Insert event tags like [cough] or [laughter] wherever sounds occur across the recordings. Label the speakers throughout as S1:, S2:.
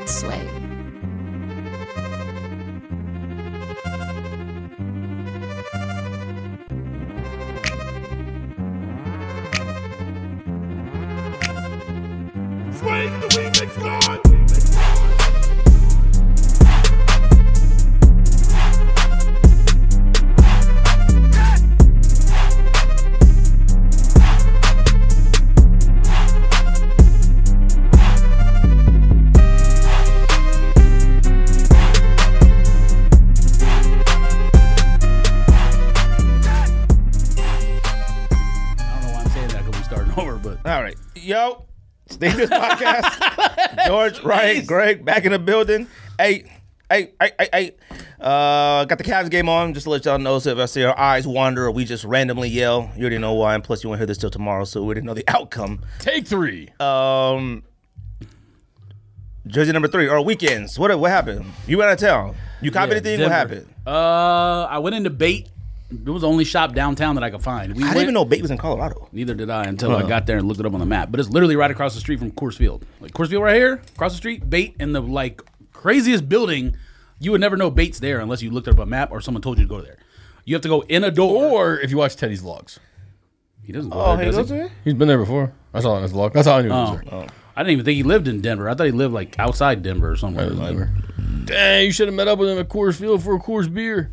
S1: this way.
S2: Swing the remix god.
S3: I don't know why I'm saying that because we're starting [laughs] over, but
S4: All right. Yo, Steve this
S3: [laughs]
S4: podcast. George, Ryan, Greg, back in the building. Hey, hey, hey, hey, hey. Uh, got the Cavs game on, just to let y'all know. So if I see our eyes wander or we just randomly yell, you already know why. And plus, you won't hear this till tomorrow, so we already know the outcome.
S3: take three.
S4: Um, jersey number three, or weekends. What what happened? You went out of town. You cop
S3: Yeah,
S4: anything?
S3: Denver.
S4: What happened?
S3: Uh, I went into bait. It was the only shop downtown that I could find. We
S4: I
S3: went-
S4: didn't even know Uh. Bate was in Colorado.
S3: Neither did I until I got there and looked it up on the map. But it's literally right across the street from Coors Field. Like Coors Field right here, across the street, bait in the like craziest building. You would never know bait's there unless you looked up a map or someone told you to go there. You have to go in a door.
S5: Or if you watch Teddy's vlogs,
S3: He doesn't. Go oh, there, does he?
S5: he's been there before. I saw it in his vlog. That's how I knew he was there.
S3: I didn't even think he lived in Denver. I thought he lived like outside Denver or somewhere.
S5: Whatever. Dang, you should have met up with him at Coors Field for a Coors beer.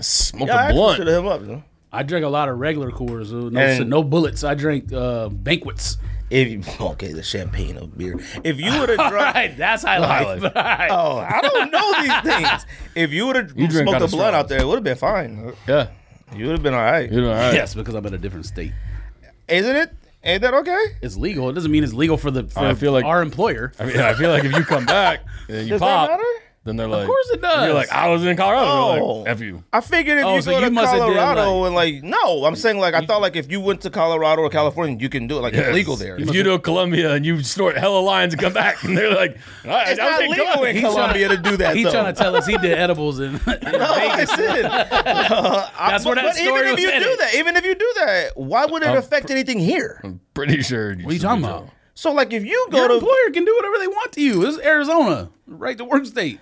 S5: Smoke
S4: Yeah, I
S5: a
S4: actually
S5: blunt.
S4: should have him up. you know?
S3: I drank a lot of regular Coors, uh, no,
S4: And-
S3: no bullets. I drank uh, banquets.
S4: If you, [laughs] okay, the champagne of beer. If you would have drunk,
S3: [laughs] All right, that's high life. [laughs] All right.
S4: Oh, I don't
S3: [laughs]
S4: know these things. If you would have
S5: You drink
S4: smoked
S5: out
S4: the
S5: of
S4: blunt
S5: straws.
S4: out there, it would have been fine.
S5: Yeah,
S4: You would have been all right.
S5: you know. All right.
S3: Yes, because I'm in a different state.
S4: Isn't it? Ain't that okay?
S3: It's legal. It doesn't mean it's legal for the for
S5: I feel like-
S3: our employer.
S5: I mean, I feel like if you come back and you
S4: Does that
S5: pop,
S4: matter?
S5: then they're like,
S3: course it does.
S5: You're like, I was in Colorado.
S4: Oh.
S5: Oh. Like, F you.
S4: I figured if
S3: Oh,
S4: you
S3: so
S4: go
S3: you
S4: to
S3: must have did,
S4: Colorado and like no, I'm saying like I thought like if you went to Colorado or California, you can do it. Like it's legal there.
S5: If you go to Colombia and you snort hella lines and come back, [laughs] and they're like, all right,
S4: it's
S5: I was
S4: not
S5: in
S4: legal
S5: Colombia.
S4: in Colombia to do that.
S3: He's
S4: though.
S3: trying to tell us he did edibles and
S4: [laughs] No,
S3: [laughs]
S4: I said.
S3: That's where that
S4: but
S3: story
S4: even if
S3: was
S4: you
S3: headed. Uh, Mm.
S4: do that, even if you do that, why would it affect anything here?
S5: Pretty sure.
S3: What are you talking about?
S4: So like if you
S3: Your
S4: [laughs] go to
S3: employer can do whatever they want to you. This is Arizona, right to work state.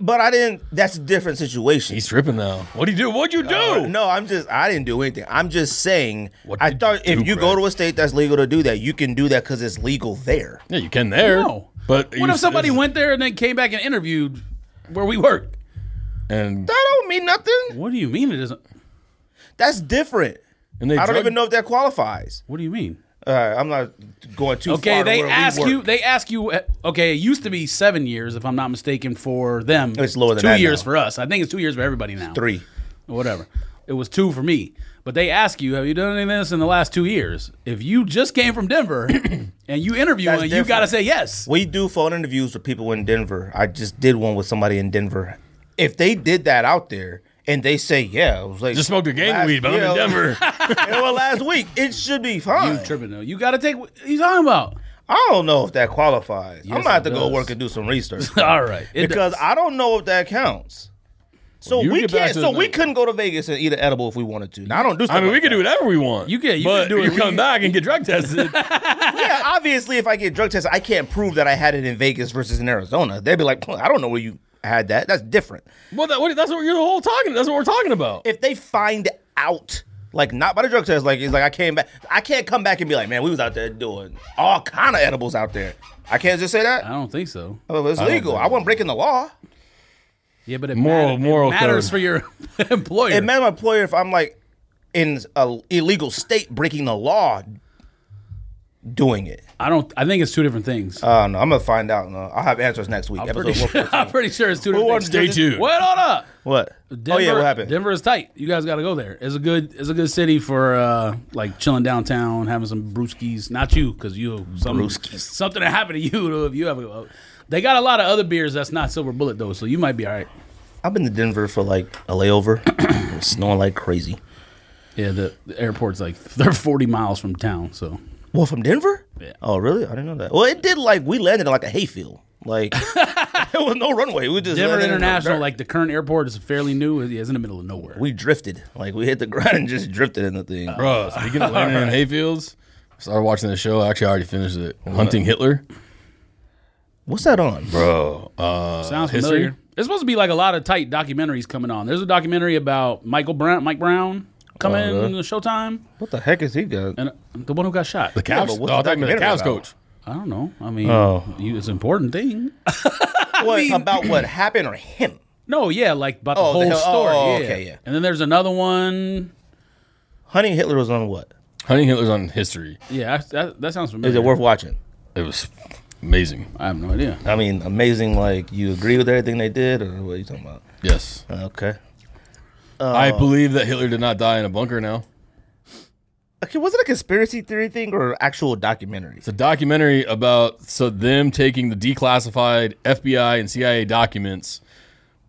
S4: but I didn't. That's a different situation.
S5: He's tripping now. What'd you do? What'd you do?
S4: Uh, no, I'm just. I didn't do anything. I'm just saying.
S5: What
S4: I
S5: did
S4: thought
S5: you
S4: if
S5: do,
S4: you go
S5: Brad?
S4: to a state that's legal to do that, you can do that because it's legal there.
S5: Yeah, you can there.
S3: No,
S5: But
S3: what
S5: you-
S3: if somebody
S5: it's-
S3: went there and then came back and interviewed where we work?
S5: and
S4: That don't mean nothing.
S3: What do you mean it isn't?
S4: That's different.
S5: and they
S4: I don't
S5: drug-
S4: even know if that qualifies.
S3: What do you mean?
S4: Uh, I'm not going too far.
S3: Okay,
S4: to
S3: they
S4: where we
S3: ask
S4: work.
S3: you. They ask you. uh, Okay, it used to be seven years, if I'm not mistaken, for them.
S4: It's lower than
S3: two
S4: that
S3: years
S4: now.
S3: for us. I think it's two years for everybody now.
S4: three.
S3: whatever. It was two for me. But they ask you, have you done any of this in the last two years? If you just came from Denver [coughs] and you
S4: That's
S3: interviewing, you
S4: different.
S3: got to say yes.
S4: We do phone interviews with people in Denver. I just did one with somebody in Denver. If they did that out there and they say yeah, it was like
S5: just smoked a gang
S4: last-
S5: weed, but I'm
S4: yeah, [laughs]
S5: in Denver.
S4: well, last week it should be fine.
S3: You tripping though? You got to take. What are you talking about? [laughs]
S4: I don't know if that qualifies. I'm
S3: Yes,
S4: gonna have
S3: it
S4: to go
S3: does.
S4: work and do some
S5: [laughs]
S4: research.
S3: All right, It
S4: because
S3: does.
S4: I don't know if that counts. So
S5: you
S4: we
S5: get back
S4: can't.
S5: to
S4: So
S5: the-
S4: we couldn't go to Vegas and eat an edible if we wanted to. Now, I don't do. Stuff
S5: I mean, we
S4: like
S5: can do
S4: that.
S5: whatever we want.
S3: You can- you
S5: but
S3: can do it.
S5: You
S3: We
S5: come
S3: can-
S5: back and get drug tested.
S4: Yeah, obviously, if I get drug tested, I can't prove that I had it in Vegas versus in Arizona. They'd be like, "Well, I don't know where you had that. That's different.
S5: [laughs] well, that, what, that's what you're the whole talking. That's what we're talking about.
S4: If they find out. Like not by the drug test. Like it's like I came back. I can't come back and be like, man, we was out there doing all kind of edibles out there. I can't just say
S3: I
S4: that.
S3: don't think so.
S4: Oh, it's legal. I wasn't breaking the law.
S3: Yeah, but it
S5: Moral-
S3: matter- it
S5: moral
S3: matters
S5: code.
S3: for your [laughs] employer.
S4: It matters my employer if I'm like in a illegal state breaking the law doing it.
S3: I don't. I think it's two different things.
S4: Uh, no, I'm gonna find out. No, I'll have answers next week. Episode
S3: pretty,
S4: 114.
S3: [laughs] I'm pretty sure it's two different
S4: wants
S3: things.
S4: to
S5: Stay tuned.
S3: Wait, hold up.
S4: what?
S3: Denver,
S4: oh yeah, what happened?
S3: Denver is tight. You guys got to go there. It's a good. It's a good city for uh, like chilling downtown, having some brewskis. Not you, because you some,
S4: Brewskis.
S3: Something that happened to you [laughs] though, if you have a. They got a lot of other beers that's not Silver Bullet though, so you might be all right.
S4: I've been to Denver for like
S3: [clears throat]
S4: a layover. it's snowing like crazy.
S3: Yeah, the, the airport's like [laughs] they're forty miles from town, so
S4: Well, from Denver?
S3: Yeah.
S4: Oh really? I didn't know that. Well, it did like we landed in like a hayfield. Like [laughs] there was no runway. We just
S3: Denver
S4: landed in the
S3: International,
S4: dirt.
S3: like the current airport, is fairly new. It is in the middle of nowhere.
S4: we drifted. Like we hit the [laughs] ground and just drifted in the thing.
S5: Bro, speaking of landing in hayfields, I started watching the show. Actually, I already finished it. Hunting Hitler.
S4: What's that on?
S5: bro. Uh,
S3: Sounds
S5: history?
S3: familiar. There's supposed to be like a lot of tight documentaries coming on. There's a documentary about Michael Brown, Mike Brown coming
S5: Uh-huh.
S3: to Showtime,
S4: What the heck is he got?
S3: and uh, the one who got shot.
S5: the Cavs.
S4: but what's
S5: oh, I
S4: the
S5: thought you meant
S4: documentary
S5: the Cavs
S4: about?
S5: coach.
S3: I don't know. I mean,
S4: Oh.
S3: you, it's an important thing. [laughs]
S4: What about what happened or him?
S3: No, yeah, like about the
S4: Oh, the
S3: whole
S4: hell-
S3: story.
S4: oh,
S3: yeah.
S4: okay, yeah.
S3: And then there's another one.
S4: Hunting Hitler was on what?
S5: Hunting Hitler's on history.
S3: Yeah, I- that, that sounds familiar.
S4: Is it worth watching?
S5: It was amazing.
S3: I have no idea.
S4: I mean, amazing. Like you agree with everything they did, or what are you talking about?
S5: Yes,
S4: Okay. Oh.
S5: I believe that Hitler did not die in a bunker. Now
S4: Okay, was it a conspiracy theory thing or actual documentary?
S5: it's a documentary about so them taking the declassified FBI and CIA documents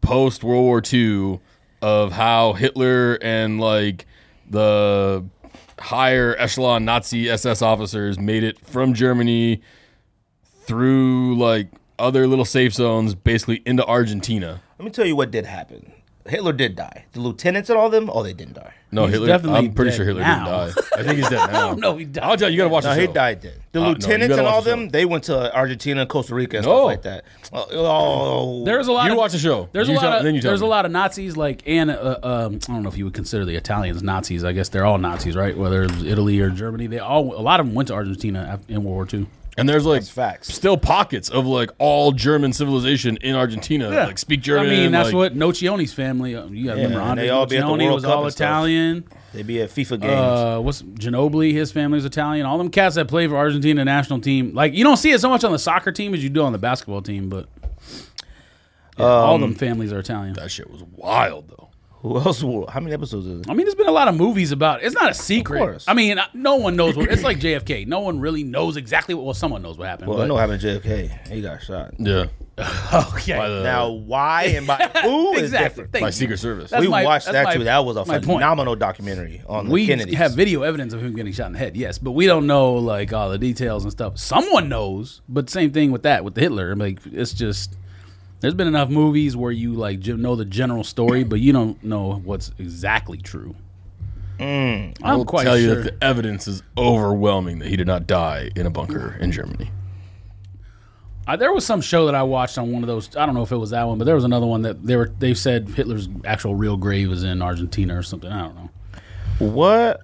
S5: post World War II of how Hitler and like the higher echelon Nazi SS officers made it from Germany through like other little safe zones basically into Argentina.
S4: Let me tell you what did happen. Hitler did die. The lieutenants and all them, oh, they didn't die.
S5: No,
S3: He's
S5: Hitler.
S3: definitely
S5: I'm pretty
S3: dead
S5: sure Hitler
S3: now.
S5: didn't die. I think
S3: [laughs]
S5: he's dead now.
S3: No, he died.
S5: I'll tell you, you gotta watch
S4: No,
S5: the
S4: he
S5: show.
S4: died then. The
S5: Uh, no, you
S4: lieutenants
S5: gotta
S4: and
S5: watch
S4: all
S5: the
S4: them, they went to Argentina and Costa Rica and
S5: No.
S4: stuff like that. Oh,
S3: [laughs]
S4: oh.
S3: There's a lot.
S5: You
S3: of,
S5: watch the show.
S3: There's
S5: You
S3: a lot.
S5: tell-
S3: of,
S5: then you tell
S3: there's
S5: me.
S3: a lot of Nazis, like and uh, um, I don't know if you would consider the Italians Nazis. I guess they're all Nazis, right? Whether it was Italy or Germany, they all a lot of them went to Argentina af- in World War II.
S5: And there's like
S4: facts.
S5: still pockets of like all German civilization in Argentina. that, Like speak German.
S3: I mean, that's
S5: like-
S3: what Nocione's family. uh, You gotta remember,
S4: and
S3: Andre
S4: they all be at the
S3: Nocione
S4: World
S3: was
S4: Cup
S3: all
S4: and stuff.
S3: Italian.
S4: They be at FIFA games.
S3: Uh, what's Ginobili? His family's Italian. All them cats that play for Argentina national team, like you don't see it so much on the soccer team as you do on the basketball team, but yeah, all
S4: Um,
S3: them families are Italian.
S5: That shit was wild though.
S4: Who else? were- How many episodes is it?
S3: I mean, there's been a lot of movies about. It's not a secret.
S4: course.
S3: I mean, I- no one knows what. It's like JFK. No one really knows exactly what. Well, someone knows what happened.
S4: Well, I
S3: but,
S4: know what happened to JFK. He got shot.
S5: Yeah.
S4: [laughs]
S3: oh yeah,
S5: By the
S4: Now, why
S3: [laughs]
S4: and by who is
S3: exactly.
S4: different?
S3: Thank
S5: by
S3: you.
S5: Secret Service.
S3: That's
S4: we
S3: my-
S4: watched
S3: that's
S4: that
S3: my-
S4: too. That was a
S3: my point.
S4: phenomenal documentary on
S3: we
S4: the Kennedys.
S3: have video evidence of him getting shot in the head. Yes, but we don't know like all the details and stuff. Someone knows, but same thing with that with the Hitler. I'm Like it's just there's been enough movies where you like gen- know the general story, but you don't know what's exactly true. I'm
S5: I'll
S3: quite
S5: tell you
S3: sure.
S5: that the evidence is overwhelming that he did not die in a bunker in Germany.
S3: Uh, there was some show that I watched on one of those. I don't know if it was that one, but there was another one that they were. They said Hitler's actual real grave is in Argentina or something. I don't know.
S4: What?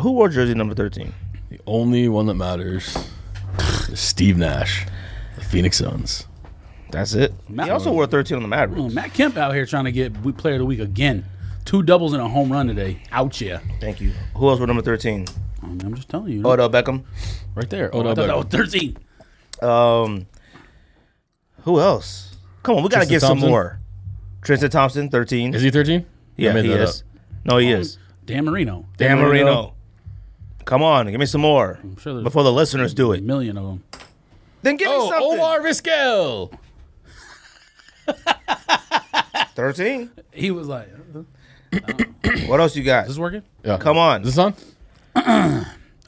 S4: Who wore jersey number thirteen?
S5: The only one that matters is Steve Nash, the Phoenix Suns.
S4: That's it. He also wore thirteen on the
S3: Well,
S4: Mavericks.
S3: Matt Kemp out here trying to get we- Player of the Week again. Two doubles and a home run today. Out ya.
S4: Thank you. Who else wore number thirteen?
S3: I mean, I'm just telling you.
S4: Odell Beckham.
S3: Right there. Oh,
S5: Odell
S3: I thought that was
S5: Beckham.
S3: 13.
S4: Um, who else? Come on, we gotta
S5: Tristan
S4: get
S5: Thompson?
S4: some more. Tristan Thompson, thirteen.
S5: Is he 13? I
S4: yeah,
S5: made
S4: he
S5: that
S4: is.
S5: up.
S4: No, he is.
S3: Dan Marino.
S4: Dan
S5: Marino.
S4: Marino. Come on, give me some more
S3: sure there's-
S4: before the listeners do
S3: A
S4: it.
S3: million of them.
S4: Then give me
S5: Oh,
S4: something.
S5: Omar Vizquel.
S4: Thirteen.
S3: He was like,
S4: uh,
S3: is
S4: What else you got?
S3: this working?
S5: Yeah.
S4: Come on,
S5: Is this on?
S3: I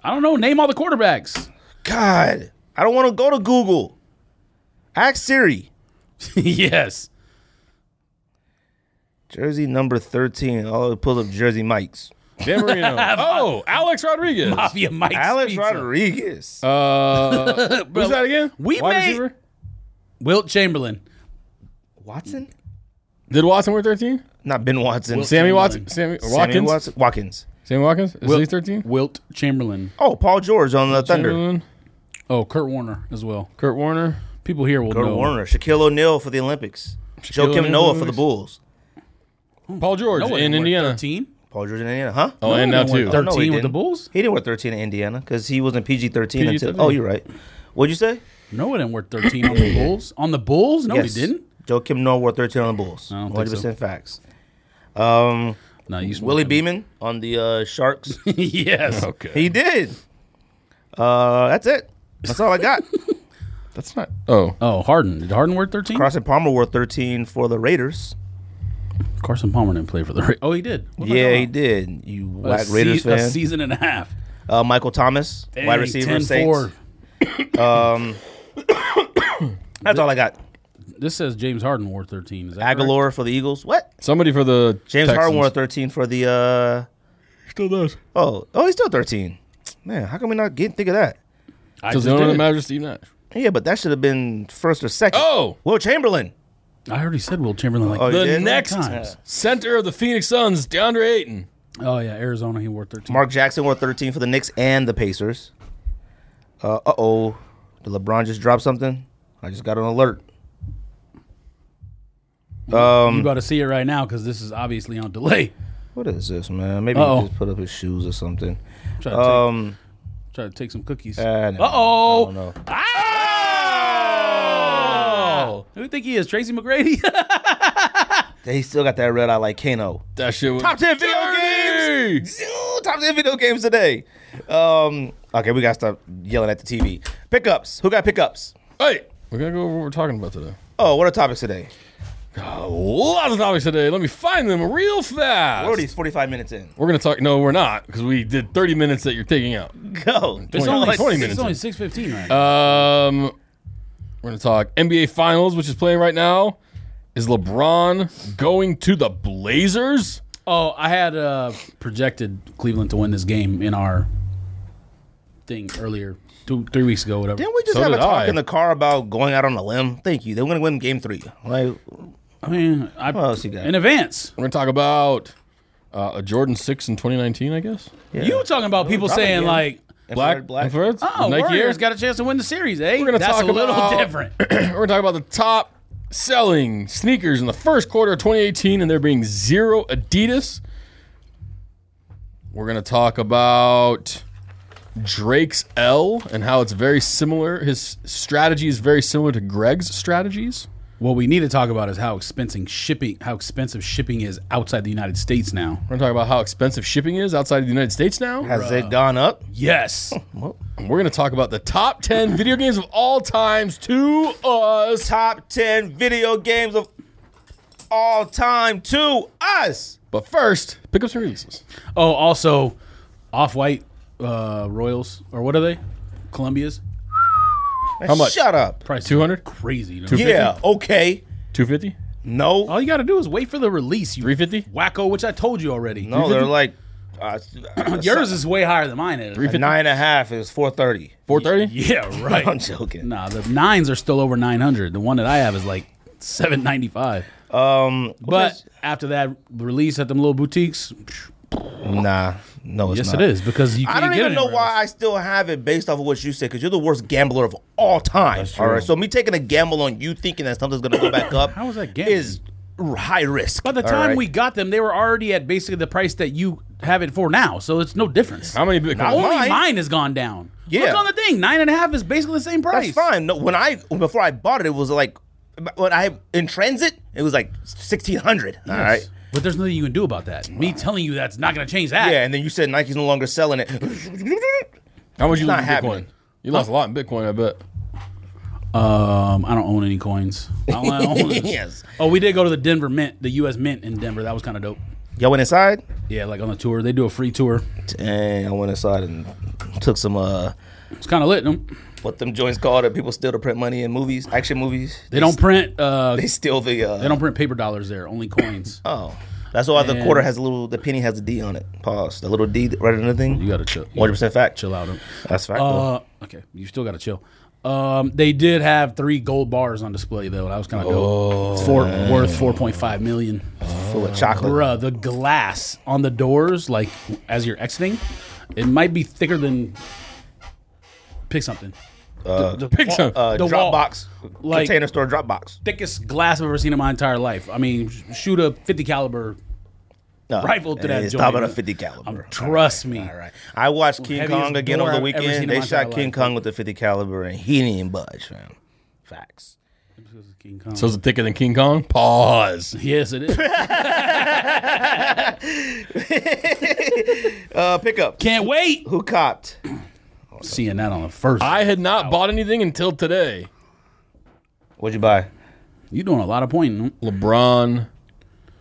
S3: don't know. Name all the
S4: [laughs]
S3: quarterbacks.
S4: God, I don't want to go to Google. Ask Siri.
S3: yes.
S4: Jersey number 13. Oh, it pulls up Jersey Mike's.
S5: Dan Marino. [laughs] oh, Alex Rodriguez.
S3: Mafia Mike's
S4: Alex
S3: Pizza.
S4: Rodriguez.
S5: Uh, who's that again?
S3: we
S5: Wide
S3: made-
S5: receiver?
S3: Wilt Chamberlain.
S4: Watson?
S5: Did Watson wear 13?
S4: Not Ben Watson.
S5: Sammy
S3: Chamberlain.
S5: Watson. Sammy or Watkins.
S4: Sammy Watson. Watkins.
S5: Sammy Watkins. Is
S3: Wilt-
S5: he 13?
S3: Wilt Chamberlain.
S4: Oh, Paul George on the Thunder.
S5: Chamberlain,
S3: Oh, Kurt Warner as well.
S5: Kurt Warner.
S3: People here will
S4: Kurt
S3: know.
S4: Warner. Shaquille O'Neal for the Olympics.
S5: Shaquille
S4: Joakim
S5: O'Neal
S4: Noah
S5: for
S4: for
S5: the
S4: the Bulls.
S5: Paul George
S3: No,
S5: in Indiana.
S3: 13.
S4: Paul George in Indiana, huh?
S5: Oh, and now
S3: No one wore 13
S5: two.
S4: no, he
S3: with the
S4: didn't.
S3: Bulls?
S4: He didn't wear 13 in Indiana because he wasn't PG 13 until.
S5: PG-13.
S4: Oh, you're right. What'd you say?
S3: No, it didn't wear 13 on
S4: [laughs]
S3: the Bulls. On the Bulls? No, he didn't.
S4: Joakim Noah wore 13 on the Bulls.
S3: don't
S4: 100%
S3: think so.
S4: facts. Um,
S3: No, you
S4: Willie Beeman on the uh, Sharks.
S3: [laughs] yes.
S5: Okay.
S4: He [laughs] did. Uh, that's it. That's all I
S3: [laughs]
S4: got.
S5: That's not. Oh,
S3: Oh, Harden. Did Harden wear 13?
S4: Carson Palmer wore 13 for the Raiders.
S3: Carson Palmer didn't play for the Ra- Oh, he did. What am I
S4: Yeah,
S3: talking
S4: he
S3: about?
S4: did. You whack
S3: a
S4: Raiders
S3: se- a
S4: fan.
S3: season and a half.
S4: Uh, Michael Thomas, wide
S3: Hey,
S4: receiver,
S3: 10-4.
S4: Saints. That's all I got.
S3: This says James Harden wore 13. Is that correct?
S4: Aguilar for the Eagles. What?
S5: somebody for the
S4: James
S5: Texans.
S4: Harden wore 13 for the. Uh,
S5: still does.
S4: oh, oh, he's still 13. Man, how can we not get think of that?
S3: I
S5: Because
S3: just
S5: the only
S3: did.
S5: that matters is Steve Nash.
S4: Yeah, but that should have been first or second.
S5: Oh!
S4: Will Chamberlain.
S3: I already said Will Chamberlain. Like,
S4: Oh, you
S5: The
S4: did?
S5: next
S3: times.
S5: center of the Phoenix Suns, DeAndre Ayton.
S3: oh yeah, Arizona. He wore thirteen.
S4: Mark Jackson wore 13 for the Knicks and the Pacers. Uh oh. Did LeBron just drop something? I just got an alert. hmm.
S3: you got to see it right now because this is obviously on delay. [laughs]
S4: What is this, man? Maybe
S3: Uh-oh.
S4: he just put up his shoes or something.
S3: Try to,
S4: Um,
S3: take, try to take some cookies.
S4: uh,
S3: Uh
S4: I don't
S3: oh.
S4: know.
S3: Ah! Who do you think he is? Tracy McGrady? [laughs]
S4: He still got that red eye like Kano.
S5: That shit was
S4: Top 10 video
S5: dirty!
S4: games. Ooh, Top 10 video games today. Um, okay, we got to stop yelling at the TV. Pickups. Who got pickups?
S5: Hey, we're gonna go over what we're talking about today.
S4: Oh, what are topics today?
S5: Lots of topics today. Let me find them real fast.
S4: We're already 45 minutes in.
S5: We're gonna talk. No, we're not, because we did 30 minutes that you're taking out.
S4: Go.
S3: It's
S5: Twenty-
S3: only
S5: like 20
S3: It's
S5: minutes
S3: only
S5: in.
S3: six fifteen right.
S5: Um, we're gonna talk NBA Finals, which is playing right now. Is LeBron going to the Blazers?
S3: oh, I had uh, projected Cleveland to win this game in our thing earlier, two, three weeks ago, whatever.
S4: Didn't we just
S5: So
S4: have a
S5: did
S4: talk
S5: I.
S4: in the car about going out on a limb? Thank you. They're going to win game three. Like,
S3: I mean, I
S4: What else you got?
S3: in advance.
S5: We're gonna talk about uh, a Jordan six in 2019, I guess.
S4: yeah.
S3: You talking about people
S4: probably
S3: saying
S4: him.
S3: like,
S5: Black,
S4: black.
S5: Infrareds?
S3: oh,
S5: Nike Air?
S3: Warriors got a chance to win the series, eh? We're
S5: gonna
S3: That's
S5: talk
S3: a little
S5: about- [clears throat]
S3: different.
S5: We're going to talk about the top selling sneakers in the first quarter of 2018, and there being zero Adidas. We're going to talk about Drake's L and how it's very similar. His strategy is very similar to Greg's strategies.
S3: what we need to talk about is how expensive shipping, how expensive shipping is outside the United States now.
S5: We're going to talk about how expensive shipping is outside of the United States now.
S4: Has it gone up?
S3: Yes,
S5: And we're going to talk about the top 10 video games of all times to us.
S4: Top 10 video games of all time to us.
S5: But first, pick up some releases.
S3: Oh, also, off white uh, Royals or what are they? Columbias
S4: How
S5: much?
S4: Shut up.
S3: price
S5: 200?
S3: crazy. You know?
S4: Yeah, okay.
S5: 250?
S4: No.
S3: All you got to do is wait for the release. You
S5: 350?
S3: wacko, which I told you already.
S4: No, they're like uh,
S3: [coughs] yours is way higher than mine is.
S4: a nine and a half is 430. [laughs]
S5: 430?
S3: Yeah,
S4: I'm
S3: right.
S4: joking.
S3: nah, the nines are still over nine hundred. The one that I have is like seven ninety five.
S4: Um,
S3: But
S4: is-
S3: after that release at them little boutiques,
S4: nah, no, it's
S3: yes,
S4: not.
S3: it is because you. Can't
S4: I don't
S3: get
S4: even
S3: it
S4: know
S3: anywhere
S4: why
S3: else.
S4: I still have it based off of what you said because you're the worst gambler of all time. All right, so me taking a gamble on you thinking that something's gonna
S3: [coughs]
S4: go back up.
S3: How was that gambling?
S4: Is r- high risk.
S3: By the
S4: all
S3: time
S4: right?
S3: we got them, they were already at basically the price that you have it for now. So it's no difference.
S5: How many Bitcoin?
S3: Only
S4: Mine-
S3: mine, has gone down.
S4: Yeah.
S3: Look on the thing. Nine and a half is basically the same
S4: that's
S3: price.
S4: fine. No, when I before I bought it, it was like when I in transit, it was like sixteen hundred. All right.
S3: But there's nothing you can do about that. Me telling you that's not going to change that.
S4: Yeah, and then you said Nike's no longer selling it. [laughs]
S5: How much you
S4: It's
S5: lose
S4: not
S5: in Bitcoin?
S4: happening.
S5: You lost a lot in Bitcoin, I bet.
S3: Um, I don't own any coins. I don't own
S4: [laughs] Yes.
S3: Oh, we did go to the Denver Mint, the U.S. Mint in Denver. That was kind of dope.
S4: Y'all went inside,
S3: Yeah, like on the tour. They do a free tour.
S4: and I went inside and took some uh,
S3: It's kind of lit. Them.
S4: what them joints called that people steal to print money in movies, action movies. [laughs]
S3: They don't print. Uh,
S4: They steal the. Uh,
S3: they don't print paper dollars there. Only
S4: [laughs]
S3: coins.
S4: Oh, that's why the
S3: Man.
S4: quarter has a little. The penny has a D on it. Pause. The little D that- right in the thing.
S3: you got to chill. you
S4: One hundred
S3: gotta
S4: percent fact.
S3: Chill out. Them.
S4: That's fact. though.
S3: Uh, okay, you still got to chill. Um, they did have three gold bars on display though. That was kind of
S4: Oh,
S3: dope. Four, worth four point five million.
S4: Full of chocolate.
S3: Uh, Bruh, the glass on the doors, like as you're exiting, it might be thicker than. Pick something. the, the
S5: pick
S3: wall-
S5: some-
S4: Uh,
S3: the wall.
S4: Dropbox.
S3: Like-
S4: container store Dropbox.
S3: Thickest glass I've ever seen in my entire life. I mean, sh- shoot a 50 caliber.
S4: No,
S3: Rifle to that
S4: It's
S3: joint.
S4: top of the fifty caliber.
S3: Trust me.
S4: All right. I watched King
S3: Heaviest
S4: Kong again
S3: door
S4: over the
S3: I've ever seen in
S4: weekend.
S3: my
S4: They
S3: entire
S4: shot King
S3: life.
S4: Kong with the fifty caliber, and he didn't budge, fam. Facts.
S3: King Kong.
S5: So is it thicker than King Kong? Pause.
S3: yes, it is.
S4: Uh, pickup.
S3: Can't wait.
S4: [laughs] Who copped?
S3: Seeing that on the first.
S5: I had not bought anything until today.
S4: What'd you buy?
S3: you doing a lot of pointing.
S5: LeBron,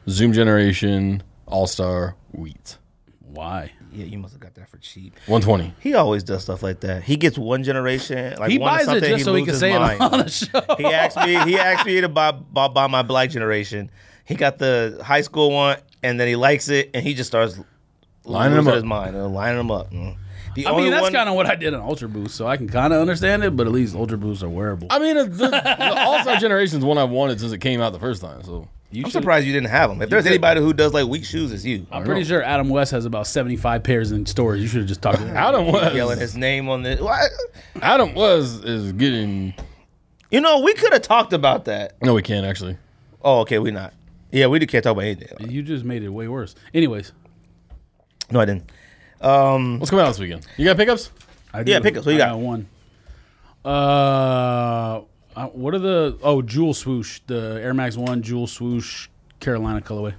S5: Zoom Generation, All Star, Wheat.
S3: Why?
S4: Yeah, you must have got that for cheap.
S5: 120.
S4: He always does stuff like that. He gets one generation, like
S3: He
S4: one or
S3: buys it
S4: something,
S3: just so he can
S4: loses
S3: say
S4: mine.
S3: it on [laughs] the show.
S4: He asked me. He asked me to buy, buy buy my black generation. He got the high school one, and then he likes it, and he just starts
S5: Lining
S4: losing
S5: them up.
S4: his mind, uh, lining them up. Mm. The
S3: I
S4: only
S3: mean, that's
S4: one-
S3: kind of what I did on Ultra Boost, so I can kind of understand it. But at least Ultra Boosts are wearable.
S5: I mean, the,
S4: [laughs]
S5: the All Star Generation is one I've wanted since it came out the first time. So
S3: You
S4: I'm
S3: should-
S4: surprised you didn't have them. If there's
S3: should-
S4: anybody who does like weak shoes, it's you.
S3: I'm pretty sure Adam West has about 75 pairs in storage. You should have just talked to [laughs] him.
S4: [laughs]
S5: Adam
S4: Yelling
S5: [laughs] was
S4: his name on this. What?
S5: Adam was is getting.
S4: You know, we could have talked about that.
S5: No, we can't actually.
S4: Oh, okay, we not. Yeah, we can't talk about anything.
S3: You just made it way worse. Anyways,
S4: No, I didn't.
S5: What's coming out this weekend? You got pickups?
S3: I
S4: Yeah,
S3: do.
S4: pick us. Hmm. What you
S3: I
S4: got?
S3: one. Uh, uh, what are the oh Jewel Swoosh the Air Max One Jewel Swoosh Carolina colorway?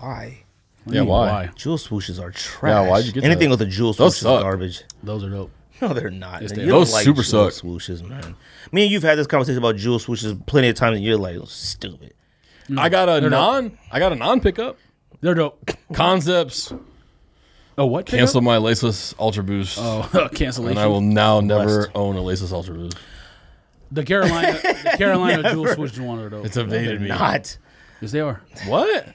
S4: Why?
S3: What do
S5: Yeah,
S3: you mean,
S5: why?
S4: Jewel swooshes are trash.
S5: why'd you get
S4: anything
S5: that?
S4: with a jewel
S5: Those
S4: swoosh is
S5: suck.
S4: garbage?
S3: Those are dope.
S4: No, they're not. man.
S3: they
S4: You
S3: are.
S4: don't
S5: Those super
S4: jewel
S5: suck.
S4: Swooshes, man. Me and you've had this conversation about jewel swooshes plenty of times, and you're like, stupid.
S5: I got a non. I got a non pickup.
S3: They're dope.
S5: Concepts
S3: Oh, what? Jacob?
S5: cancel my Laceless Ultra Boost,
S3: Oh, [laughs] cancellation.
S5: and I will now never own a Laceless Ultra Boost.
S3: The Carolina, the
S5: [laughs]
S3: Carolina Jewel Swoosh is one are dope.
S5: It's evaded me.
S4: Not
S3: yes, they are.
S5: What?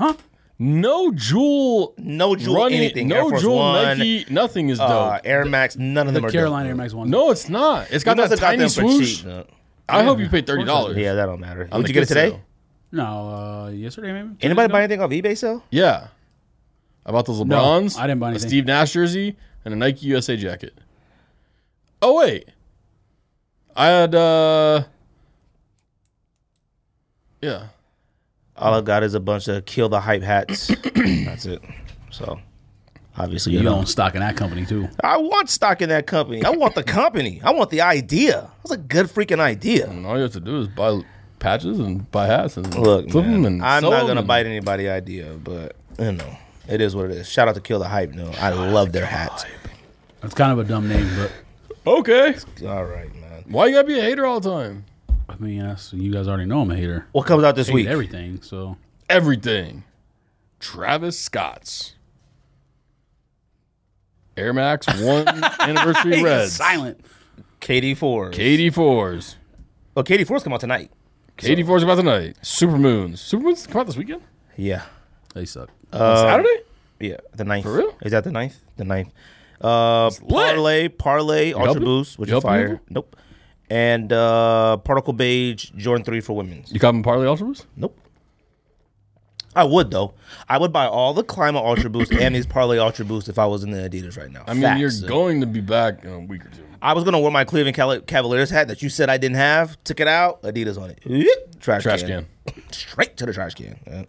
S3: Huh?
S5: No jewel.
S4: no jewel
S5: running,
S4: anything. Air
S5: No
S4: Force
S5: jewel
S4: One,
S5: Nike. Nothing is dope.
S4: uh, Air Max. None of them
S3: The
S4: are
S3: Carolina
S4: dope.
S3: Air Max One.
S5: no, it's not. It's
S4: You
S5: got
S4: must
S5: that
S4: have got
S5: tiny
S4: them for
S5: swoosh.
S4: cheap. no.
S5: I hope you paid thirty dollars.
S4: Yeah, that don't matter.
S5: on
S4: Did
S5: the
S4: you get it
S5: kid
S4: today?
S5: sale.
S3: no. Uh, yesterday maybe.
S4: Anybody buy anything off eBay sale?
S5: Yeah. I bought those LeBrons.
S3: I didn't buy
S5: a
S3: anything.
S5: Steve Nash jersey and a Nike USA jacket. Oh wait. I had uh Yeah.
S4: All I got is a bunch of kill the hype [clears throat] hats. That's it. So obviously you,
S3: You
S4: don't.
S3: own stock in that company too.
S4: I want stock in that company. I want the company. I want the idea. That's a good freaking idea.
S5: And all you have to do is buy patches and buy hats and
S4: Look,
S5: flip them
S4: man,
S5: and
S4: I'm
S5: sew
S4: not
S5: 'em
S4: gonna
S5: and-
S4: bite anybody idea, but you know, it is what it is. Shout out to Kill the Hype. No, I love their hats.
S3: That's kind of a dumb name, but
S5: Okay.
S4: All right, man.
S5: Why you gotta be a hater all the time?
S3: I mean, that's, you guys already know I'm a hater.
S4: What comes out this
S3: Hate
S4: week?
S3: everything. So
S5: Everything. Travis Scott's Air Max One
S4: [laughs]
S5: Anniversary Reds.
S3: silent.
S4: KD four.
S5: KD fours.
S4: Well, KD Oh, four's come out tonight.
S5: KD fours about tonight. Supermoons. Supermoons come out this weekend.
S4: Yeah,
S3: They suck.
S4: Um,
S5: Saturday?
S4: yeah. The ninth.
S5: For real?
S4: Is that the ninth? The ninth. Uh,
S5: lit.
S4: parlay, parlay, ultra
S5: helping?
S4: boost, which
S5: You
S4: is
S5: helping
S4: fire.
S5: people?
S4: Nope. And uh, particle beige, Jordan three for women's.
S5: You caught him Parley Ultras?
S4: Nope. I would though. I would buy all the Climate Ultra Boost and these Parlay Ultra Boost if I was in the Adidas right now.
S5: I mean, you're going to be back in a week or two.
S4: I was gonna wear my Cleveland Cavali- Cavaliers hat that you said I didn't have. Took it out. Adidas on it. Yeet. Trash,
S5: Trash can.
S4: Straight to the trash can. Yeah.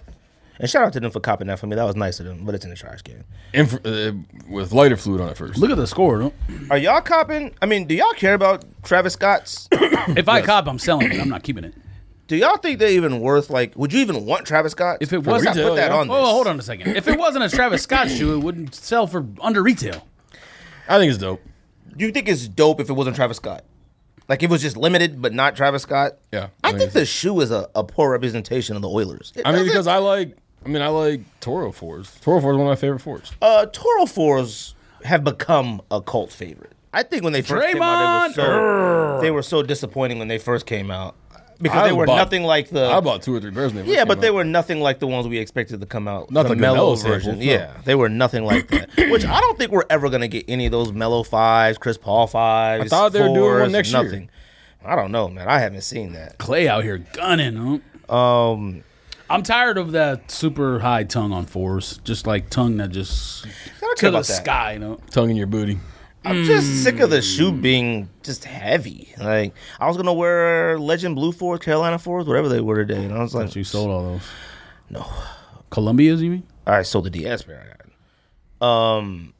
S4: And shout out to them for copping that for me. That was nice of them, but it's in the trash can.
S5: Inf- uh, with lighter fluid on it first.
S3: Look at the score.
S4: [clears throat]
S3: don't-
S4: Are y'all copping? I mean, do y'all care about Travis Scott's? [coughs]
S3: If I cop, I'm selling it. I'm not keeping it.
S4: do y'all think they're even worth? Like, would you even want Travis Scott?
S3: If it was,
S4: I
S5: retail,
S4: put that
S5: yeah. Oh,
S4: on.
S3: Whoa,
S4: this.
S3: whoa, hold on a second. If it wasn't a Travis Scott shoe, it wouldn't sell for under retail.
S5: I think it's dope.
S4: Do you think it's dope if it wasn't Travis Scott? Like if it was just limited but not Travis Scott?
S5: Yeah,
S4: I,
S5: I
S4: think,
S5: think
S4: the shoe is a, a poor representation of the Oilers. It
S5: I mean,
S4: doesn't-
S5: because I like. I mean, I like Toro fours. Toro fours is one of my favorite fours.
S4: uh, Toro fours have become a cult favorite. I think when they first came out, they were, so, they were so disappointing when they first came out because
S5: I
S4: they were
S5: bought-
S4: nothing like the.
S5: I bought two or three pairs. when first
S4: Uh, yeah,
S5: came
S4: but they
S5: out.
S4: were nothing like the ones we expected to come out.
S5: Not
S4: the
S5: like the
S4: mellow
S5: mellow
S4: version.
S5: samples, no.
S4: yeah, they were nothing like
S5: [clears throat]
S4: that. Which I don't think we're ever gonna get any of those mellow fives, Chris Paul fives.
S5: I thought they were doing one
S4: fours,
S5: next year.
S4: nothing. I don't know, man. I haven't seen that.
S3: Clay out here gunning. huh?
S4: Um,
S3: I'm tired of that super high tongue on fours. Just like tongue that just
S4: don't care
S3: to the
S4: about that.
S3: sky. You know?
S5: tongue in your booty.
S4: I'm just sick of the shoe being just heavy. Like I was gonna wear Legend Blue Fours, Carolina Fours, whatever they were today, and I was like,
S3: You sold all those.
S4: No.
S3: Columbia's, you mean?
S4: I sold the DS pair I got. Um,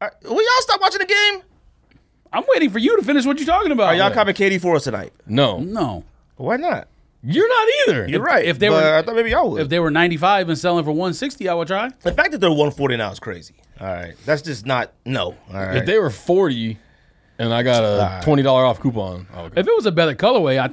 S4: all right, will y'all stop watching the game?
S3: I'm waiting for you to finish what you're talking about.
S4: Are y'all copying KD Fours oh tonight?
S5: No,
S3: No.
S4: Why not?
S5: you're not either.
S4: You're right.
S3: if they
S4: but
S3: were-
S4: I thought maybe y'all would.
S3: If they were 95 and selling for 160, I would try.
S4: the fact that they're 140 now is crazy. All right, that's just not no. All right.
S5: If they were forty, and I got a twenty dollar off coupon, I would-
S3: If it was a better colorway, I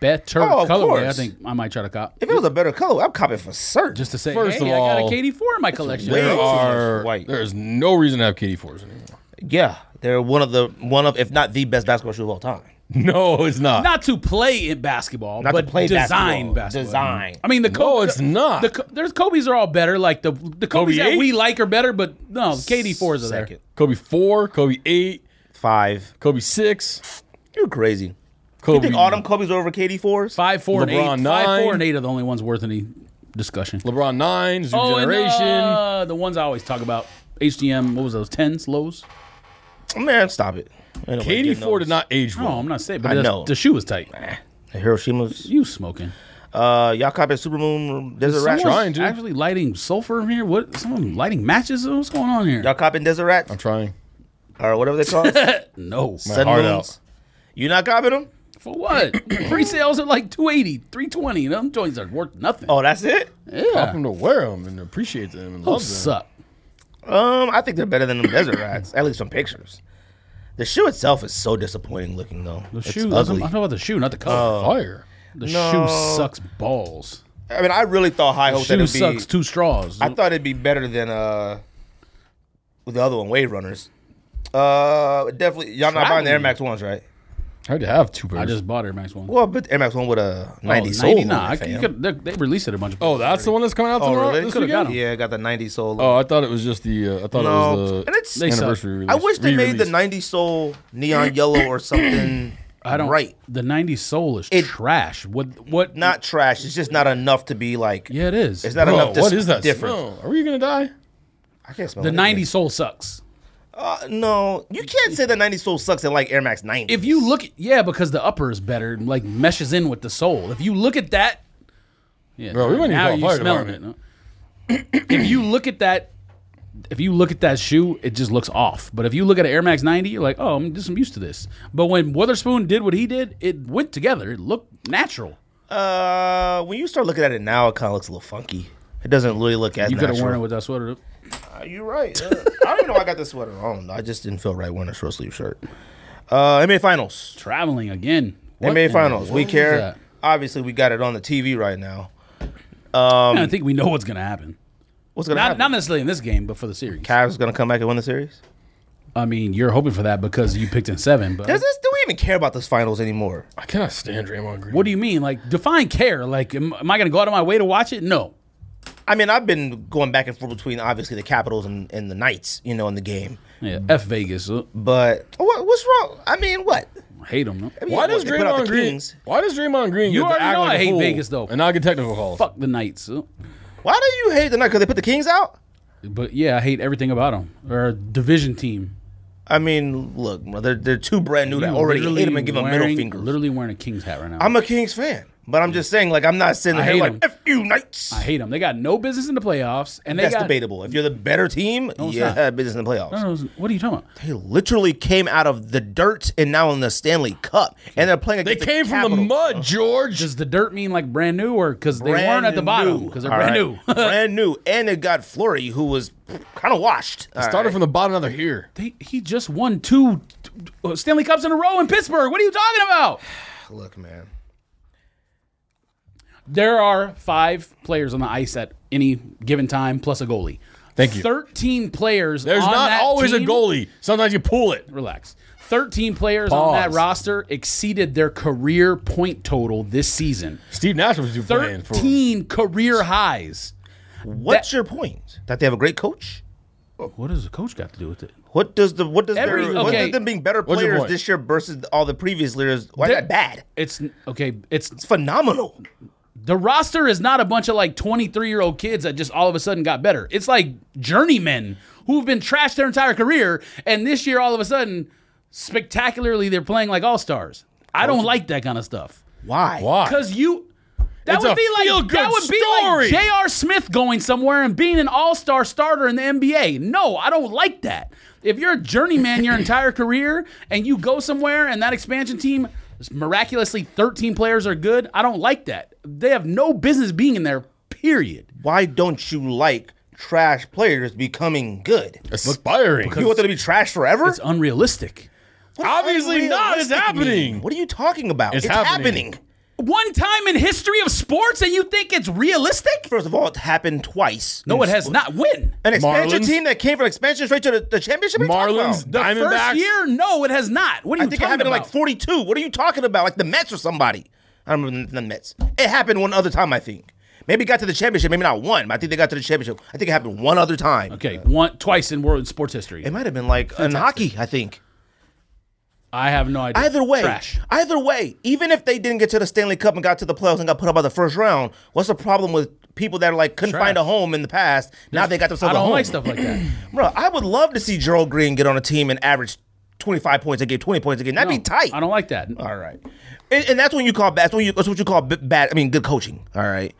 S3: better
S4: Oh, of
S3: colorway. I
S4: course.
S3: think I might try to cop.
S4: if it was a better color, I'm copying for certain.
S3: Just to say,
S5: First
S3: hey,
S5: of
S3: I
S5: all,
S3: got a KD4 in my collection.
S4: way
S5: there
S4: too much
S5: are
S4: white.
S5: there is
S4: [laughs]
S5: no reason to have KD fours anymore.
S4: yeah, they're one of the one of if not the best basketball shoe of all time.
S5: No, it's not.
S3: Not to play in basketball,
S4: Not to
S3: but
S4: play
S3: design
S4: basketball.
S3: basketball.
S4: Design.
S3: I mean, the
S5: No, it's not.
S3: The, Co- there's Kobe's are all better. Like the the Kobe's
S5: Kobe
S3: that
S5: eight?
S3: we like are better, but no, KD fours are there.
S4: Second.
S5: Kobe four, Kobe eight,
S4: Five.
S5: Kobe six,
S4: You're crazy. You
S5: Kobe
S4: think Autumn Kobe's over KD fours?
S3: Five, four, and eight.
S5: LeBron
S3: Five, four,
S5: nine.
S3: and eight are the only ones worth any discussion.
S5: LeBron nine, Zoom
S3: Oh, and,
S5: generation.
S3: uh, the ones I always talk about. HDM. What was those tens lows?
S4: Man, stop it.
S5: KD four did not age
S3: No,
S5: well.
S3: I'm not saying, but
S4: I
S3: the,
S4: know.
S3: the shoe was tight.
S4: Hiroshima's.
S3: You smoking?
S4: Uh, y'all copy Supermoon Desert Rats.
S5: someone- Trying to.
S3: actually lighting sulfur in here. What? Someone lighting matches? What's going on here?
S4: Y'all copying Desert Rats
S5: I'm trying.
S4: or whatever they [laughs] call it.
S3: No.
S4: Sun
S5: heart
S4: Moons. You not copying them?
S3: For what? [clears throat] Pre-sales are like 280, 320, and them joints are worth nothing.
S4: Oh, that's it.
S5: Help him to wear them and appreciate them
S4: Oh,
S5: and
S3: Those
S5: love them.
S3: suck.
S4: Um, I think they're better than
S3: [coughs]
S4: them Desert Rats. At least from pictures. The shoe itself is so disappointing looking though.
S3: The
S4: it's
S3: shoe.
S4: ugly. Oh,
S3: I'm talking about the shoe, not the color.
S4: uh,
S5: Fire.
S3: the
S4: no.
S3: shoe sucks balls.
S4: I mean, I really thought High Hopes that
S3: Shoe
S4: it'd be.
S3: sucks two straws.
S4: I thought it'd be better than uh the other one, Wave Runners. Uh, definitely. Y'all not buying the Air
S3: Traveling.
S4: Max ones, right?
S5: I had to have two pairs.
S3: I just bought Air Max one.
S4: Well, but the Air Max one with a
S3: Oh,
S4: 90 soul. on
S3: nah,
S4: it,
S3: I-
S4: fam.
S3: you could- they, they released it a bunch of.
S5: oh, that's the one that's coming out
S4: oh,
S5: tomorrow.
S4: really?
S5: this
S3: Could've
S5: weekend?
S3: got 'em.
S4: Yeah, I got the 90 soul.
S5: Oh, I thought it was just the. Uh, I thought it
S4: no,
S5: was the
S4: and it's.
S3: They suck.
S5: anniversary. Release,
S4: I wish they made the
S5: re-release.
S4: 90 soul neon yellow or something.
S3: [coughs] I don't.
S4: Right.
S3: The '90s Soul is
S4: It-
S3: trash. What? What?
S4: Not trash. It's just not enough to be like.
S3: Yeah, it is.
S4: It's not
S5: Bro,
S4: enough. To
S5: what is that?
S4: Different.
S5: smell? Are we gonna die?
S4: I can't smell
S3: the
S4: it.
S3: '90s Soul sucks.
S4: Uh, no, you can't say the 90 soul sucks and like Air Max 90.
S3: If you look, at, yeah, because the upper is better, and, like meshes in with the soul. If you look at that, yeah,
S5: Bro, we might need to
S3: now
S5: call
S3: you
S5: fire
S3: smelling it.
S5: department.
S3: no? if you look at that, if you look at that shoe, it just looks off. But if you look at an Air Max 90, you're like, oh, I'm just I'm used to this. But when Witherspoon did what he did, it went together. It looked natural.
S4: Uh, when you start looking at it now, it kind of looks a little funky. It doesn't really look as
S3: You could have worn it
S4: natural.
S3: with that sweater.
S4: Uh, You're right. yeah. [laughs] I don't even know why I got this sweater on. I just didn't feel right wearing a short sleeve shirt. Uh, NBA Finals.
S3: Traveling again. What in
S4: NBA
S3: the
S4: Finals. We
S3: world is
S4: care.
S3: that?
S4: Obviously, we got it on the TV right now. Um,
S3: I think we know what's gonna happen.
S4: What's gonna
S3: Not,
S4: happen?
S3: not necessarily in this game, but for the series.
S4: Cavs gonna come back and win the series?
S3: I mean, you're hoping for that because you picked in seven. But
S4: Does this? Do we even care about this finals anymore?
S5: I cannot stand Draymond Green.
S3: What do you mean? Like define care? Like am, am I going to go out of my way to watch it? No.
S4: I mean, I've been going back and forth between obviously the Capitals and, and the Knights, you know, in the game.
S3: Yeah. F Vegas. Uh,
S4: But what, what's wrong? I mean, what?
S3: hate them.
S5: Why does
S4: They put out
S5: Draymond
S4: the
S5: Green?
S4: Kings.
S5: Why does Draymond Green?
S3: You
S5: get to
S3: already
S5: act
S3: know
S5: like
S3: I
S5: a
S3: hate
S5: fool
S3: Vegas, though.
S5: and I get technical calls.
S3: Fuck the Knights. Uh,
S4: Why do you hate the Knights? Because they put the Kings out.
S3: But yeah, I hate everything about them. Or a division team.
S4: I mean, look, bro, they're, they're too brand new to
S3: You
S4: already
S3: literally
S4: hate them and give them middle
S3: wearing-
S4: fingers.
S3: Literally wearing a Kings hat right now. i
S4: I'm a Kings fan, but I'm just saying, like, I'm not sitting
S3: I
S4: here
S3: hate
S4: like,
S3: 'em.
S4: F you, Knights.
S3: hate them. They got no business in the playoffs, and they
S4: That's
S3: got.
S4: debatable. If you're the better team,
S3: it's
S4: yeah,
S3: not.
S4: [laughs] business in the playoffs.
S3: I don't know, What are you talking about?
S4: They literally came out of the dirt and now in the Stanley Cup, and they're playing
S5: They
S4: against
S5: came from the
S4: Capitals.
S5: mud, George.
S3: Does the dirt mean like brand new, or because they
S4: Brand
S3: weren't at the bottom?
S4: new.
S3: Because they're
S4: All
S3: brand
S4: right.
S3: new. [laughs]
S4: brand new, and they got Flurry, who was kind of washed. All
S5: Started
S4: right.
S5: from the bottom, now they're here.
S3: they, he just won two uh, Stanley Cups in a row in Pittsburgh. What are you talking about?
S4: Look, man.
S3: There are five players on the ice at any given time, plus a goalie.
S5: Thank you.
S3: Thirteen players.
S5: There's
S3: on
S5: not
S3: that
S5: always a
S3: team-
S5: goalie. Sometimes you pull it.
S3: Relax. Thirteen players on
S5: Pause.
S3: that roster exceeded their career point total this season.
S5: Steve Nash was playing for. him.
S3: Thirteen career highs.
S4: What's your point? That they have a great coach?
S3: What does the coach got to do with it?
S4: What does the what does
S3: Every-
S4: their, what
S3: okay.
S4: does them being better
S5: What's your
S4: players
S5: point?
S4: this year versus all the previous years? Why is
S3: They're-
S4: that bad?
S3: It's okay. It's
S4: It's phenomenal.
S3: the roster is not a bunch of like 23 year old kids that just all of a sudden got better. It's like journeymen who've been trashed their entire career, and this year all of a sudden, spectacularly, they're playing like all stars. I don't like that kind of stuff
S4: Why?
S5: Why?
S3: because you. That
S5: It's
S3: would
S5: a
S3: be like
S5: feel-good
S3: that would be like
S5: story.
S3: J.R. Smith going somewhere and being an all-star starter in the NBA. No, I don't like that. If you're a journeyman your entire career and you go somewhere and that expansion team miraculously 13 players are good, I don't like that. They have no business being in there. Period.
S4: Why don't you like trash players becoming good?
S5: Aspiring.
S4: You want them to be trash forever?
S3: It's unrealistic.
S4: What does
S5: obviously not. It's
S4: unrealistic
S5: happening.
S4: mean? What are you talking about?
S5: It's happening.
S3: one time in history of sports, and you think it's realistic?
S4: First of all, it happened twice.
S3: No, it has not. When
S4: An expansion
S5: Marlins?
S4: team that came from expansion straight to the, the championship. What are you talking
S5: Marlins,
S4: about?
S3: the
S5: Diamondbacks.
S3: first year? No, it has not. What are
S4: I
S3: you
S4: think it
S3: talking
S4: happened
S3: about?
S4: in like 42. What are you talking about? Like the Mets or somebody? I don't remember the Mets. It happened one other time, I think. Maybe it got to the championship. Maybe not one, but I think they got to the championship. I think it happened one other time.
S3: okay, one twice in world sports history.
S4: It might have been like in hockey, I think.
S3: I have no idea.
S4: Either way,
S3: trash.
S4: either way, even if they didn't get to the Stanley Cup and got to the playoffs and got put up by the first round, what's the problem with people that are like couldn't
S3: Trash.
S4: find a home in the past? Now they got
S3: I
S4: themselves a
S3: don't
S4: home.
S3: like stuff like that.
S4: Bro, I would love to see Gerald Green get on a team and average 25 points a game, 20 points a game. That'd
S3: No,
S4: [clears throat] be tight.
S3: I don't like that.
S4: All right, and, and that's when you call bad. That's, when you, that's what you call b- bad. I mean, good coaching. All right,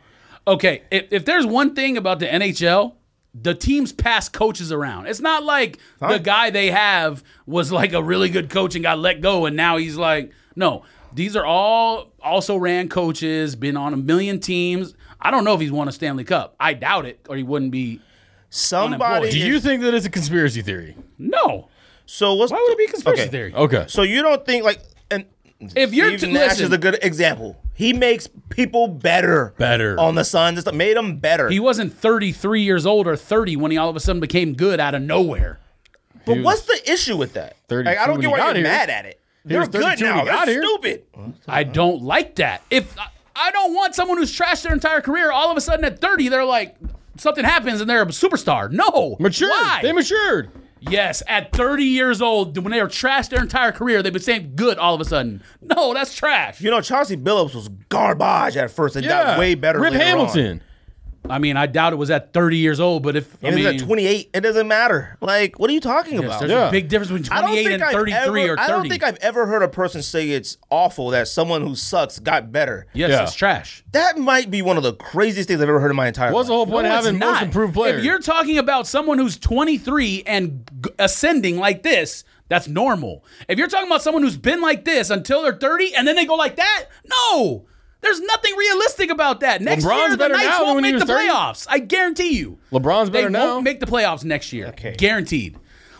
S3: Okay, if, if there's one thing about the NHL, the teams pass coaches around. It's not like the guy they have was like a really good coach and got let go, and now he's like, no. These are all also ran coaches, been on a million teams. I don't know if he's won a Stanley Cup. I doubt it, or he wouldn't be.
S4: somebody.
S3: Unemployed.
S5: Do you think that it's a conspiracy theory?
S3: No.
S4: so what's,
S3: Why would it be a conspiracy
S4: okay.
S3: theory?
S5: Okay.
S4: So you don't think like and
S3: If you're
S4: Steve
S3: t-
S4: Nash
S3: listen-
S4: is a good example. He makes people better,
S5: Better.
S4: on the Suns. and stuff. Made them better.
S3: He wasn't 33 years old or 30 when he all of a sudden became good out of nowhere.
S4: but what's the issue with that?
S5: 32
S4: Like, I don't
S5: when
S4: get
S5: he
S4: why
S5: got
S4: you're
S5: here.
S4: mad at it. They're
S5: was
S4: good
S5: 32 when he
S4: now.
S5: got
S4: They're
S5: here.
S4: stupid.
S3: I don't like that. If I- I don't want someone who's trashed their entire career, all of a sudden at 30, they're like, something happens and they're a superstar. No.
S5: Matured.
S3: Why?
S5: They matured.
S3: yes, at 30 years old, when they were trashed their entire career, they became good all of a sudden. No, that's trash.
S4: You know, Chauncey Billups was garbage at first and got way better.
S5: Rip
S4: later on.
S5: Hamilton.
S3: I mean, I doubt it was at 30 years old, but if I
S4: He was
S3: mean,
S4: at 28. It doesn't matter. Like, what are you talking
S3: yes,
S4: about?
S3: there's
S5: Yeah.
S3: a big difference between
S4: I don't
S3: 28
S4: think
S3: and
S4: I've
S3: 33
S4: ever-
S3: or 30.
S4: I don't think I've ever heard a person say it's awful that someone who sucks got better.
S3: yes,
S5: Yeah.
S3: that's trash.
S4: That might be one of the craziest things I've ever heard in my entire
S5: What's the
S4: life.
S5: whole point
S3: No,
S5: of
S3: it's
S5: having most
S3: not.
S5: improved player?
S3: If you're talking about someone who's 23 and g- ascending like this, that's normal. If you're talking about someone who's been like this until they're 30 and then they go like that, no. There's nothing realistic about that. Next
S5: LeBron's
S3: year, the
S5: better now
S3: Knights
S5: than
S3: won't
S5: when he
S3: make the
S5: was 30.
S3: playoffs. I guarantee you.
S5: LeBron's
S3: They
S5: better now.
S3: won't make the playoffs next year.
S4: Okay.
S3: Guaranteed.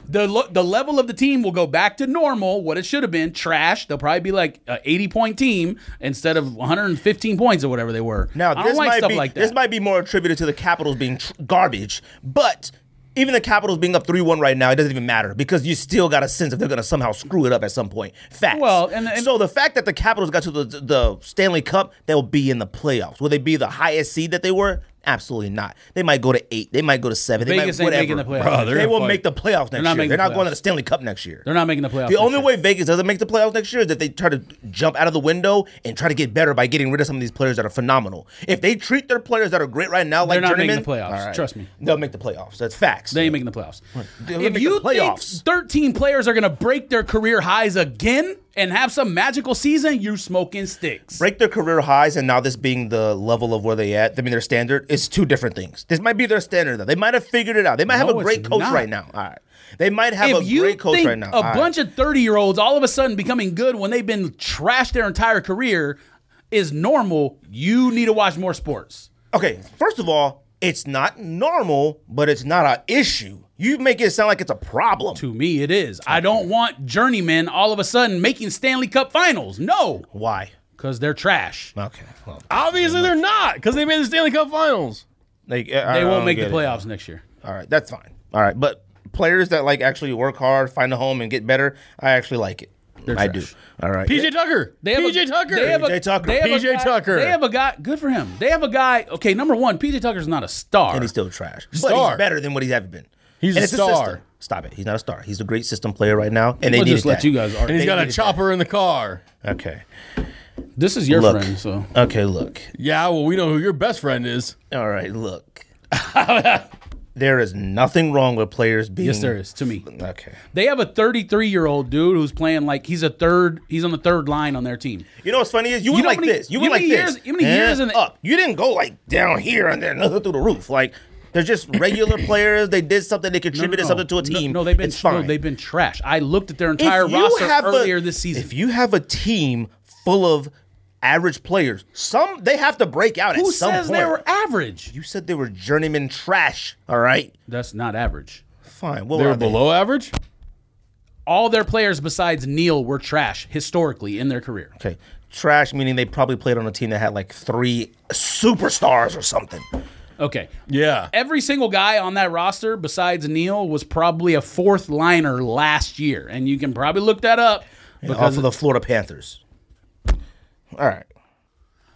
S3: The, lo- the level of the team will go back to normal, what it should have been, trash. They'll probably be like an 80 point team instead of 115 points or whatever they were. I
S4: Now
S3: don't
S4: this
S3: like
S4: might
S3: stuff
S4: be
S3: like that.
S4: this might be more attributed to the Capitals being tr- garbage, but even the Capitals being up three one right now, it doesn't even matter because you still got a sense if they're going to somehow screw it up at some point. Facts.
S3: Well, and- and-
S4: so the fact that the Capitals got to the the Stanley Cup, they'll be in the playoffs. Will they be the highest seed that they were? Absolutely not. They might go to eight. They might go to seven.
S3: Vegas
S4: they
S3: ain't
S4: might
S3: making
S4: whatever.
S3: the playoffs. Bruh,
S5: they're
S4: they
S5: in
S4: will
S5: fight.
S4: make the playoffs next
S3: not
S4: year.
S3: making
S4: They're
S3: the
S4: not going
S3: playoffs.
S4: to the Stanley Cup next year.
S3: They're not making the playoffs.
S4: The
S3: next
S4: only
S3: year.
S4: way Vegas doesn't make the playoffs next year is if they try to jump out of the window and try to get better by getting rid of some of these players that are phenomenal. If they treat their players that are great right now
S3: They're
S4: like
S3: not making
S4: journeymen,
S3: the playoffs.
S4: all
S3: Trust me.
S4: they'll make the playoffs. That's facts.
S3: They ain't making the playoffs.
S4: They'll make
S3: If
S4: the
S3: you
S4: playoffs.
S3: think 13 players are going to break their career highs again and have some magical season, you smoking sticks.
S4: break their career highs, and now this being the level of where they at, I mean their standard is two different things. This might be their standard though. They might have figured it out. They might
S3: No,
S4: have a
S3: it's
S4: great coach
S3: not.
S4: right now. All right, they might have
S3: If
S4: a
S3: you
S4: great coach
S3: think
S4: right now.
S3: a bunch of 30 year olds all of a sudden becoming good when they've been trashed their entire career is normal, you need to watch more sports.
S4: Okay, first of all, it's not normal, but it's not an issue. You make it sound like it's a problem.
S3: To me, it is. I don't want journeymen all of a sudden making Stanley Cup finals. No,
S4: Why?
S3: because they're trash.
S4: Okay. Well,
S5: Obviously, they're not because they made the Stanley Cup Finals.
S4: Like,
S3: They won't make the playoffs next year.
S4: All right, that's fine. All right, but players that like actually work hard, find a home, and get better, I actually like it. I
S3: trash.
S4: do. All right.
S5: PJ Tucker.
S3: They have
S5: PJ
S3: a,
S5: Tucker.
S3: They have a,
S4: PJ Tucker.
S3: They have a
S5: PJ
S3: guy,
S5: Tucker.
S3: They have a guy. Good for him. They have a guy. Okay, number one, PJ Tucker's not a star.
S4: and he's still trash. But
S5: Star.
S4: he's better than what he's ever been.
S5: He's
S4: and
S5: a
S4: it's
S5: star.
S4: system. Stop it. He's not a star. He's a great system player right now, and they
S3: We'll
S4: needed
S3: just let
S4: that.
S3: you guys argue.
S5: and he's got a
S4: needed
S5: chopper in the car.
S4: Okay.
S3: This is your
S4: Look.
S3: friend, so
S4: Okay. Look.
S5: Yeah, well, we know who your best friend is.
S4: All
S3: [laughs]
S4: right. Look. there is nothing wrong with players being.
S3: yes, there is to me.
S4: Okay.
S3: They have a 33 year old dude who's playing like he's a third. He's on the third line on their team.
S4: You know what's funny is you,
S3: You
S4: went
S3: know
S4: like
S3: how many-
S4: this. You
S3: you
S4: went
S3: know
S4: like
S3: how many
S4: this.
S3: years- you know how many
S4: and
S3: years in the-
S4: up. You didn't go like down here and then through the roof. Like they're just
S3: [coughs]
S4: regular players. They did something. They
S3: No, no,
S4: contributed
S3: no.
S4: something to a
S3: No,
S4: team.
S3: No, they've been
S4: It's fine.
S3: No, they've been trash. I looked at their
S4: If
S3: entire
S4: you
S3: roster
S4: have a-
S3: earlier this season.
S4: If you have a team full of average players, some they have to break out
S3: Who
S4: at some
S3: says
S4: point.
S3: they were average?
S4: you said they were journeyman trash. All right,
S3: That's not average.
S4: fine. What
S5: They
S4: were
S5: were
S4: they?
S5: below average.
S3: all their players besides Neal were trash historically in their career.
S4: Okay. Trash meaning they probably played on a team that had like three superstars or something.
S3: Okay.
S5: Yeah.
S3: Every single guy on that roster besides Neal was probably a fourth liner last year, and you can probably look that up.
S4: Because off of the Florida Panthers. All right.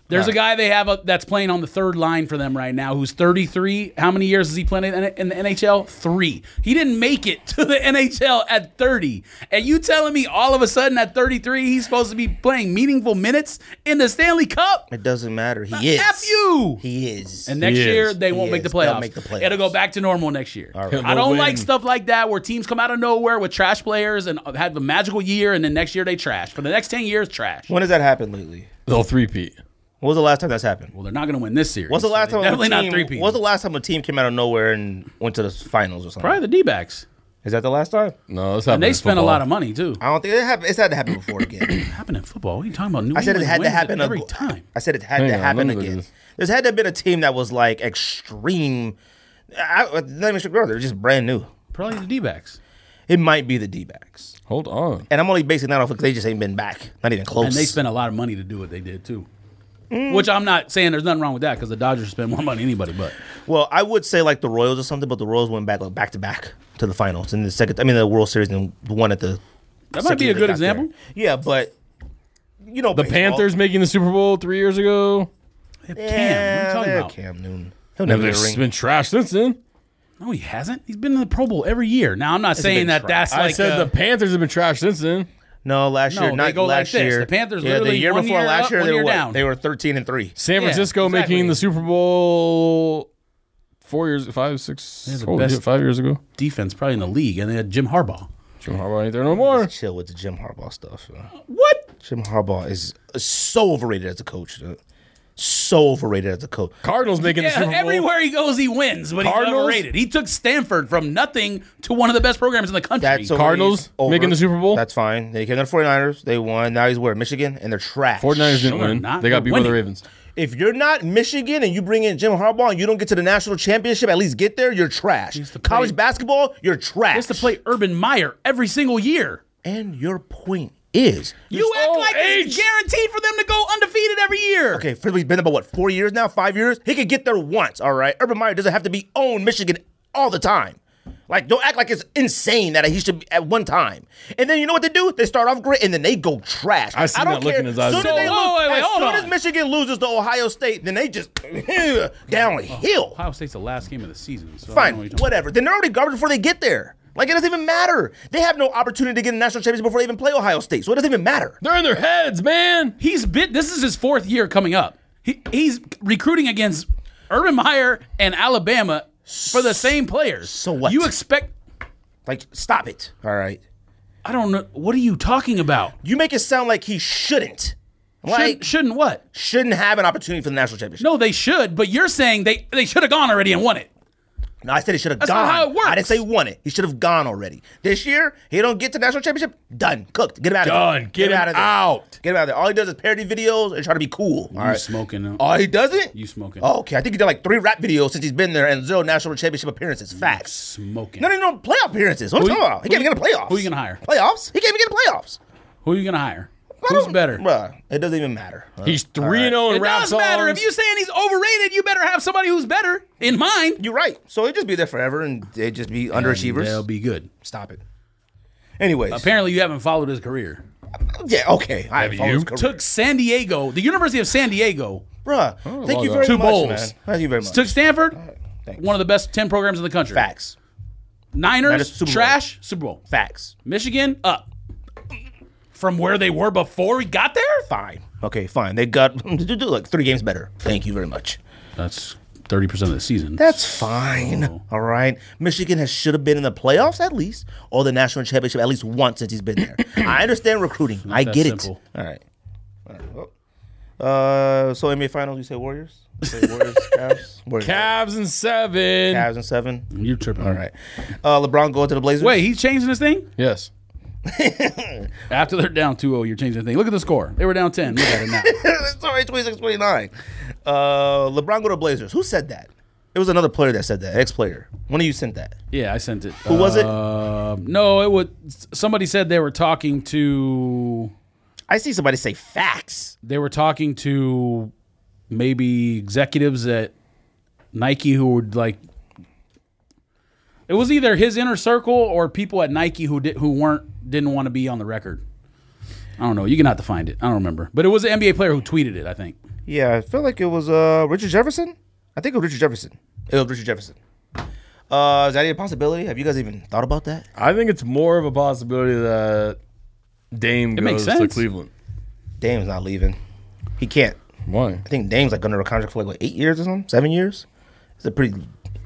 S3: There's a guy they have up that's playing on the third line for them right now who's 33. How many years has he played in the- in the NHL? Three. He didn't make it to the NHL at 30. And you telling me all of a sudden at 33 he's supposed to be playing meaningful minutes in the Stanley Cup?
S4: It doesn't matter. He is.
S3: F you!
S4: He is.
S3: And next
S5: He is.
S3: year they won't
S4: He
S3: make the
S4: is. They'll
S3: playoffs.
S4: make the playoffs.
S3: It'll go back to normal next year.
S5: right.
S3: I don't
S5: We'll
S3: like
S5: win.
S3: stuff like that where teams come out of nowhere with trash players and have a magical year, and then next year they trash. For the next ten years, trash.
S4: when has that happened lately?
S5: They'll three-peat.
S4: When was the last time that's happened?
S3: Well, they're not going to win this series.
S4: What's the last
S3: so
S4: time
S3: they Definitely
S4: a team,
S3: not three people.
S4: What's the last time a team came out of nowhere and went to the finals or something?
S3: Probably the D backs.
S4: Is that the last time?
S5: No, that's happening.
S3: And they spent a lot of money too.
S4: I don't think it happened. It's had to happen before [clears throat] again.
S3: Happened in football. What are you talking about? New
S4: I said it
S3: England
S4: had to
S3: wins it
S4: happen
S3: every
S4: ag-
S3: time.
S4: I said it had
S5: Hang
S4: to
S5: on,
S4: happen
S5: let me look at
S4: again.
S5: this.
S4: There's had to have been a team that was like extreme. I, I- not even sure. They're just brand new.
S3: Probably the D backs.
S4: It might be the D backs.
S5: Hold on.
S4: And I'm only basing that off because they just ain't been back. Not even close.
S3: And they spent a lot of money to do what they did too.
S4: Mm.
S3: Which I'm not saying there's nothing wrong with that because the Dodgers spend more money than anybody, but
S4: well, I would say like the Royals or something, but the Royals went back like back to back to the finals and the second. I mean the World Series and one at the.
S3: that might be a good
S4: second they got there.
S3: example.
S4: Yeah, but you know
S5: The Panthers making the Super Bowl three years ago.
S3: Cam, what are
S4: Yeah,
S3: you talking
S4: they're
S3: about?
S4: Cam Newton. He'll never get a
S5: It's
S4: ring.
S5: been trash since then.
S3: No, he hasn't. He's been in the Pro Bowl every year. Now I'm not
S4: been
S3: saying that that's
S4: trash.
S3: like
S5: I said
S3: uh,
S5: the Panthers have been trash since then.
S4: No, last
S3: No,
S4: year,
S3: they
S4: not
S3: go like
S4: last
S3: this.
S4: year.
S3: The Panthers
S4: yeah, the
S3: literally
S4: year
S3: one
S4: before
S3: year
S4: last
S3: up,
S4: year
S3: one
S4: they
S3: year
S4: were what?
S3: down.
S4: they were thirteen and three.
S5: San
S3: Yeah,
S5: Francisco
S3: exactly.
S5: making the Super Bowl four years, five, six,
S3: the
S5: holy
S3: best-
S5: shit, five years ago.
S3: defense probably in the league, and they had Jim Harbaugh.
S5: Jim Harbaugh ain't there no more.
S4: Chill with the Jim Harbaugh stuff. yo.
S3: What?
S4: Jim Harbaugh is so overrated as a coach. yo. So overrated as a coach.
S5: Cardinals making the Super
S3: Yeah,
S5: Bowl.
S3: everywhere he goes, he wins, but he's
S5: Cardinals?
S3: overrated. He took Stanford from nothing to one of the best programs in the country.
S4: That's overrated.
S5: Cardinals
S4: Over.
S5: making the Super Bowl?
S4: That's fine. They came to the 49ers. They won. Now he's where? Michigan? And they're trash.
S5: 49ers didn't
S3: Sure
S5: win.
S3: not.
S5: They got
S3: They're
S5: beat by
S3: winning.
S5: the Ravens.
S4: If you're not Michigan and you bring in Jim Harbaugh and you don't get to the national championship, at least get there, you're trash.
S3: to play-
S4: College basketball, you're trash.
S3: He has to play Urban Meyer every single year.
S4: And your point is.
S3: You act like
S5: age.
S3: it's guaranteed for them to go undefeated every year.
S4: Okay, Philly's been there about what four years now, five years. He could get there once, all right. Urban Meyer doesn't have to be owned Michigan all the time. Like, don't act like it's insane that he should be at one time. And then you know what they do? They start off great, and then they go trash.
S5: I seen
S4: don't
S5: that
S4: care.
S5: look in his eyes.
S4: Soon as, they
S3: So-
S4: lose-
S3: whoa, wait, wait,
S4: as,
S3: hold
S4: soon
S3: on.
S4: as Michigan loses to Ohio State, then they just [laughs] downhill.
S3: Oh. Ohio State's the last game of the season. So I don't
S4: Fine,
S3: know what you're talking
S4: whatever. Then they're already garbage before they get there. Like it doesn't even matter. They have no opportunity to get a national championship before they even play Ohio State, so it doesn't even matter.
S5: They're in their heads, man.
S3: He's bit. This is his fourth year coming up. He, he's recruiting against Urban Meyer and Alabama for the same players. So
S4: what?
S3: You expect?
S4: Like, stop it. All right.
S3: I don't know. What are you talking about?
S4: You make it sound like he shouldn't. Like
S3: Should, shouldn't what?
S4: shouldn't have an opportunity for the national championship.
S3: No, they should. But you're saying they they should have gone already and won it.
S4: No, I said he should have
S3: That's
S4: gone.
S3: not how it works.
S4: I didn't say won it. He should have gone already. This year, he don't get to national championship. Done. Cooked. Get him out of
S5: Done.
S4: there.
S5: Get him out.
S4: Get him out of there. All he does is parody videos and try to be cool. All
S3: you
S4: right.
S3: smoking? uh,
S4: Oh, he doesn't?
S3: You smoking.
S4: Oh, okay. I think he did like three rap videos since he's been there and zero national championship appearances. Facts.
S3: smoking.
S4: No, no, no. Playoff appearances. What are you
S3: Who
S4: talking
S3: you-
S4: about? He can't
S3: who
S4: even get a
S3: you-
S4: playoffs.
S3: who you gonna hire?
S4: Playoffs? He can't even get a playoffs.
S3: Who are you gonna hire?
S4: I
S3: Who's
S4: don't-
S3: better?
S4: Bruh, it doesn't even matter.
S5: He's three and zero in
S3: It
S5: rap
S3: does matter.
S5: songs.
S3: If you're saying he's overrated, you better have somebody who's better in mind.
S4: You're right. So he'd just be there forever and they'd just be underachievers.
S3: They'll be good.
S4: Stop it. Anyways,
S3: Apparently, you haven't followed his career.
S4: yeah, okay. I have
S5: you?
S3: Took San Diego, the University of San Diego,
S4: bruh. thank
S5: well
S4: you
S5: done.
S4: very
S3: Two
S4: much,
S3: bowls.
S4: man. Thank you very much.
S3: took Stanford,
S4: thanks.
S3: one of the best ten programs in the country.
S4: Facts, That is
S3: Niners,
S4: Super Bowl.
S3: trash, Super Bowl.
S4: facts.
S3: Michigan, up from where they were before we got there.
S4: Fine. Okay, fine. They got [laughs] like three games better. Thank you very much.
S3: That's thirty percent of the season.
S4: That's fine. All right. Michigan has should have been in the playoffs at least, or the national championship at least once since he's been there. I understand recruiting. I
S3: that
S4: get
S3: simple.
S4: it. All right. All right. Well, Uh, so NBA finals, you say Warriors? You say Warriors, Cavs, Warriors,
S5: Cavs and seven.
S4: Cavs and seven.
S3: You're tripping.
S4: All right. Uh, LeBron going to the Blazers.
S3: Mm. Wait, he's changing his thing?
S5: Yes.
S3: After they're down 2-0, you're changing the thing. Look at the score. They were down 10. Look at it now.
S4: it's already 26 29. Uh, LeBron go to Blazers. Who said that? It was another player that said that. Ex player. When do you sent that?
S3: [laughs] Yeah, I sent it.
S4: Who was it?
S3: Um, Uh, no, it was somebody said they were talking to
S4: I see somebody say facts.
S3: they were talking to maybe executives at Nike who would like it was either his inner circle or people at Nike who did, who weren't didn't want to be on the record. I don't know. You can have to find it. I don't remember. But it was an NBA player who tweeted it, I think.
S4: Yeah, I feel like it was uh, Richard Jefferson. I think it was Richard Jefferson. It was Richard Jefferson. Uh, is that even a possibility? Have you guys even thought about that?
S5: I think it's more of a possibility that Dame
S3: makes
S5: goes to
S3: sense.
S5: Cleveland.
S4: Dame's not leaving. He can't.
S5: Why?
S4: I think Dame's like under a contract for like what, eight years or something, seven years. It's a pretty.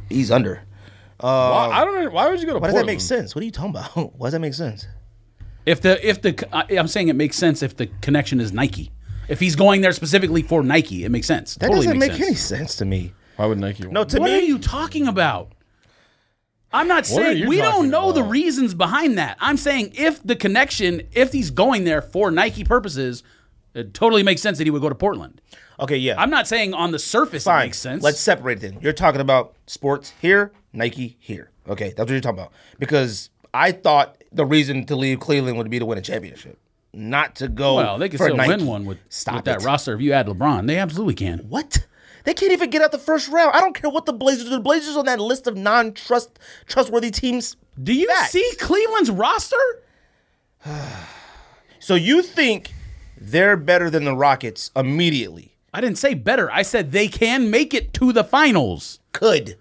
S4: He's under.
S3: Um,
S5: why? I don't. know. Why would you go to?
S4: Why does that
S5: Portland?
S4: make sense? What are you talking about? [laughs] Why does that make sense?
S3: If the if the I- I'm saying it makes sense if the connection is Nike. If he's going there specifically for Nike, it makes sense.
S4: That
S3: totally
S4: doesn't make
S3: makes
S4: any
S3: sense.
S4: sense to me.
S5: Why would Nike?
S4: No,
S5: want
S4: to
S3: What
S4: me,
S3: are you talking about? I'm not
S5: What are
S3: saying
S5: you
S3: we don't
S5: talking
S3: know the
S5: about?
S3: reasons behind that. I'm saying if the connection, if he's going there for Nike purposes, it totally makes sense that he would go to Portland.
S4: okay, yeah,
S3: I'm not saying on the surface it
S4: fine.
S3: makes sense.
S4: Let's separate it. Then you're talking about sports here, Nike here. Okay, that's what you're talking about. Because I thought the reason to leave Cleveland would be to win a championship, not to go.
S3: well, they can
S4: for
S3: still
S4: Nike.
S3: win one with,
S4: Stop
S3: with that
S4: it.
S3: roster. If you add LeBron, they absolutely can.
S4: What? They can't even get out the first round. I don't care what the Blazers do. The Blazers on that list of non-trust trustworthy teams.
S3: Do you
S4: Facts.
S3: see Cleveland's roster?
S4: So you think they're better than the Rockets immediately?
S3: I didn't say better. I said they can make it to the finals.
S4: Could.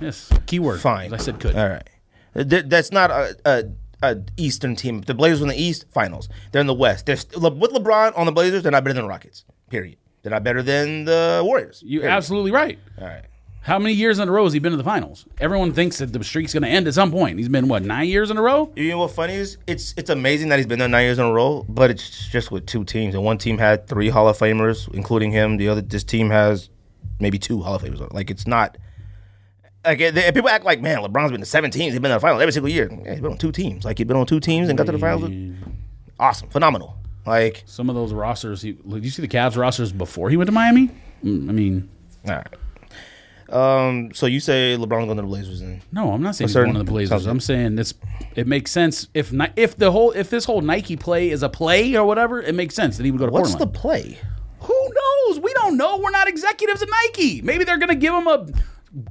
S3: Yes, keyword.
S4: Fine.
S3: I said could.
S4: All right. Th- that's not a, a, a Eastern team. The Blazers in the East finals. They're in the West. They're st- Le- with LeBron on the Blazers. They're not better than the Rockets. Period. They're not better than the Warriors.
S3: You're
S4: period.
S3: absolutely right.
S4: All right.
S3: How many years in a row has he been to the finals? Everyone thinks that the streak's going to end at some point. He's been what nine years in a row?
S4: You know what funny is? It's it's amazing that he's been there nine years in a row, but it's just with two teams, and one team had three Hall of Famers, including him. The other this team has maybe two Hall of Famers. Like it's not. Like eh, they, people act like, man, LeBron's been to seven teams. He's been to the finals every single year. Yeah, he's been on two teams. Like he's been on two teams and got to the finals. Awesome, phenomenal. Like,
S3: Some of those rosters. He, look, you see the Cavs rosters before he went to Miami. Mm, I mean,
S4: all right. Um, so you say LeBron's going to the Blazers, and
S3: no, I'm not saying he's
S4: certain-
S3: one of the Blazers.
S4: something.
S3: I'm saying this. It makes sense if Ni- if the whole if this whole Nike play is a play or whatever, it makes sense that he would go to
S4: what's the
S3: Portland.
S4: play?
S3: Who knows? We don't know. We're not executives at Nike. Maybe they're going to give him a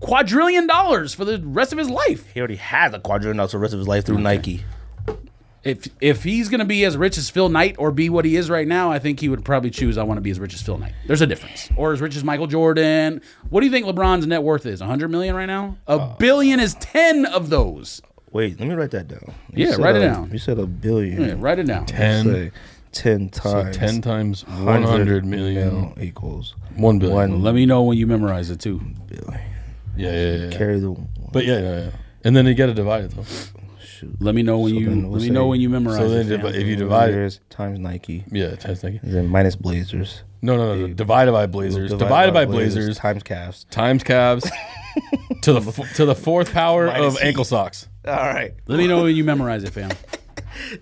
S3: quadrillion dollars for the rest of his life.
S4: He already has a quadrillion dollars for the rest of his life through Nike.
S3: if if he's going to be as rich as Phil Knight or be what he is right now, I think he would probably choose I want to be as rich as Phil Knight. There's a difference. Or as rich as Michael Jordan. What do you think LeBron's net worth is? 100 million right now? A
S4: Uh,
S3: billion is 10 of those.
S4: Wait, let me write that down.
S3: Yeah,
S4: said
S3: write it
S4: a-
S3: down.
S4: You said a billion.
S3: Yeah, write it down.
S5: ten.
S4: say 10
S5: so
S4: times.
S5: ten times one hundred million.
S4: mil equals
S5: One billion.
S4: One
S3: Let me know when you memorize it too.
S4: billion.
S5: Yeah, yeah, yeah, yeah.
S4: Carry the.
S5: But yeah, yeah, yeah. And then you got to divide it though.
S3: Let me know when you
S4: then we'll
S3: let me know
S4: say-
S3: when you memorize
S5: So
S3: it.
S5: then,
S3: fam.
S5: divi- if you divide it,
S4: Blazers times Nike,
S5: yeah, times Nike.
S4: then minus Blazers.
S5: No, no, no. no. Divided by Blazers.
S4: divided
S5: divided by Blazers.
S4: times calves.
S5: times Cavs to the f- to the fourth power
S4: Minus
S5: of
S4: heat.
S5: ankle socks.
S4: All right,
S3: let me know when you memorize it, fam.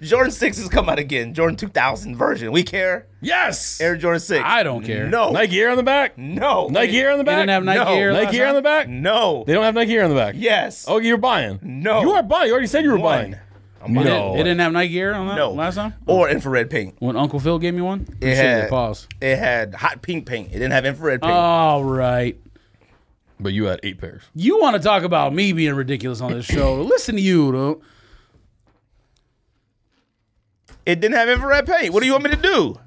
S4: Jordan six has come out again. Jordan two thousand version. We care.
S5: Yes.
S4: Air Jordan six.
S3: I don't care.
S4: No.
S5: Nike Air on the back.
S4: No.
S5: Nike Air on the
S3: They
S5: back.
S3: didn't have Nike
S4: No.
S3: Air. last
S5: Nike Air on the
S3: night?
S5: back.
S4: No.
S5: They don't have Nike Air on the back.
S4: Yes.
S5: Oh, you're buying.
S4: No.
S5: You are buying. You already said you were
S4: One.
S5: buying.
S4: I'm
S5: No.
S4: buying.
S3: They didn't- They didn't have Nike Air on that
S4: No.
S3: last time?
S4: Or infrared paint.
S3: When Uncle Phil gave me one?
S4: It
S3: Appreciate
S4: had
S3: it. Pause.
S4: It had hot pink paint. It didn't have infrared paint.
S3: All right.
S5: But you had eight pairs.
S3: You want to talk about me being ridiculous on this show? Listen to you, though.
S4: It didn't have infrared paint. What do you want me to do?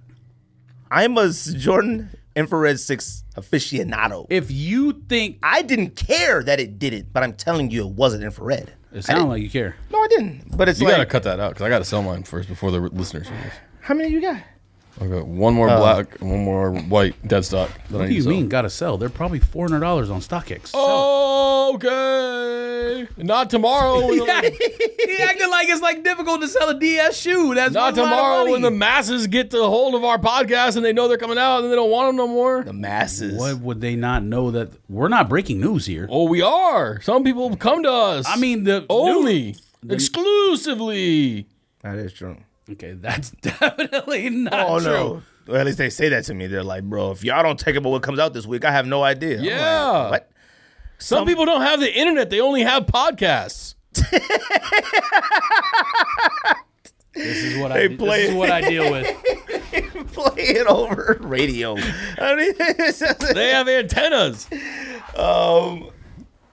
S4: I'm a Jordan infrared six aficionado.
S3: If you think
S4: I didn't care that it did it, but I'm telling you, it wasn't infrared.
S3: it sounds like you care,
S4: No, I didn't. But it's
S5: You gotta
S4: like,
S5: cut that out because I gotta sell mine first before the r- listeners. hear this.
S4: how many you got?
S5: I got one more black, and one more white dead stock. That I
S3: what
S5: need
S3: do you
S5: to sell.
S3: mean? Gotta sell? They're probably four hundred dollars on StockX.
S5: Okay. Not
S3: [laughs]
S5: tomorrow. when the-
S3: he acted like it's like difficult to sell a DS shoe. That's
S5: Not tomorrow when the masses get the hold of our podcast and they know they're coming out and they don't want them no more.
S4: The masses.
S3: Why would they not know that we're not breaking news here?
S5: Oh, we are. Some people have come to us.
S3: I mean the
S5: only, exclusively.
S4: That is true.
S3: Okay, that's [laughs] definitely not
S4: Oh
S3: true.
S4: no. Well, at least they say that to me. They're like, bro, if y'all don't take about what comes out this week, I have no idea. I'm like,
S5: Yeah.
S4: what?
S5: Some, people don't have the internet; they only have podcasts.
S3: This is what I.
S4: play
S3: This is
S4: it.
S3: what I deal with.
S4: [laughs] Play it over radio. I mean, it's just-
S5: They
S3: [laughs]
S5: have antennas.
S4: Um,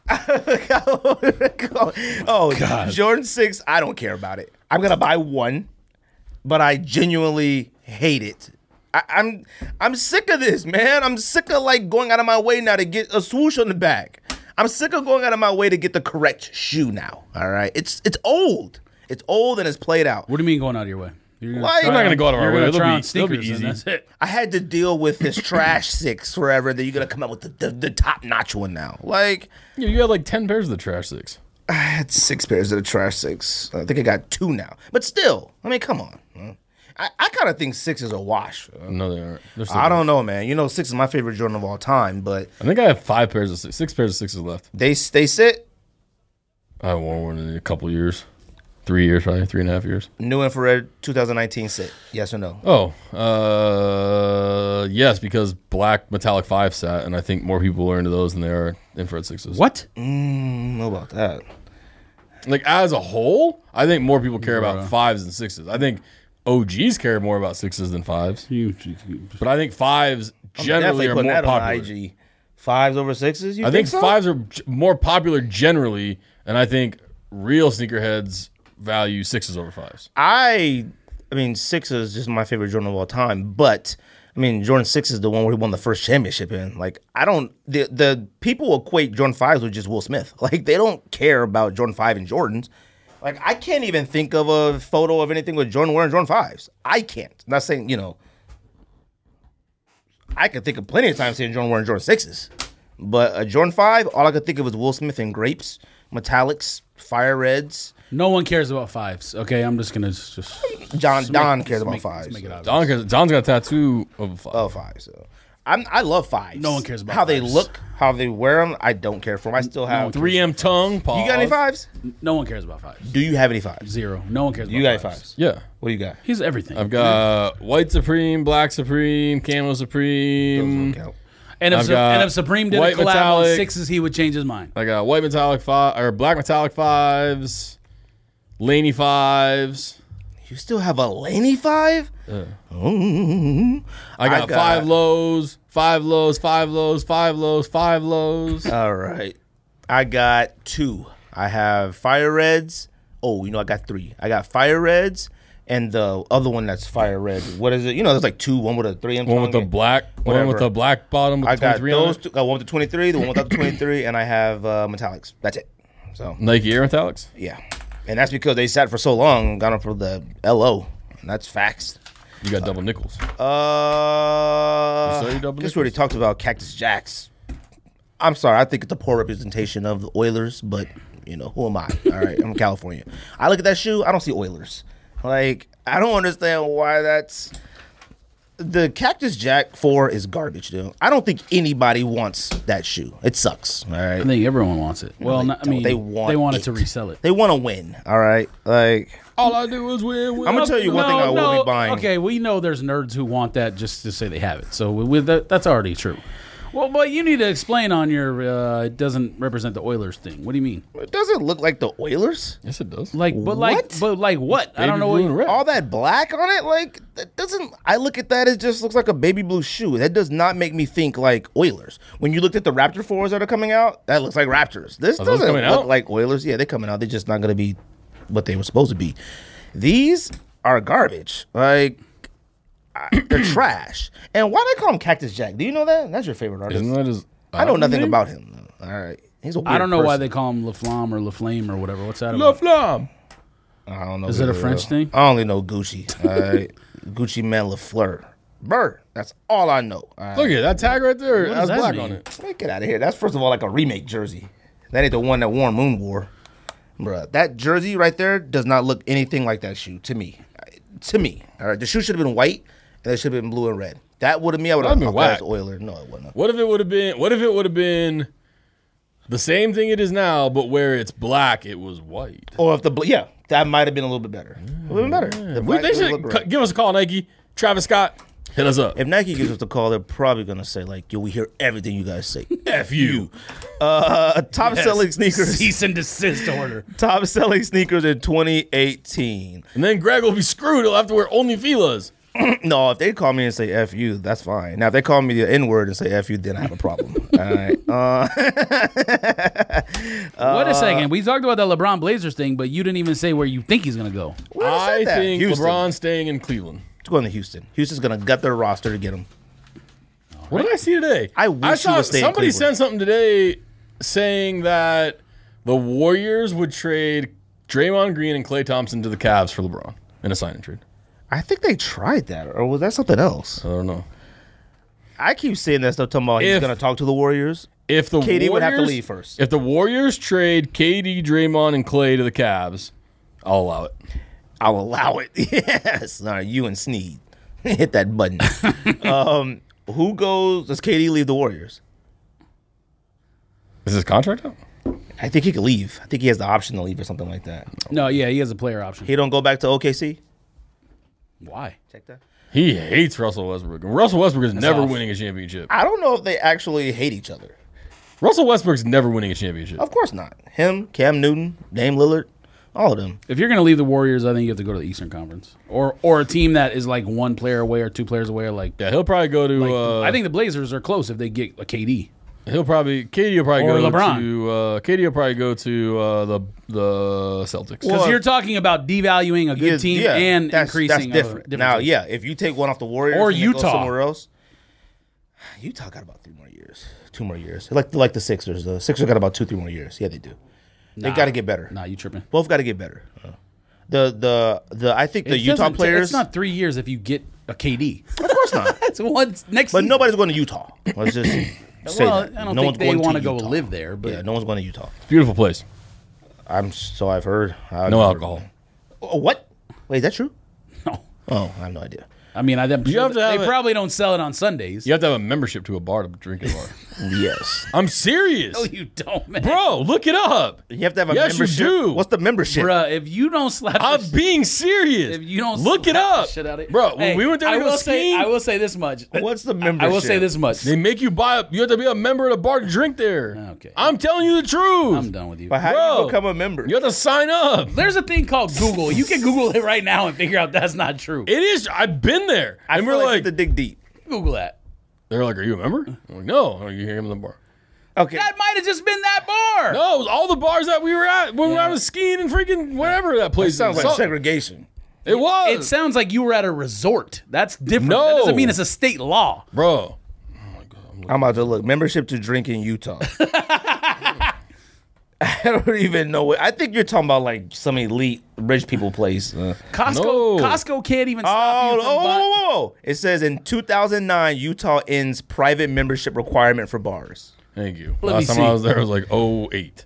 S4: [laughs] oh, Jordan 6, I don't care about it. I'm going to buy one, but I genuinely hate it. I, I'm I'm sick of this, man. I'm sick of like going out of my way now to get a swoosh on the back. I'm sick of going out of my way to get the correct shoe now. All right, it's it's old. It's old and it's played out.
S3: What do you mean going out of your way? You're gonna
S4: Like-
S3: try
S4: I'm not
S5: gonna go out of my
S3: you're
S5: way.
S3: gonna
S5: It'll
S3: try
S5: be-
S3: on
S5: it'll be
S3: sneakers and
S5: easy.
S3: that's it.
S4: I had to deal with this trash six forever. That you're gonna come out with the, the, the top notch one now. Like
S5: Yeah, [laughs] you had like ten pairs of the trash six.
S4: I had six pairs of the trash six. I think I got two now. But still, I mean, come on. man. I, I kind of think six is a wash.
S5: No, they aren't. They're still
S4: I don't know, man. You know, six is my favorite Jordan of all time, but
S5: I think I have five pairs of six, six pairs of sixes left.
S4: they they sit
S5: I haven't worn one in a couple years, three years probably, three and a half years.
S4: new infrared 2019 sit. Yes or no?
S5: Oh, uh, yes, because black metallic five sat, and I think more people are into those than they are infrared sixes.
S3: What?
S4: I don't know about that.
S5: Like as a whole, I think more people care about fives and sixes. I think OGs care more about sixes than fives,
S3: You,
S5: but I think fives generally
S4: Definitely
S5: are
S4: putting
S5: more
S4: that
S5: popular.
S4: on IG. Fives over sixes. You
S5: I think,
S4: so?
S5: fives are g- more popular generally, and I think real sneakerheads value sixes over fives.
S4: I, I mean, six is just my favorite Jordan of all time. But I mean, Jordan six is the one where he won the first championship in. Like, I don't the the people equate Jordan fives with just Will Smith. [laughs] Like, they don't care about Jordan five and Jordans. Like, I can't even think of a photo of anything with Jordan wearing Jordan fives. I can't. I'm not saying you know. I could think of plenty of times seeing Jordan wearing Jordan sixes, but a Jordan five, all I could think of was Will Smith and grapes, metallics, fire reds.
S3: no one cares about fives. Okay, I'm just gonna s- just.
S4: John Don
S3: let's
S4: cares about
S3: make- let's
S4: fives.
S3: make it obvious.
S5: Don, has- Don's got a tattoo of a five.
S4: of fives. So. I'm, I love fives.
S3: No one cares about
S4: how they
S3: fives.
S4: look, how they wear them. I don't care for them. I still have
S5: 3M tongue. Pause.
S4: You got any fives?
S3: No one cares about fives.
S4: Do you have any fives?
S3: Zero. No one cares.
S4: You
S3: about
S4: got fives. fives.
S5: Yeah.
S4: What do you got?
S3: He's everything.
S5: I've got White Supreme, Black Supreme, Camo
S3: Mm.
S5: Supreme.
S4: Count.
S3: and, if
S5: I've
S3: Sup-
S5: got
S3: and if Supreme did a
S5: white
S3: collab on
S5: metallic.
S3: sixes, he would change his mind.
S5: I got White Metallic Five or Black Metallic Fives, Laney Fives.
S4: You still have a Laney five? Mm.
S5: I got,
S4: got-
S5: five lows, five lows, five lows, five lows, five lows.
S4: All right. I got two. I have fire reds. Oh, you know I got three. I got fire reds and the other one that's fire red. What is it? You know, there's like two. One with a three.
S5: one with the black, one with
S4: Whatever.
S5: the black bottom with
S4: I got
S5: 23 on
S4: those.
S5: it.
S4: Two, got one with the twenty three. The one
S5: [coughs]
S4: without the twenty three, and I have uh, metallics. That's it. So
S5: Nike Air Metallics.
S4: Yeah. And that's because they sat for so long and got up for the LO. And that's facts.
S5: You got double nickels.
S4: Uh,
S5: You saw your double
S4: guess we already
S5: nickels?
S4: talked about Cactus Jacks. I'm sorry. I think it's a poor representation of the Oilers, but, you know, who am I? All right. I'm California. I look at that shoe, I don't see Oilers. Like, I don't understand why that's. The Cactus Jack 4 is garbage, dude. I don't think anybody wants that shoe. It sucks. All right.
S3: I think everyone wants it. Well, not, I
S4: don't.
S3: mean,
S4: They want
S3: they wanted
S4: it.
S3: to resell it.
S4: [laughs] They want to win. All right. Like,
S5: All I do is win. win.
S4: I'm gonna tell you one thing I will be buying.
S3: Okay, we know there's nerds who want that just to say they have it. So with that, that's already true. Well, but you need to explain on your uh, it doesn't represent the Oilers thing. What do you mean?
S4: It doesn't look like the Oilers.
S5: Yes, it does.
S3: Like, but like,
S4: What?
S3: but like what? I
S5: Baby
S3: don't know.
S5: blue
S3: What
S5: and red.
S4: All that black on it, like that doesn't. I look at that; it just looks like a baby blue shoe. That does not make me think like Oilers. When you looked at the Raptor fours that are coming out, that looks like Raptors. This
S5: those
S4: doesn't
S5: coming
S4: look
S5: out?
S4: like Oilers. Yeah, they're coming out. They're just not going to be what they were supposed to be. These are garbage. Like I- they're [coughs] trash. And why do they call him Cactus Jack? Do you know that? That's your favorite artist.
S5: Isn't that his?
S4: I know nothing
S5: name?
S4: about him. All right, he's a weird
S3: I don't know why
S4: person.
S3: they call him LaFlamme or LaFlame or whatever. What's that?
S5: La
S3: About?
S5: Flamme.
S4: I don't know.
S3: Is it a
S4: who-
S3: French thing?
S4: I only know Gucci.
S3: [laughs]
S4: Uh, Gucci Man Lafleur. Burr. That's all I know. Uh,
S5: Look at that tag right there.
S3: What
S5: That's
S3: does that
S5: black
S3: mean?
S5: on it.
S4: get out of here. That's first of all like a remake jersey. That ain't the one that Warren Moon wore. Bruh, that jersey right there does not look anything like that shoe to me. Uh, To me. All right. The shoe should have been white and it should have been blue and red. That would have me. I would have
S5: That'd been
S4: been white.
S5: whack.
S4: Oiler. No, it wouldn't. have.
S5: What if it would have been? What if it would have been the same thing it is now, but where it's black, it was white.
S4: Or if the blue, yeah, that might have been a little bit better. A little bit better. The
S5: We,
S4: black
S5: they
S4: would
S5: should
S4: look
S5: cu-
S4: right.
S5: give us a call, Nike. Travis Scott, Hit us up.
S4: If Nike gives us the call, they're probably gonna say like, "Yo, we hear everything you guys say." [laughs]
S5: F you.
S4: Uh, top selling sneakers.
S3: Cease and desist order.
S4: [laughs] Top selling sneakers in 2018.
S5: And then Greg will be screwed. He'll have to wear only Fila's.
S4: No, if they call me and say "f you," that's fine. Now, if they call me the N word and say "f you," then I have a
S5: [laughs]
S4: problem. All right. Uh,
S3: Wait a second. We talked about that LeBron Blazers thing, but you didn't even say where you think he's gonna go.
S4: who said
S5: I
S4: that?
S5: think
S4: Houston.
S5: LeBron's staying in Cleveland.
S4: It's going to Houston. Houston's gonna gut their roster to get him.
S5: What did I see today?
S4: I wish he
S5: saw
S4: would stay in
S5: somebody
S4: Cleveland.
S5: sent something today saying that the Warriors would trade Draymond Green and Clay Thompson to the Cavs for LeBron in a sign and trade.
S4: I think they tried that, or was that something else?
S5: I don't know
S4: I keep seeing that stuff talking about he's
S5: If-
S4: gonna talk to the Warriors.
S5: if the
S4: KD
S5: Warriors,
S4: would have to leave first.
S5: If the Warriors trade KD, Draymond, and Clay to the Cavs, I'll allow it.
S4: I'll allow it. [laughs] Yes. All right, you and Sneed. [laughs] Hit that button. um, who goes? Does KD leave the Warriors?
S5: Is his contract up?
S4: I think he could leave. I think he has the option to leave or something like that.
S3: No, yeah, he has a player option.
S4: He don't go back to OKC.
S3: Why?
S4: Check that.
S5: He hates Russell Westbrook. And Russell Westbrook is never
S3: off.
S5: winning a championship.
S4: I don't know if they actually hate each other.
S5: Russell Westbrook's never winning a championship.
S4: Of course not. Him, Cam Newton, Dame Lillard, all of them.
S3: If you're gonna leave the Warriors, I think you have to go to the Eastern Conference or or a team that is like one player away or two players away. Or like,
S5: Yeah, he'll probably go to. uh,
S3: I think the Blazers are close if they get a KD.
S5: He'll probably Katie will probably
S3: Or
S5: go
S3: LeBron.
S5: to uh, Katie will probably go to uh, the the Celtics.
S4: Well,
S3: Because you're talking about devaluing a good
S4: Yeah,
S3: team
S4: yeah,
S3: and
S4: that's,
S3: increasing
S4: That's different.
S3: A different
S4: now,
S3: team.
S4: yeah, if you take one off the Warriors
S3: Or
S4: and they go
S3: Utah.
S4: somewhere else, Utah got about three more years, two more years. Like like the Sixers, the Sixers got about two, three more years. Yeah, they do. They
S3: Nah.
S4: got to get better.
S3: Nah, you tripping.
S4: Both got to get better. Uh, The the the I think the
S3: It
S4: Utah
S3: doesn't-
S4: players.
S3: It's not three years if you get a KD.
S4: of course
S3: [laughs]
S4: not.
S3: That's one next.
S4: But nobody's going to Utah.
S3: [coughs]
S4: Let's just say
S3: Well,
S4: that.
S3: I don't
S4: no
S3: think
S4: one's
S3: they
S4: going
S3: want to
S4: to
S3: go
S4: Utah.
S3: live there. But
S4: Yeah, no one's going to Utah.
S5: Beautiful place.
S4: I'm so I've heard. I've
S5: No
S4: heard.
S5: alcohol.
S4: Oh, what? Wait, is that true?
S3: no.
S4: Oh, I have no idea.
S3: I mean, I, I'm sure
S5: have to
S3: that-
S5: have
S3: they
S5: it-
S3: probably don't sell it on Sundays.
S5: You have to have a membership to a bar to drink at a bar.
S4: Yes.
S5: I'm
S3: [laughs]
S5: serious,
S3: No, you don't, man.
S5: bro. Look it up.
S4: You have to have a
S5: Yes, you
S4: membership.
S5: do.
S4: What's the membership?
S3: Bruh, if you don't slap, the
S5: I'm
S3: sh-
S5: being serious.
S3: if you don't
S5: look it
S3: slap the
S5: up,
S3: shit out of it-
S5: bro.
S3: Hey,
S5: when we went there
S3: I
S5: to go
S3: will say,
S5: skiing,
S3: I will say this much.
S4: What's the
S3: I- I will say
S4: membership?
S3: this much.
S5: they make you buy. You have to be a member at a bar to drink there.
S3: Ah, Okay.
S5: I'm telling you the truth.
S3: I'm done with you.
S4: But how do
S5: Bro.
S4: you become a member?
S5: You have to sign up.
S3: There's a thing called Google. You can Google it right now and figure out that's not true.
S5: It is. I've been there,
S4: I
S5: and
S4: feel like,
S5: we're
S4: you have
S5: like,
S4: to dig deep.
S3: Google that.
S5: they're like, "Are you a member?" I'm like, "No." I'm like, you hear him in the bar.
S4: Okay.
S3: That might have just been that bar.
S5: No, it was all the bars that we were at when
S3: Yeah.
S5: I was skiing and freaking whatever that place
S4: sounds
S5: is.
S4: like
S5: So-
S4: segregation.
S5: it was.
S3: It sounds like you were at a resort. That's different. That
S5: No.
S3: doesn't mean it's a state law.
S5: Bro,
S4: I'm about to look. Membership to drink in Utah. [laughs] I don't even know what. I think you're talking about like some elite rich people place. Uh,
S3: Costco
S5: No.
S3: Costco can't even stop
S4: Oh,
S3: you
S4: oh,
S3: from
S4: whoa,
S3: buying.
S4: whoa, whoa. It says in 2009, Utah ends private membership requirement for bars.
S5: thank you.
S3: Let
S5: Last
S3: me
S5: time I
S3: see.
S5: was there, it was like 08.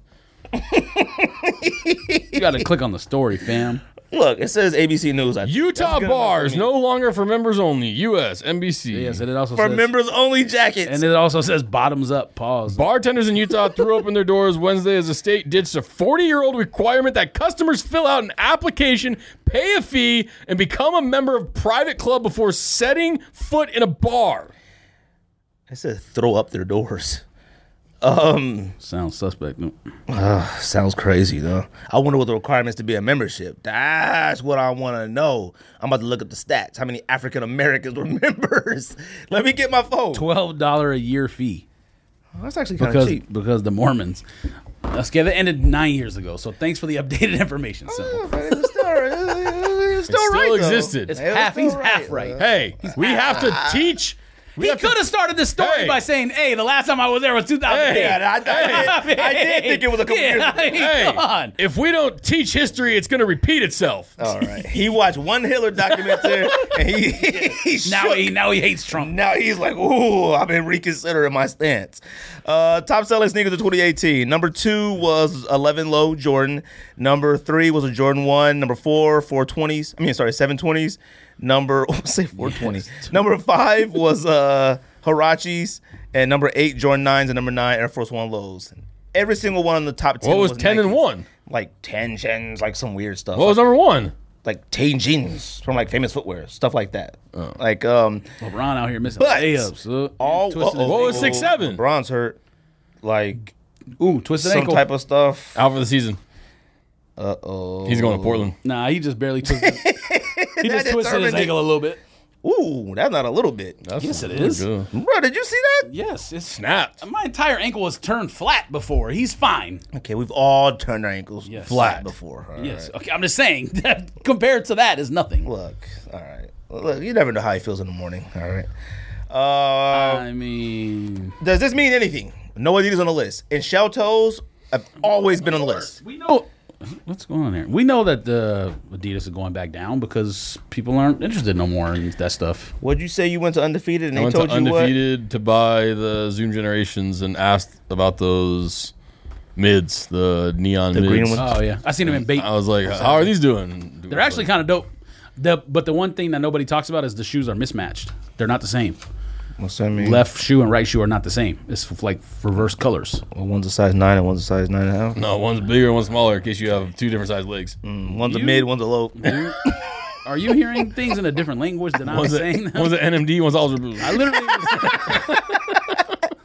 S3: You got to click on the story, fam.
S4: Look, it says ABC News. I think.
S5: Utah
S4: That's good enough for
S5: bars
S4: me.
S5: no longer for members only. U.S. NBC.
S3: Yes, and it also
S4: For
S3: says
S4: members only jackets.
S3: and it also says bottoms up. Pause.
S5: Bartenders in Utah threw open their doors Wednesday as the state ditched a 40 year old requirement that customers fill out an application, pay a fee, and become a member of a private club before setting foot in a bar.
S4: it says throw up their doors. Um,
S3: Sounds suspect. No.
S4: sounds crazy though. I wonder what the requirements to be a membership. That's what I want to know. I'm about to look up the stats. How many African Americans were [laughs] members? Let me get my phone.
S3: Twelve dollar a year fee
S4: That's actually kind of
S3: because
S4: cheap.
S3: because the Mormons. Let's get it ended nine years ago. So thanks for the updated [laughs] information. Simple.
S4: But it was still, it was- it was still
S5: still
S4: right, though.
S5: existed.
S3: It's
S4: It was
S3: half.
S4: still
S3: He's
S4: right,
S3: half right.
S5: Hey, we have to
S3: [laughs]
S5: teach. We
S3: He
S5: have to
S3: could have started this story
S5: Hey.
S3: by saying, "Hey, the last time I was there was 2008."
S5: Hey.
S4: Yeah, I, I, did, [laughs] I did think it was a couple years ago.
S5: Hey,
S3: come on. Oh,
S5: if we don't teach history, it's going to repeat itself.
S4: All right. He watched one Hitler documentary and he, [laughs] he
S3: Now
S4: shook.
S3: he now he hates Trump.
S4: Now he's like, ooh, I've been reconsidering my stance. Uh, top selling sneakers of 2018. Number two was 11 low Jordan. Number three was a Jordan 1. Number four, 420s. I mean, sorry, 720s. Number, [laughs] say 420s. Number five was uh, Harachis. And number eight, Jordan 9s. And number nine, Air Force 1 lows. Every single one in the top 10.
S5: What was 10 and
S4: Nikes.
S5: 1?
S4: Like 10 chins, like some weird stuff.
S5: What was number one?
S4: like Tain jeans from like famous footwear, stuff like that.
S5: Oh.
S4: Like um,
S3: LeBron out here missing
S4: But-
S3: layups. uh,
S4: all
S3: twisting his
S4: uh-oh,
S5: What was
S4: uh-oh,
S5: 6'7"?
S4: LeBron's hurt, like
S3: Ooh, twisted
S4: some
S3: ankle.
S4: type of stuff.
S5: Out for the season.
S4: Uh oh.
S5: He's going to Portland.
S3: nah, he just
S4: [laughs]
S3: barely twisted. he just
S4: That
S3: twisted his
S4: determined it.
S3: ankle a little bit.
S4: Ooh, that's not a little bit.
S3: Yes, it
S5: really
S3: is.
S5: good.
S4: Bro, did you see that?
S3: Yes, it's
S5: Snapped.
S3: My entire ankle was turned flat before. He's fine.
S4: Okay, we've all turned our ankles
S3: Yes.
S4: flat before. all
S3: Yes.
S4: right.
S3: Okay. I'm just saying. [laughs] That compared to that is nothing.
S4: Look, all right. Look, you never know how he feels in the morning. All right. Uh,
S3: I mean,
S4: does this mean anything? No Adidas on the list. And shell toes have always been on the list.
S3: we know what's going on there. We know that the Adidas is going back down because people aren't interested no more in that stuff.
S4: Would you say you went to undefeated and
S5: I
S4: they
S5: went to
S4: told you what?
S5: undefeated to buy the Zoom generations and asked about those mids, the neon mids.
S4: green ones?
S3: Oh yeah, I seen them in bait.
S5: I was like, how are these doing?
S3: They're actually kind of dope. The but the one thing that nobody talks about is the shoes are mismatched. They're not the same.
S4: What's that mean?
S3: Left shoe and right shoe are not the same. It's f- like reverse
S4: [laughs]
S3: colors.
S4: Well, one's a size nine and one's a size nine and a half.
S5: [laughs] no one's bigger, one's smaller. In case you have two different sized legs,
S4: One's
S3: Mm. You-
S4: a mid, one's a low. [laughs]
S3: Are you hearing things in a different language than I'm
S5: one's, a,
S3: [laughs] saying?
S5: one's an NMD, one's ultra blue.
S3: I literally, was-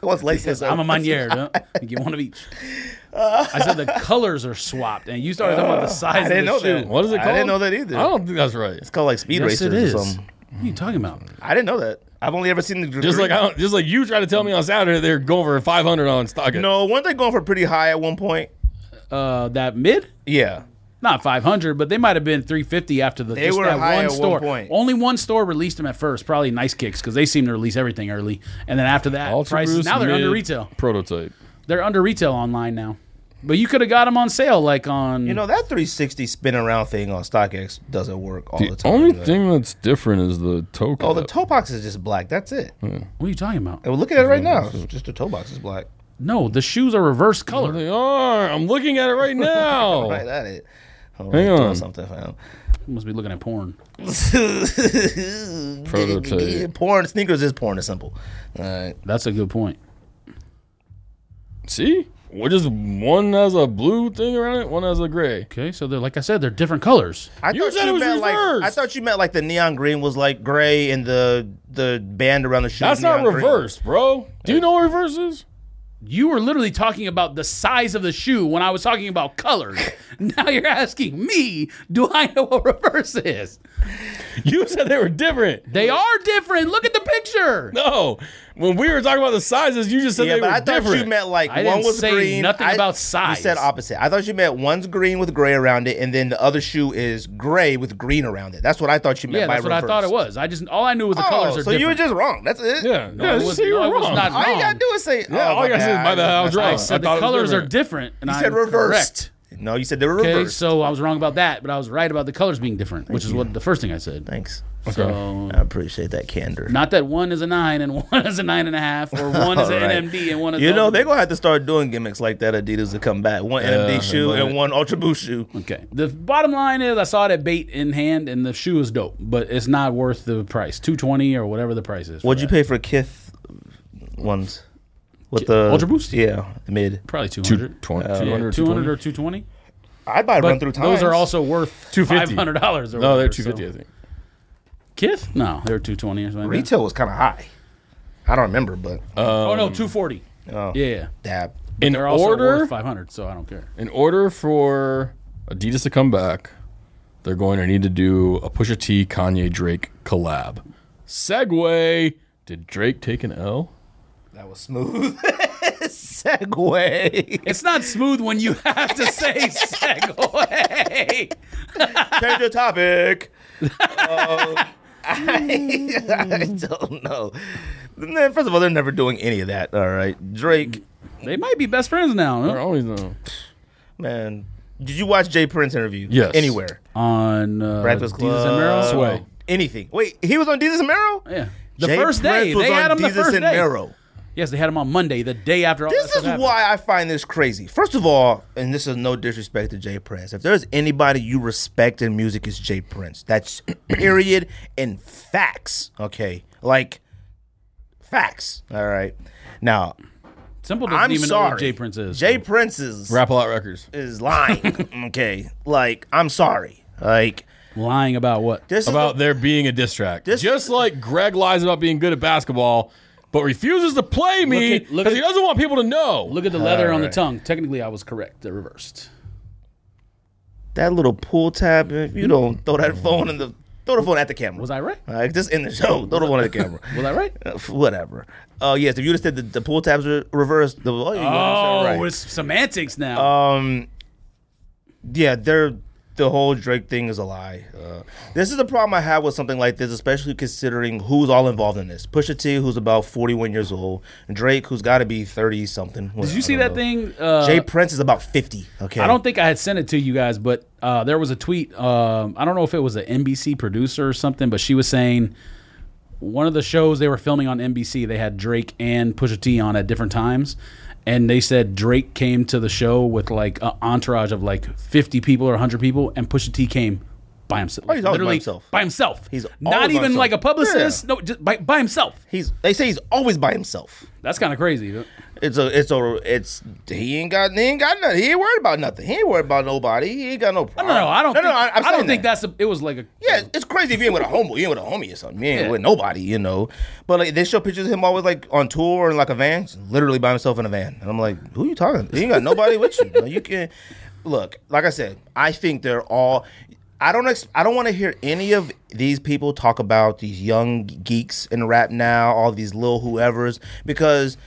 S4: one's
S3: [laughs]
S4: laces.
S3: I'm a manier. Huh? You get one of each. I said the colors are swapped, and you started talking about the size
S4: I didn't know
S3: of the shoe.
S4: that.
S5: What is it
S4: I
S5: called?
S4: didn't know that either.
S5: I don't think that's right.
S4: It's called like speed
S3: Yes,
S4: racers
S3: it is.
S4: or
S3: What
S4: something.
S3: are you talking about?
S4: I didn't know that. I've only ever seen the
S5: Just like I don't, just like you tried to tell me on Saturday they're going for 500 on
S4: [laughs]
S5: stock.
S4: no, weren't they going for pretty high at one point?
S3: Uh, that mid.
S4: Yeah.
S3: Not 500, but they might have been 350 after the.
S4: They
S3: just
S4: were
S3: that
S4: high
S3: one
S4: at one
S3: store.
S4: point.
S3: Only one store released them at first. Probably Nice Kicks because they seem to release everything early, and then after that,
S5: Ultra
S3: prices.
S5: Boost
S3: Now they're under
S5: mid
S3: retail.
S5: prototype.
S3: They're under retail online now, but you could have got them on sale like on.
S4: You know, that 360 spin around thing on StockX doesn't work all the,
S5: The
S4: time.
S5: only
S4: though.
S5: thing that's different is the toe.
S4: Oh, the
S5: cap.
S4: toe box is just black. That's it.
S5: Hmm.
S3: what are you talking about?
S4: And we're looking at it right now. It's just the toe box is black.
S3: No, the shoes are reverse color.
S5: They are. I'm looking at
S4: [laughs]
S5: it right now.
S4: Right at it. Hold
S5: Oh. Hang
S4: I'm doing
S5: on.
S4: Something, fam. [laughs]
S3: must be looking at porn.
S5: Prototype.
S4: Porn sneakers is porn. It's simple. All right.
S3: That's a good point.
S5: See? What just one has a blue thing around it, one has a gray.
S3: Okay, so they're like I said, they're different colors.
S4: I
S5: You
S4: thought
S5: said it was
S4: meant like
S5: reversed.
S4: I thought you meant like the neon green was like gray and the the band around the shoe.
S5: That's
S4: was
S5: not
S4: neon green.
S5: reverse, bro. Do you know what
S4: [laughs]
S5: reverse is?
S3: You were literally talking about the size of the shoe when I was talking about
S4: [laughs]
S3: colors. now you're asking me, do I know what reverse is?
S5: You said they were different.
S3: They are different. Look at the picture.
S5: No. When we were talking about the sizes, you just said
S4: Yeah,
S5: they
S4: but
S5: were
S4: I thought
S5: different.
S4: you meant like
S3: I
S4: one
S3: didn't
S4: was
S3: say
S4: green.
S3: nothing
S4: I-
S3: about
S4: You
S3: size.
S4: said opposite. I thought you meant one's green with gray around it, and then the other shoe is gray with green around it. That's what I thought you meant.
S3: Yeah,
S4: by
S3: that's what I
S4: reverse.
S3: thought it was. I just all I knew was the
S4: Oh,
S3: colors are
S4: so
S3: different.
S4: you were just wrong. That's it.
S5: yeah,
S3: No,
S5: yeah,
S3: it
S5: just
S3: was-
S5: say you
S3: no,
S5: were
S3: it was
S5: wrong.
S3: not-
S4: All you
S3: wrong.
S4: gotta do is say. "Oh,
S5: Yeah, all you gotta say is, my bad, I was
S3: I
S5: wrong.
S3: said
S5: thought
S3: the
S5: it was
S3: colors
S5: different.
S3: are different, and
S4: You
S3: I
S4: said reversed.
S3: Correct.
S4: No, you said they were
S3: Okay,
S4: reversed.
S3: so I was wrong about that, but I was right about the colors being different, which is what the first thing I said.
S4: Thanks.
S3: So
S4: I appreciate that candor.
S3: not that one is a nine and [laughs] one is a nine and a half, or one is an
S4: All right.
S3: NMD and one is
S4: You
S3: the
S4: know
S3: other.
S4: they're gonna have to start doing gimmicks like that. Adidas to come back. One NMD
S5: Yeah,
S4: shoe
S5: but-
S4: and one Ultra Boost shoe.
S3: Okay. The bottom line is, I saw that bait in hand, and the shoe is dope, but it's not worth the price two twenty or whatever the price is. for
S4: What'd you
S3: that.
S4: pay for Kith ones? With the
S3: Ultra Boost?
S4: Yeah, mid.
S3: Probably two hundred.
S5: 220,
S3: Two hundred or two twenty.
S4: I'd buy run
S3: But
S4: through time.
S3: those are also worth two five
S5: 250.
S3: hundred dollars.
S5: No, they're 250, I think.
S3: Kith? No, they're two twenty or something. like that.
S4: retail was kind of high. I don't remember, but
S3: Oh no, two forty.
S4: oh,
S3: Yeah.
S4: dab.
S5: In
S3: They're also
S5: order,
S3: worth five hundred, so I don't care.
S5: in order for Adidas to come back, they're going to need to do a Pusha T Kanye Drake collab. Segway. Did Drake take an L?
S4: That was smooth. [laughs] Segway.
S3: It's not smooth when you [laughs] have to say segue.
S4: Change the topic. Uh, I, Um, [laughs] I don't know. Man, first of all, they're never doing any of that. All right, Drake.
S3: They might be best friends now.
S5: I
S3: Huh?
S5: always know.
S4: Man, did you watch Jay Prince interview?
S5: Yes.
S4: Anywhere.
S3: On uh,
S4: Breakfast
S3: Jesus and
S4: Club.
S3: Meryl?
S5: Sway.
S4: Anything. Wait, he was on Jesus and Mero?
S3: Yeah. The
S4: Jay
S3: first day
S4: Prince was
S3: they
S4: on
S3: had him the
S4: Desus
S3: first
S4: and
S3: day.
S4: Mero.
S3: Yes, they had him on Monday, the day after all that
S4: This
S3: stuff
S4: is
S3: happened.
S4: why I find this crazy. First of all, and this is no disrespect to Jay Prince. If there's anybody you respect in music, it's Jay Prince. That's [clears throat] period and facts. Okay, like facts. All right. Now
S3: Simple doesn't
S4: I'm
S3: even know
S4: sorry.
S3: what Jay Prince is.
S4: Jay Prince is
S5: Rap a lot records.
S4: is lying. okay, like I'm sorry. Like
S3: Lying about what?
S4: This is
S5: about there being a diss track.
S4: This-
S5: Just like Greg lies about being good at basketball, but refuses to play me
S3: Look at- look
S5: because he
S3: at-
S5: doesn't want people to know.
S3: Look at the leather on the tongue. Technically, I was correct. They're reversed.
S4: that little pull tab. If you don't throw that phone in the throw the phone at the camera.
S3: Was I right?
S4: All right, just in the show. Throw the one at the camera.
S3: Was I
S4: [laughs]
S3: right?
S4: Uh, f- whatever. Oh yes, if you just said the, the pull tabs were reversed, the oh, you
S3: Oh,
S4: right.
S3: it's semantics now.
S4: um, yeah, they're the whole Drake thing is a lie. Uh, this is the problem I have with something like this, especially considering who's all involved in this. Pusha T, who's about forty-one years old, Drake, who's got to be thirty something.
S3: Did you see that thing? Uh,
S4: Jay Prince is about fifty. Okay,
S3: I don't think I had sent it to you guys, but uh, there was a tweet. Um, I don't know if it was an NBC producer or something, but she was saying one of the shows they were filming on NBC, they had Drake and Pusha T on at different times. And they said Drake came to the show with like an entourage of like 50 people or 100 people, and Pusha T came by himself.
S4: Oh, he's always by
S3: Literally
S4: himself.
S3: By himself.
S4: He's always
S3: not
S4: by
S3: even
S4: himself.
S3: like a publicist.
S4: Yeah.
S3: No, just by, by himself.
S4: He's. They say he's always by himself.
S3: That's kind of crazy. dude.
S4: It's a, it's a, it's he ain't got, he ain't got nothing. He ain't worried about nothing. He ain't worried about nobody. He ain't got no
S3: I don't
S4: problem.
S3: know. I don't.
S4: Uh, No,
S3: think,
S4: no. I, I'm
S3: I don't
S4: saying
S3: think
S4: that.
S3: that's a, it was like a.
S4: Yeah, it's crazy if you ain't with a homeboy, you ain't with a homie or something. You ain't
S3: Yeah.
S4: with nobody, you know. But like they show pictures of him always like on tour or in like a van, literally by himself in a van. And I'm like, who you talking? You ain't got nobody with you. No, you can [laughs] look. Like I said, I think they're all. I don't. Ex- I don't want to hear any of these people talk about these young geeks in rap now, all these little whoever's, because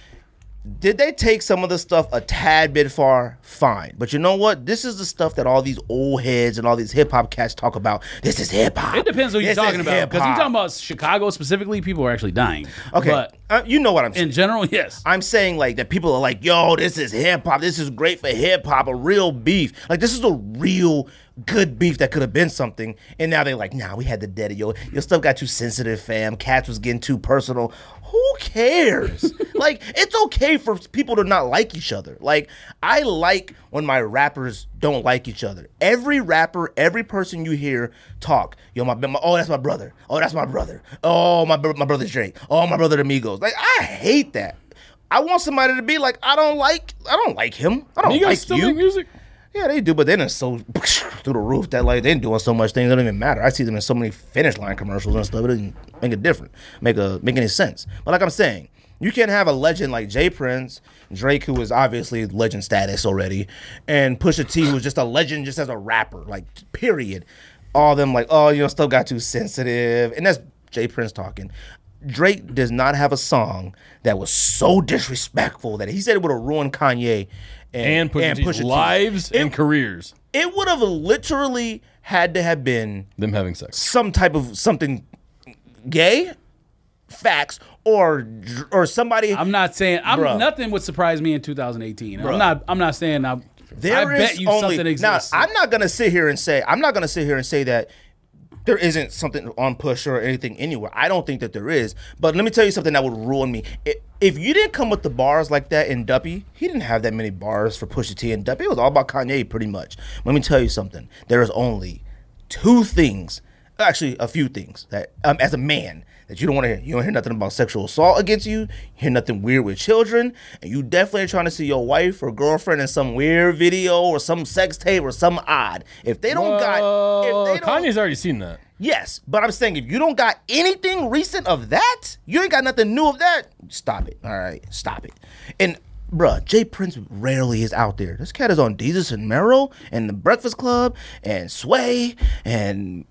S4: did they take some of the stuff a tad bit far? Fine. But you know what? This is the stuff that all these old heads and all these hip hop cats talk about. This is hip hop.
S3: It depends who you're
S4: This
S3: talking
S4: is
S3: about. Because you're
S4: hip-hop.
S3: talking about Chicago specifically, people are actually dying.
S4: Okay.
S3: But
S4: uh, you know what I'm saying.
S3: in general, [laughs] yes.
S4: I'm saying like that people are like, yo, this is hip hop. This is great for hip hop, a real beef. Like this is a real good beef that could have been something. And now they're like, nah, we had the dead. Yo, your stuff got too sensitive, fam. Cats was getting too personal. Who cares? like it's okay for people to not like each other. Like I like when my rappers don't like each other. Every rapper, every person you hear talk, yo, my, my oh, that's my brother. Oh, that's my brother. Oh, my bro- my brother's Drake. Oh, my brother Amigos. Like I hate that. I want somebody to be like, I don't like, I don't like him. I don't
S5: you guys
S4: like
S5: still
S4: you.
S5: make music?
S4: Yeah, they do, but they're so [laughs] through the roof that like they're doing so much things. It don't even matter. I see them in so many finish line commercials and stuff. It doesn't make a difference, make a make any sense. But like I'm saying, you can't have a legend like Jay Prince, Drake, who is obviously legend status already, and Pusha T, who's just a legend just as a rapper, like period. All them like, oh, your stuff got too sensitive, and that's Jay Prince talking. Drake does not have a song that was so disrespectful that he said it would have ruined Kanye
S5: And Pusha T's
S4: Pusha T.
S5: lives and careers.
S4: It would have literally had to have been
S5: Them having sex.
S4: some type of something gay, facts, or dr- or somebody.
S3: I'm not saying I'm
S4: Bruh.
S3: nothing would surprise me in 2018. I'm not. I'm not saying I.
S4: There
S3: I
S4: is
S3: bet you
S4: only,
S3: something exists.
S4: Now, I'm not gonna sit here and say I'm not gonna sit here and say that there isn't something on push or anything anywhere. I don't think that there is. But let me tell you something that would ruin me. I- If you didn't come with the bars like that in Duppy, he didn't have that many bars for Pusha T and Duppy. It was all about Kanye, pretty much. Let me tell you something. There is only two things, actually a few things that, um, as a man, that you don't want to hear. You don't hear nothing about sexual assault against you. You hear nothing weird with children, and you definitely are trying to see your wife or girlfriend in some weird video or some sex tape or some odd. If they don't got, if
S5: Uh,
S4: they don't,
S5: Kanye's already seen that.
S4: Yes, but I'm saying if you don't got anything recent of that, you ain't got nothing new of that. Stop it. All right, stop it. And bruh, Jay Prince rarely is out there. This cat is on Jesus and Mero and The Breakfast Club and Sway and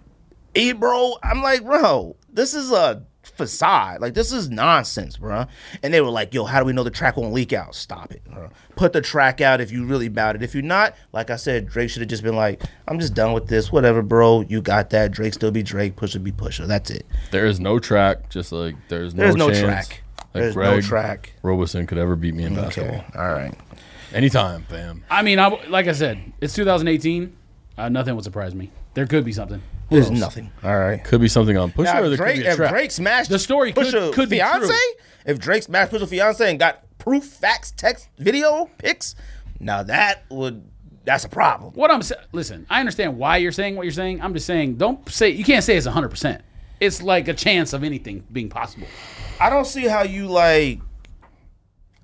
S4: Ebro. I'm like, bro, this is a facade. Like this is nonsense, bruh. And they were like, yo, how do we know the track won't leak out? Stop it. bruh. Put the track out if you really about it. If you're not, like I said, Drake should have just been like, I'm just done with this. Whatever, bro. You got that. Drake still be Drake. Pusha be Pusha. That's it.
S5: There is no track, just like there's no
S4: There's no
S5: chance
S4: track.
S5: that
S4: There's no
S5: Greg
S4: track.
S5: Robeson could ever beat me in basketball.
S4: Okay. All right.
S5: Anytime, fam.
S3: I mean, I w like I said, it's 2018. Uh, nothing would surprise me. There could be something. Who
S4: There's
S3: knows?
S4: nothing. All right.
S5: Could be something on Pusher or
S4: Now,
S5: there
S4: if Drake,
S5: could be a
S4: if
S5: track.
S4: Drake smashed
S3: The story could-
S4: Pusha
S3: could be true.
S4: fiance, if Drake smashed Pusha fiance and got proof, facts, text, video, pics, now that would that's a problem.
S3: What I'm saying. Listen, I understand why you're saying what you're saying. I'm just saying, don't say you can't say it's 100. percent It's like a chance of anything being possible.
S4: I don't see how you like.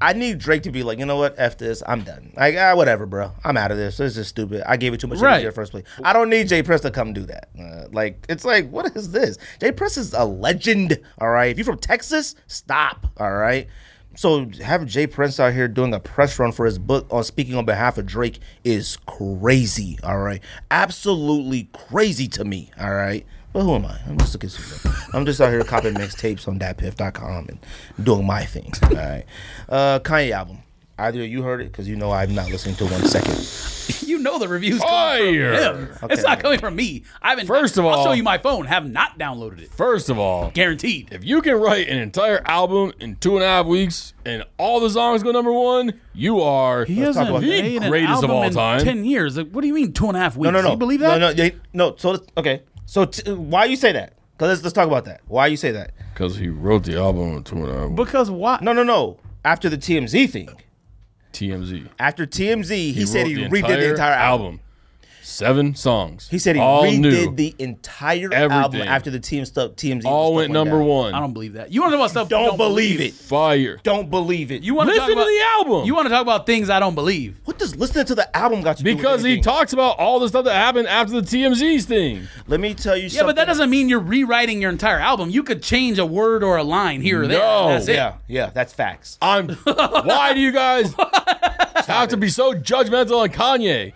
S4: I need Drake to be like, you know what? F this. I'm done. Like, ah, whatever, bro. I'm out of this. This is stupid. I gave it too much
S3: Right.
S4: energy at first place. I don't need Jay Press to come do that. Uh, like, it's like, what is this? Jay Press is a legend. All right. If you're from Texas, stop. All right. So having Jay Prince out here doing a press run for his book on speaking on behalf of Drake is crazy. All right, absolutely crazy to me. All right, but who am I? I'm just a consumer. I'm just out here copying mixtapes on datpiff.com and doing my thing. All right, uh, Kanye album. Either you heard it because you know I'm not listening to one second.
S3: you know the reviews. Coming from
S5: Fire.
S3: him. It's not coming from me. I haven't.
S5: First of
S3: I'll show
S5: all-
S3: you my phone. Have not downloaded it.
S5: First of all,
S3: Guaranteed.
S5: if you can write an entire album in two and a half weeks and all the songs go number one, you are
S3: He
S4: talk
S3: hasn't
S4: about
S5: that.
S3: made an
S5: Greatest of
S3: album
S5: all
S3: in
S5: time.
S3: Ten years. Like, what do you mean two and a half weeks?
S4: No, no, no.
S3: You believe that?
S4: No, no, they- no. So let's- okay. So t- why you say that? Because let's, let's talk about that. Why you say that?
S5: because he wrote the album in two and a half. weeks.
S3: Because why?
S4: No, no, no. After the TMZ thing,
S5: TMZ.
S4: after TMZ, he, said
S5: wrote
S4: he redid the entire album.
S5: Seven songs.
S4: He said he
S5: all
S4: redid
S5: new.
S4: the entire album
S5: Everything.
S4: after the team stuff. TMZ
S5: all
S4: stuff
S5: went number
S4: down.
S5: one.
S3: I don't believe that. You want to talk about stuff?
S4: Don't,
S3: you
S4: believe it.
S5: Fire.
S4: Don't believe it.
S3: You want to
S5: Listen
S3: talk about,
S5: to the album.
S3: You want to talk about things I don't believe.
S4: what does listening to the album got to do? with
S5: because he
S4: anything?
S5: talks about all the stuff that happened after the TMZ's thing.
S4: Let me tell you.
S3: Yeah, but that doesn't mean you're rewriting your entire album. You could change a word or a line here or there.
S5: No.
S3: That's it.
S4: Yeah, yeah, that's facts.
S5: I'm.
S4: [laughs]
S5: why do you guys have to be so judgmental on Kanye?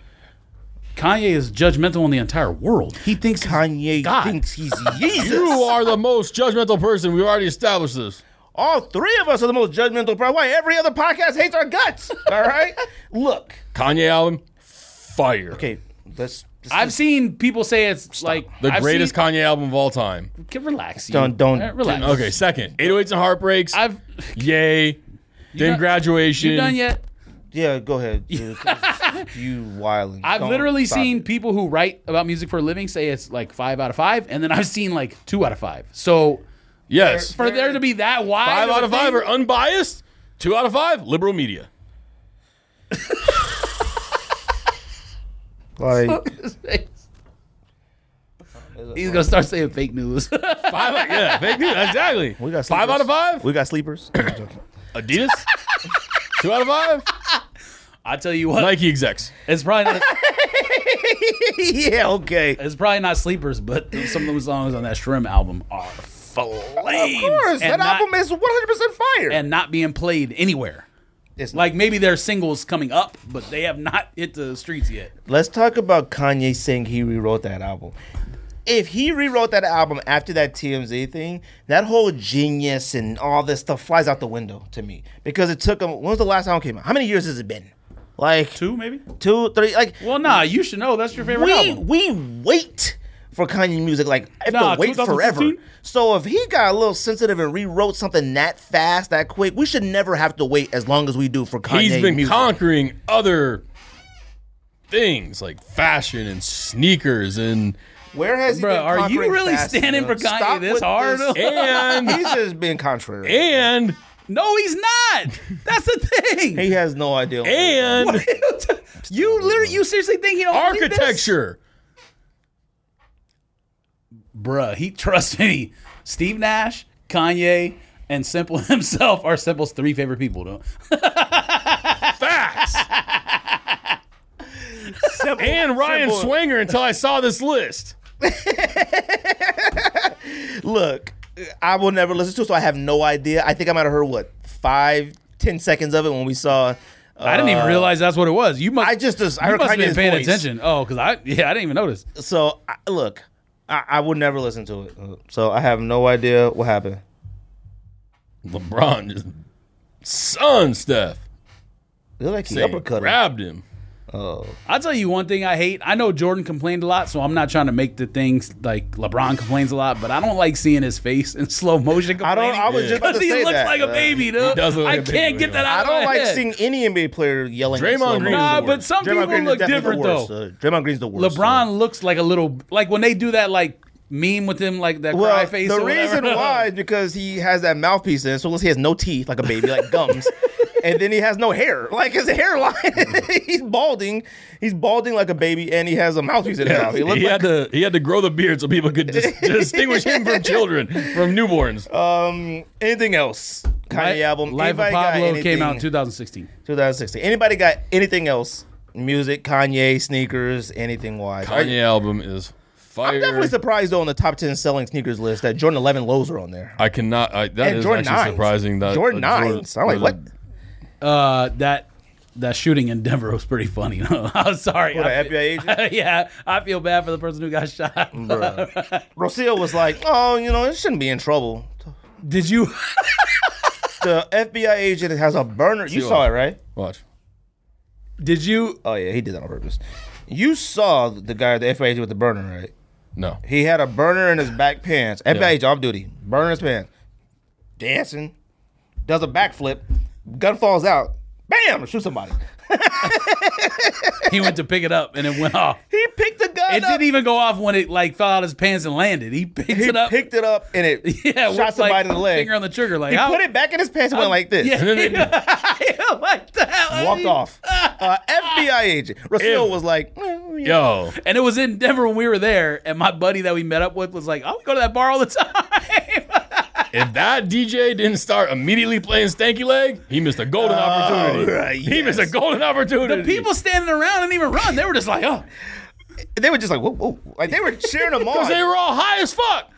S3: Kanye is judgmental on the entire world. He thinks
S4: Kanye
S3: God.
S4: thinks he's [laughs] Jesus.
S5: You are the most judgmental person. We already established this.
S4: All three of us are the most judgmental. Bro, why every other podcast hates our [laughs] guts? All right, look.
S5: Kanye album, fire.
S4: Okay, let's. let's
S3: I've seen people say it's like
S5: The
S3: I've
S5: greatest
S3: Seen,
S5: Kanye album of all time.
S3: Okay, relax. you.
S4: Don't- don't-
S3: Uh, relax.
S5: Okay, second, 808s and Heartbreaks.
S3: I've
S5: Yay. Then
S3: done-
S5: graduation.
S3: you done yet?
S4: yeah,
S3: [laughs]
S4: go ahead. Dude, 'cause you wilding.
S3: I've
S4: Don't
S3: literally
S4: stop
S3: seen
S4: it.
S3: people who write about music for a living say it's like five out of five, and then I've seen like two out of five. So
S5: Yes.
S3: for there to be that wide,
S5: five out
S3: a
S5: of
S3: [laughs]
S5: five
S3: thing-
S5: are unbiased. Two out of five, liberal media.
S4: like
S3: He's gonna start saying fake news. [laughs]
S5: Five, [laughs] out- yeah, fake news. Exactly.
S4: we got
S5: five
S4: sleepers.
S5: out of five.
S4: We got sleepers. No, I'm joking.
S5: Adidas.
S4: [laughs]
S5: Two out of five.
S3: I tell you what,
S5: Nike execs.
S3: it's probably not,
S4: [coughs] yeah, okay.
S3: it's probably not sleepers, but some of those songs on that Shrimp album are flames.
S4: Of course,
S3: and
S4: that
S3: not,
S4: album is 100% fire.
S3: and not being played anywhere.
S4: It's-
S3: Like maybe their singles coming up, but they have not hit the streets yet.
S4: let's talk about Kanye saying he rewrote that album. If he rewrote that album after that TMZ thing, that whole genius and all this stuff flies out the window to me because it took him. When was the last album came out? How many years has it been? Like
S3: Two maybe.
S4: two, three. Like
S3: Well, nah, you should know that's your favorite
S4: we
S3: album.
S4: we wait for Kanye music like I have
S3: Nah,
S4: to wait
S3: 2015?
S4: forever. So if he got a little sensitive and rewrote something that fast, that quick, we should never have to wait as long as we do for Kanye.
S5: He's been
S4: music.
S5: conquering other things like fashion and sneakers and
S4: Where has he
S3: Bruh,
S4: been?
S3: are you
S4: conquering
S3: really
S4: fast
S3: standing
S4: enough?
S3: for Kanye
S4: Stop
S3: this
S4: with
S3: hard?
S5: and
S4: [laughs] He's just been contrary.
S5: and
S3: No, he's not. That's the thing.
S4: He has no idea. what he's doing.
S5: and
S3: [laughs] you literally, you seriously think he don't believe this?
S5: architecture.
S3: bruh? He trust me. Steve Nash, Kanye, and Simple [laughs] himself are Simple's three favorite people. Though.
S5: Facts. [laughs]
S3: [laughs]
S5: and Ryan
S4: Simple.
S5: Swanger until I saw this list.
S4: look, I will never listen to it, so I have no idea. I think I might have heard what five, ten seconds of it when we saw. Uh,
S3: I didn't even realize that's what it was. You must.
S4: I just, I
S3: you
S4: heard
S3: must have been
S4: Kanye's
S3: paying
S4: voice.
S3: attention. Oh, because I yeah, I didn't even notice.
S4: So I, look, I, I would never listen to it. So I have no idea what happened.
S5: LeBron just son Steph.
S4: It looked like he
S5: They
S4: uppercut. him.
S5: grabbed him.
S4: Oh,
S3: I'll tell you one thing I hate. I know Jordan complained a lot, so I'm not trying to make the things like LeBron complains a lot, but I don't like seeing his face in [laughs] slow motion
S4: I
S3: complaining.
S4: don't. I was just about
S3: Because
S4: to
S3: he
S4: say
S3: looks
S4: that.
S3: like a
S4: uh,
S3: baby, dude.
S5: does look like
S3: I
S5: a baby
S3: can't get
S5: anyway.
S3: that
S4: I
S3: out of
S4: don't
S3: my
S4: like
S3: head.
S4: seeing any NBA player yelling. in
S5: Draymond
S4: slow
S5: Green is
S4: motion.
S5: the
S3: Nah, but
S5: worst.
S3: some
S4: Draymond
S3: people
S4: Green is
S3: look
S4: definitely
S3: different
S4: the worst.
S3: though.
S4: Uh, Draymond Green's the worst.
S3: LeBron looks like a little like when they do that like meme with him like that cry face.
S4: The
S3: or whatever.
S4: reason
S3: [laughs]
S4: why is because he has that mouthpiece in, so he has no teeth like a baby,
S3: [laughs]
S4: like gums. and then he has no hair. Like his hairline. [laughs] he's balding. He's balding like a baby and he has a mouthpiece in his mouth. He looks
S5: he
S4: like
S5: had to he had to grow the beard
S4: [laughs]
S5: so
S4: Uh,
S5: people could dis- distinguish him from children, from newborns.
S4: anything else.
S3: [laughs]
S4: Kanye album.
S3: Life of
S4: Anybody got
S3: Pablo came
S4: anything-
S3: out in 2016.
S4: 2016. Anybody got anything else? Music, Kanye, sneakers, anything wise? Are-
S5: Kanye album is
S4: I'm definitely
S5: fire.
S4: surprised though on the top 10 selling sneakers list that Jordan 11 lows are on there.
S5: I cannot. I, that
S4: And
S5: is
S4: Jordan
S5: actually
S4: 9s.
S5: surprising. That
S4: Jordan
S5: uh,
S4: 9s. I'm like, what?
S3: Uh, that that shooting in Denver was pretty funny. [laughs] I'm sorry.
S4: What,
S3: I
S4: an FBI agent?
S3: [laughs] fe- yeah, I feel bad for the person who got shot.
S4: Rocio was like, oh, you know, it shouldn't be in trouble.
S3: [laughs] Did you?
S4: The FBI agent has a burner. You
S5: See
S4: saw
S5: what?
S4: it, right?
S5: Watch.
S3: Did you?
S4: Oh, yeah, he did that on purpose. You saw the guy, the FBI agent with the burner, right?
S5: No.
S4: He had a burner in his back pants. FBI
S5: Yeah.
S4: agent off duty, burner in his pants, dancing, does a backflip, gun falls out, bam, shoot somebody.
S3: He went to pick it up and it went off.
S4: He picked the gun
S3: It
S4: up.
S3: didn't even go off when it like fell out his pants and landed. He picked
S4: he
S3: it up.
S4: picked it up and
S3: [laughs]
S4: it
S3: yeah, with,
S4: shot somebody
S3: like,
S4: in the leg.
S3: Finger on the trigger. Like
S4: he
S3: how-
S4: put it back in his pants and went like
S3: [laughs]
S4: this.
S3: Yeah, yeah, [laughs] like that. [laughs]
S4: Walked off. Uh, FBI agent. Rocio was like, "Mm, yeah."
S5: Yo.
S3: And it was in Denver when we were there, and my buddy that we met up with was like, "Oh, we go to that bar all the [laughs] time."
S5: If that DJ didn't start immediately playing Stanky Leg, he missed a golden opportunity.
S4: Oh, right,
S5: He missed a
S4: yes.
S5: golden opportunity.
S3: the people standing around didn't even run; they were just like, "Oh,
S4: They were just like, whoa, whoa. Like, they were
S3: [laughs]
S4: cheering him
S5: because they
S4: on.
S5: were all high as fuck.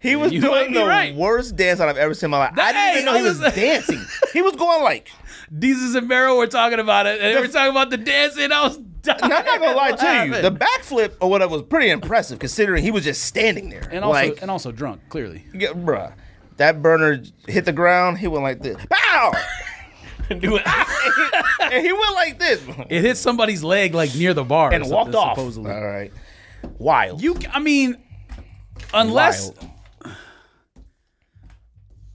S4: He was
S3: You might
S4: doing
S3: be
S4: the
S3: right.
S4: worst dance I've ever seen in my life. I didn't
S3: Hey,
S4: even know
S3: I
S4: he was,
S3: was- [laughs]
S4: dancing. he was going like,
S3: Jesus and Vero were talking about it, and they were talking about the dancing." I was dying.
S4: and I'm not gonna lie to you, the
S3: laughing.
S4: backflip or whatever was pretty impressive considering he was just standing there.
S3: and also
S4: like,
S3: and also drunk, clearly.
S4: yeah, bruh, that burner hit the ground. He went like this,
S3: [laughs]
S4: bow, and he went, [laughs] and he went like this,
S3: It hit somebody's leg like near the bar or
S4: and
S3: something,
S4: walked off.
S3: Supposedly,
S4: All right, wild.
S3: you. I mean, unless
S4: Wild.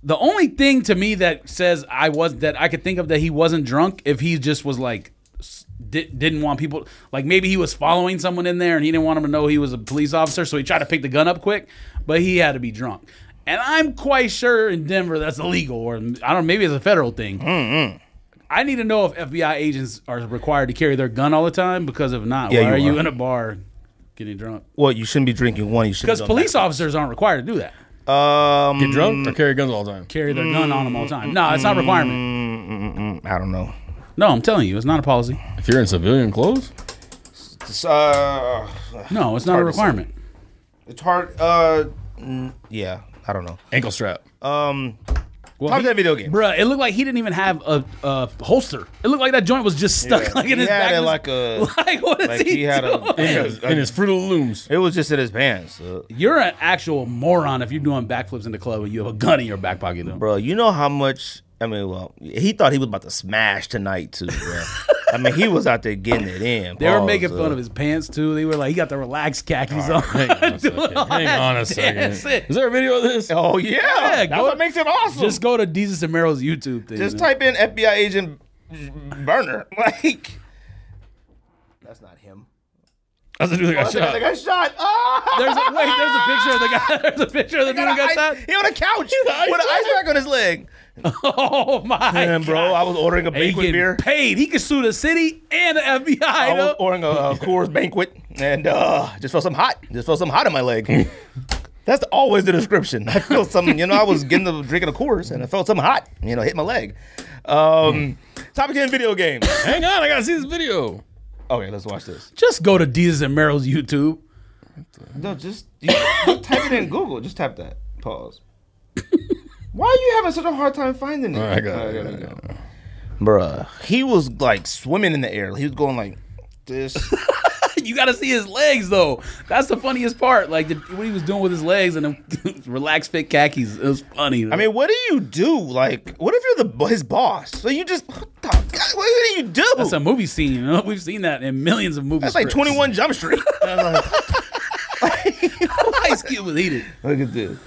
S3: the only thing to me that says I was that I could think of that he wasn't drunk if he just was like s- di- didn't want people like maybe he was following someone in there and he didn't want them to know he was a police officer so he tried to pick the gun up quick but he had to be drunk and I'm quite sure in Denver that's illegal or I don't know maybe it's a federal thing I need to know if FBI agents are required to carry their gun all the time because if not
S4: Yeah,
S3: why
S4: you
S3: are you
S4: are.
S3: in a bar getting drunk
S4: well, you shouldn't be drinking one. You should
S3: because police officers aren't required to do that
S4: Um,
S5: Get drunk or carry guns all the time.
S3: carry their gun on them all the time no it's not
S4: Mm.
S3: a requirement
S4: I don't know.
S3: no I'm telling you it's not a policy
S5: If you're in civilian clothes,
S4: It's, uh,
S3: No, it's not a
S4: hard to say.
S3: requirement.
S4: it's hard. Uh, mm, yeah, I don't know.
S5: ankle strap.
S3: Well,
S4: Top
S3: he-
S4: ten um, video game.
S3: Bruh, it looked like he didn't even have a, a holster. It looked like that joint was just stuck [laughs]
S4: Yeah,
S3: [laughs] like in
S4: he
S3: his
S4: had
S3: back.
S4: it
S3: of his-
S4: like a-
S3: like [laughs] what is
S4: like
S3: he,
S4: he had a-
S3: doing?
S5: in, his, in his Fruit of the Looms.
S4: It was just in his pants, uh,
S3: You're an actual moron if you're doing backflips in the club and you have a gun in your back pocket. Though.
S4: bro. You know how much? I mean, well, he thought he was about to smash tonight too. Bro. I mean, he was out there getting it in. uh,
S3: They were making fun of his pants too. They were like, he got the relaxed khakis on.
S5: Hang on
S3: [laughs]
S5: a
S3: Doing
S5: second.
S3: all
S5: [laughs] Hang
S3: that
S5: on a
S3: dance
S5: second.
S3: shit.
S5: Is there a video of this?
S4: [laughs] Oh yeah, that's
S3: go-
S4: what makes it awesome.
S3: Just
S4: Just,
S3: go to Jesus and Meryl's YouTube thing. man.
S4: type in FBI agent burner. [laughs] Like, that's not him.
S5: That's the dude that Oh, got
S4: They
S5: shot.
S4: got shot. Ah!
S3: There's a, wait, there's a picture of the guy. [laughs] There's a picture of the dude who
S4: [laughs]
S3: got shot.
S4: He on a couch with an ice pack on his leg.
S3: [laughs] Oh my!
S4: And bro, I was ordering a
S3: Hey, he
S4: banquet
S3: getting
S4: beer.
S3: paid. He could sue the city and the FBI.
S4: I was
S3: though.
S4: ordering a uh, Coors banquet, and uh, just felt something hot. Just felt something hot in my leg. That's always the description. I felt something. You know, I was getting the drinking a Coors, and I felt something hot. You know, hit my leg. Um, topic ten video games.
S5: Hang on, I gotta see this video.
S4: Okay, let's watch this.
S3: Just go to Jesus and Meryl's YouTube.
S4: No, just you, just type it in Google. Just type that. Pause. Why are you having such a hard time finding it?
S5: All right, I got it,
S4: All right,
S5: I got
S4: there we go. Bruh, he was like swimming in the air. He was going like this.
S3: [laughs] You got to see his legs though. That's the funniest part. Like the, what he was doing with his legs and them [laughs] relaxed fit khakis. It was funny.
S4: I mean, what do you do? Like, what if you're the his boss? So you just what, the, God, what do you do?
S3: that's a movie scene. you know? We've seen that in millions of movies.
S4: That's
S3: [laughs]
S4: like 21 Jump Street. [laughs] Look
S3: Ice Cube was heated.
S4: at this.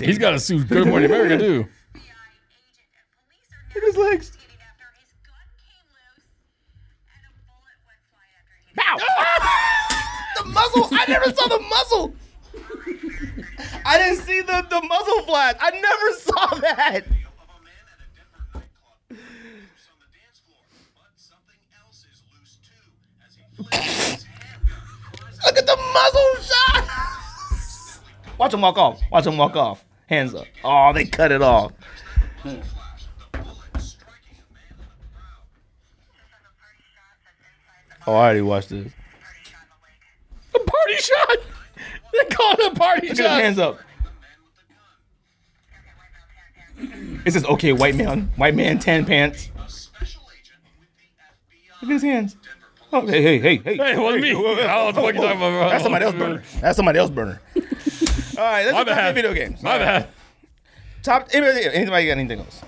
S5: He's got to sue Good Morning America [laughs] too.
S4: Look at his legs. Bow. [laughs] the muzzle. I never saw the muzzle. I didn't see the, the muzzle flash. I never saw that. Look at the muzzle shot. Watch him walk off. Watch him walk off. Hands up. Oh, they cut it off. Oh, I already watched this.
S5: A party shot. They call it a party
S4: Look at
S5: shot.
S4: them hands up. It says, okay, white man. White man, tan pants. Look at his hands. Oh, hey, hey, hey, hey.
S5: Hey, it wasn't me. I was fucking talking about.
S4: That's somebody else burner. That's somebody else burner.
S5: [laughs]
S4: All right, let's
S5: My
S4: talk about
S5: bad.
S4: video games.
S5: My bad. [laughs]
S4: Top anybody, anybody got anything else?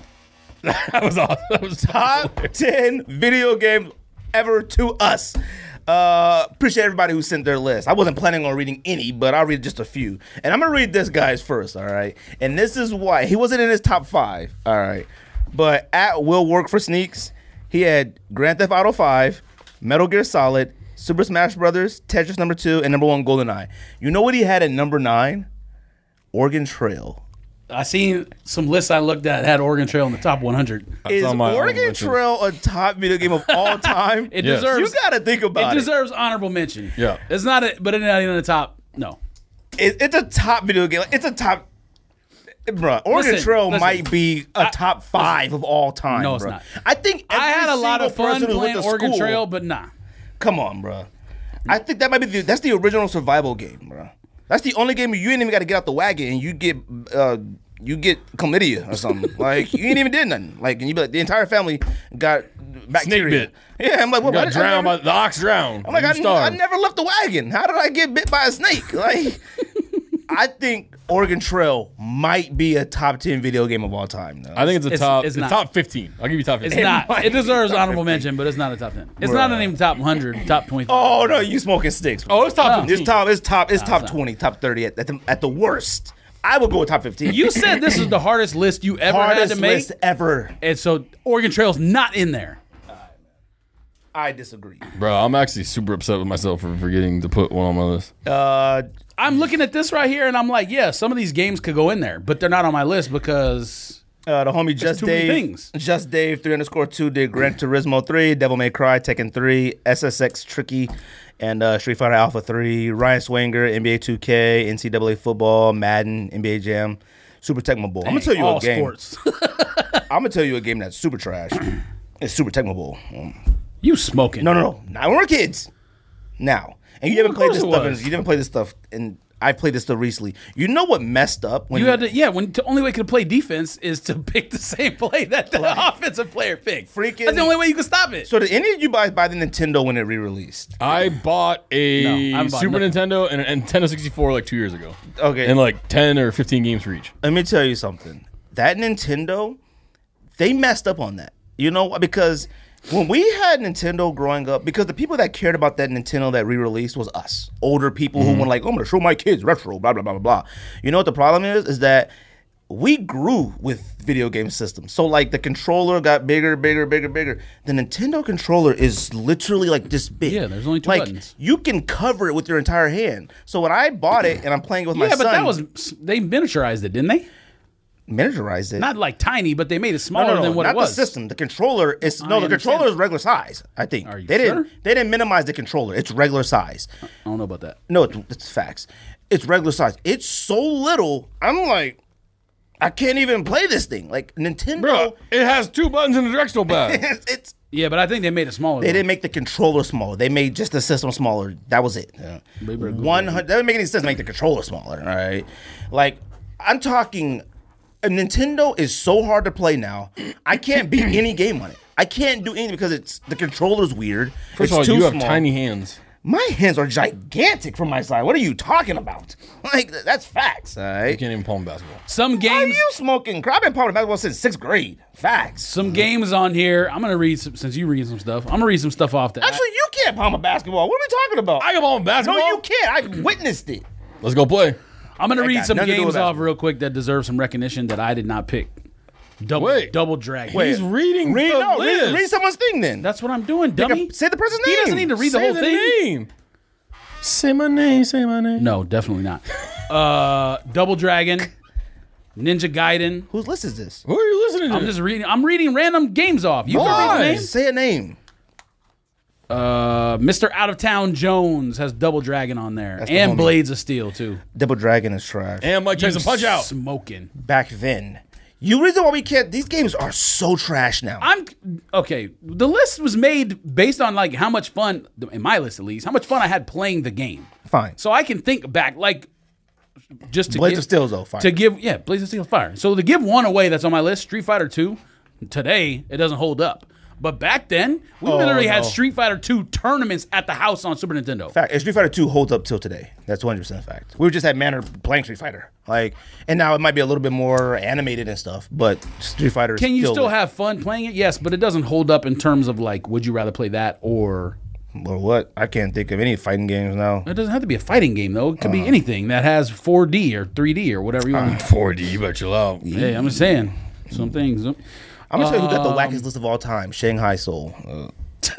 S5: That was awesome. That was
S4: Top ten video games ever to us. Uh, appreciate everybody who sent their list. I wasn't planning on reading any, but I'll read just a few. And I'm gonna read this guy's first, all right. And this is why he wasn't in his top five, all right. But at will work for sneaks. He had Grand Theft Auto Five, Metal Gear Solid, Super Smash Brothers, Tetris number two, and number one GoldenEye. You know what he had at number nine? Oregon Trail.
S3: I seen some lists I looked at had Oregon Trail in the top 100.
S4: Is
S5: on my own
S4: Oregon
S5: list.
S4: Trail a top video game of
S5: [laughs]
S4: all time?
S3: It
S5: Yes.
S3: deserves.
S4: you gotta think
S3: it
S4: about it.
S3: deserves honorable mention.
S5: Yeah.
S3: it's not. A, but it's not even in the top. No.
S4: It- It's a top video game. Like, It's a top. Bruh, Oregon
S3: Listen,
S4: Trail
S3: listen.
S4: might be a top five of all time.
S3: No, it's
S4: bruh.
S3: not.
S4: I think
S3: I
S4: every
S3: had a lot
S4: single
S3: of fun
S4: person who went
S3: playing
S4: to
S3: Oregon
S4: school-
S3: Trail, but nah.
S4: Come on, bruh. I think that might be the, that's the original survival game, bruh. That's the only game you ain't even got to get out the wagon and you get uh, you get chlamydia or
S3: [laughs]
S4: something. like you ain't even did nothing. Like and you be like the entire family got bacteria.
S5: bit.
S4: Yeah, I'm like, what?
S5: got
S4: Got
S5: drowned by the ox drowned.
S4: I'm like, I,
S5: you starved.
S4: I never left the wagon. How did I get bit by a snake?
S3: [laughs]
S4: Like, I think Oregon Trail might be a top 10 video game of all time, though.
S5: I think it's a
S3: It's-
S5: top.
S3: it's
S5: It's,
S3: not.
S5: top fifteen. I'll give you top
S3: It's
S5: fifteen.
S3: not.
S4: might
S3: It deserves
S4: be top
S3: honorable mention, but it's not a top 10. It's not
S4: Bruh.
S3: even top 100, top 20.
S4: oh, no, you smoking sticks.
S5: Oh, it's top
S3: No.
S5: fifteen.
S4: it's top, it's top, it's top
S3: it's not.
S4: 20, top 30 at, at, the, at the worst. I would go with top 15.
S3: You said this is the hardest list you ever had
S4: hardest
S3: to make.
S4: list ever.
S3: And so Oregon Trail's not in there.
S4: I disagree.
S5: Bro, I'm actually super upset with myself for forgetting to put one on my list.
S4: Uh,
S3: I'm looking at this right here and I'm like, yeah, some of these games could go in there, but they're not on my list because
S4: Uh, the homie Just
S3: too many
S4: Dave,
S3: things.
S4: Just Dave three underscore two did Gran Turismo three, Devil May Cry, Tekken three, SSX Tricky, and uh, Street Fighter Alpha three. Ryan Swanger, NBA two K, NCAA football, Madden, NBA Jam, Super Tecmo Bowl. I'm gonna tell you
S3: all
S4: a game.
S3: sports. [laughs]
S4: I'm gonna tell you a game that's super trash. [clears throat] it's Super Tecmo Bowl. Um,
S3: you smoking.
S4: No, no, no. Not when we're kids. Now, and you haven't
S3: of
S4: played
S3: course
S4: this
S3: it
S4: stuff. In,
S3: was.
S4: you didn't play this stuff, and I played this stuff recently. You know what messed up when
S3: You had to, yeah. When the only way you could play defense is to [laughs] pick the same play that the offensive player picked.
S4: Freaking-
S3: That's the only way you can stop it.
S4: So did any of you buy buy the Nintendo when it re released?
S5: I bought a
S3: No, I haven't bought
S5: Super
S3: nothing.
S5: Nintendo and a Nintendo 64 like two years ago.
S4: Okay.
S5: And Uh, like 10 or 15 games for each.
S4: let me tell you something. That Nintendo, they messed up on that. You know because when we had Nintendo growing up, because the people that cared about that Nintendo that re-released was us, older people
S3: Mm-hmm.
S4: who were like, "I'm gonna show my kids retro," blah blah blah blah blah. You know what the problem is? Is that we grew with video game systems. So like the controller got bigger, bigger, bigger, bigger. The Nintendo controller is literally like this big.
S3: Yeah, there's only two
S4: like,
S3: buttons.
S4: You can cover it with your entire hand. So when I bought it and I'm playing it with my
S3: yeah, but
S4: son,
S3: that was they miniaturized it, didn't they?
S4: miniaturized it.
S3: Not like tiny, but they made it
S4: No,
S3: smaller
S4: no, no,
S3: than what
S4: not
S3: it was.
S4: the system. The controller is
S3: I
S4: no, the
S3: understand.
S4: controller is regular size. I think
S3: Are you
S4: they didn't
S3: sure?
S4: they didn't minimize the controller. It's regular size.
S3: I don't know about that.
S4: No, it's, it's facts. It's regular size. It's so little. I'm like, I can't even play this thing. Like Nintendo,
S5: Bro, it has two buttons and a
S4: [laughs]
S5: directional [laughs] pad.
S4: it's, it's-
S3: Yeah, but I think they made it smaller.
S4: they
S3: though.
S4: didn't make the controller smaller. They made just the system smaller. That was it.
S3: better go
S4: One hundred. That didn't make any sense. to Make the controller smaller. All right, like I'm talking. a Nintendo is so hard to play now. I can't beat any game on it. I can't do anything because it's the controller's weird.
S5: First
S4: it's
S5: of all,
S4: too
S5: you have
S4: small.
S5: tiny hands.
S4: My hands are gigantic from my side. What are you talking about? [laughs] Like th- that's facts. All
S5: You
S4: right.
S5: can't even palm basketball.
S3: Some
S4: Why are
S3: games,
S4: you smoking? crap? I've been popping basketball since sixth grade. Facts.
S3: some games on here. I'm gonna read some, since you read some stuff. I'm gonna read some stuff off that.
S4: Actually, you can't palm a basketball. What are we talking about?
S5: I can palm
S4: no,
S5: basketball.
S4: you can't. I witnessed it.
S5: Let's go play.
S3: I'm gonna read
S4: got
S3: some
S4: nothing to do
S3: games
S4: with
S3: off
S4: basketball.
S3: real quick that deserve some recognition that I did not pick. Double
S5: Wait.
S3: Double Dragon.
S4: Wait.
S5: He's reading
S4: Read,
S5: the
S4: no, read,
S5: list.
S4: read someone's thing then.
S3: That's what I'm doing, dummy.
S4: say the person's
S3: He
S4: name.
S3: doesn't need to read
S5: Say
S3: the whole thing.
S5: name. Say my name. Say my name.
S3: No, definitely
S4: [laughs]
S3: not. Uh, Double Dragon, Ninja Gaiden.
S4: Whose list is this?
S5: Who are you listening to?
S3: I'm just reading. I'm reading random games off. You can read the
S5: Why?
S3: names.
S4: Say a name.
S3: Uh, Mr. Out of Town Jones has Double Dragon on there,
S4: That's the
S3: and
S4: homie.
S3: Blades of Steel too.
S4: Double Dragon is trash.
S5: And Mike Tyson
S3: You
S5: punch out.
S3: smoking.
S4: Back then, you reason why we can't. These games are so trash now.
S3: I'm okay. The list was made based on like how much fun, in my list at least, how much fun I had playing the game.
S4: Fine.
S3: So I can think back, like just to
S4: Blades
S3: give,
S4: of Steel is though fire.
S3: to give yeah, Blades of Steel is fire. So to give one away that's on my list, Street Fighter Two, today it doesn't hold up. But back then, we
S4: Oh,
S3: literally had
S4: no.
S3: Street Fighter Two tournaments at the house on Super Nintendo.
S4: fact, and Street Fighter Two holds up till today. That's one hundred percent fact. We were just at Manor playing Street Fighter, like, and now it might be a little bit more animated and stuff, but Street Fighter. is
S3: Can you
S4: still,
S3: still have fun playing it? Yes, but it doesn't hold up in terms of like, would you rather play that or
S4: or what? I can't think of any fighting games now.
S3: it doesn't have to be a fighting game though. It could
S4: Uh.
S3: be anything that has 4D or 3D or whatever you want.
S5: 4D, you bet you out.
S3: hey, I'm just saying some things. um,
S4: I'm gonna tell you who got the wackest list of all time: Shanghai Soul, Uh, [laughs]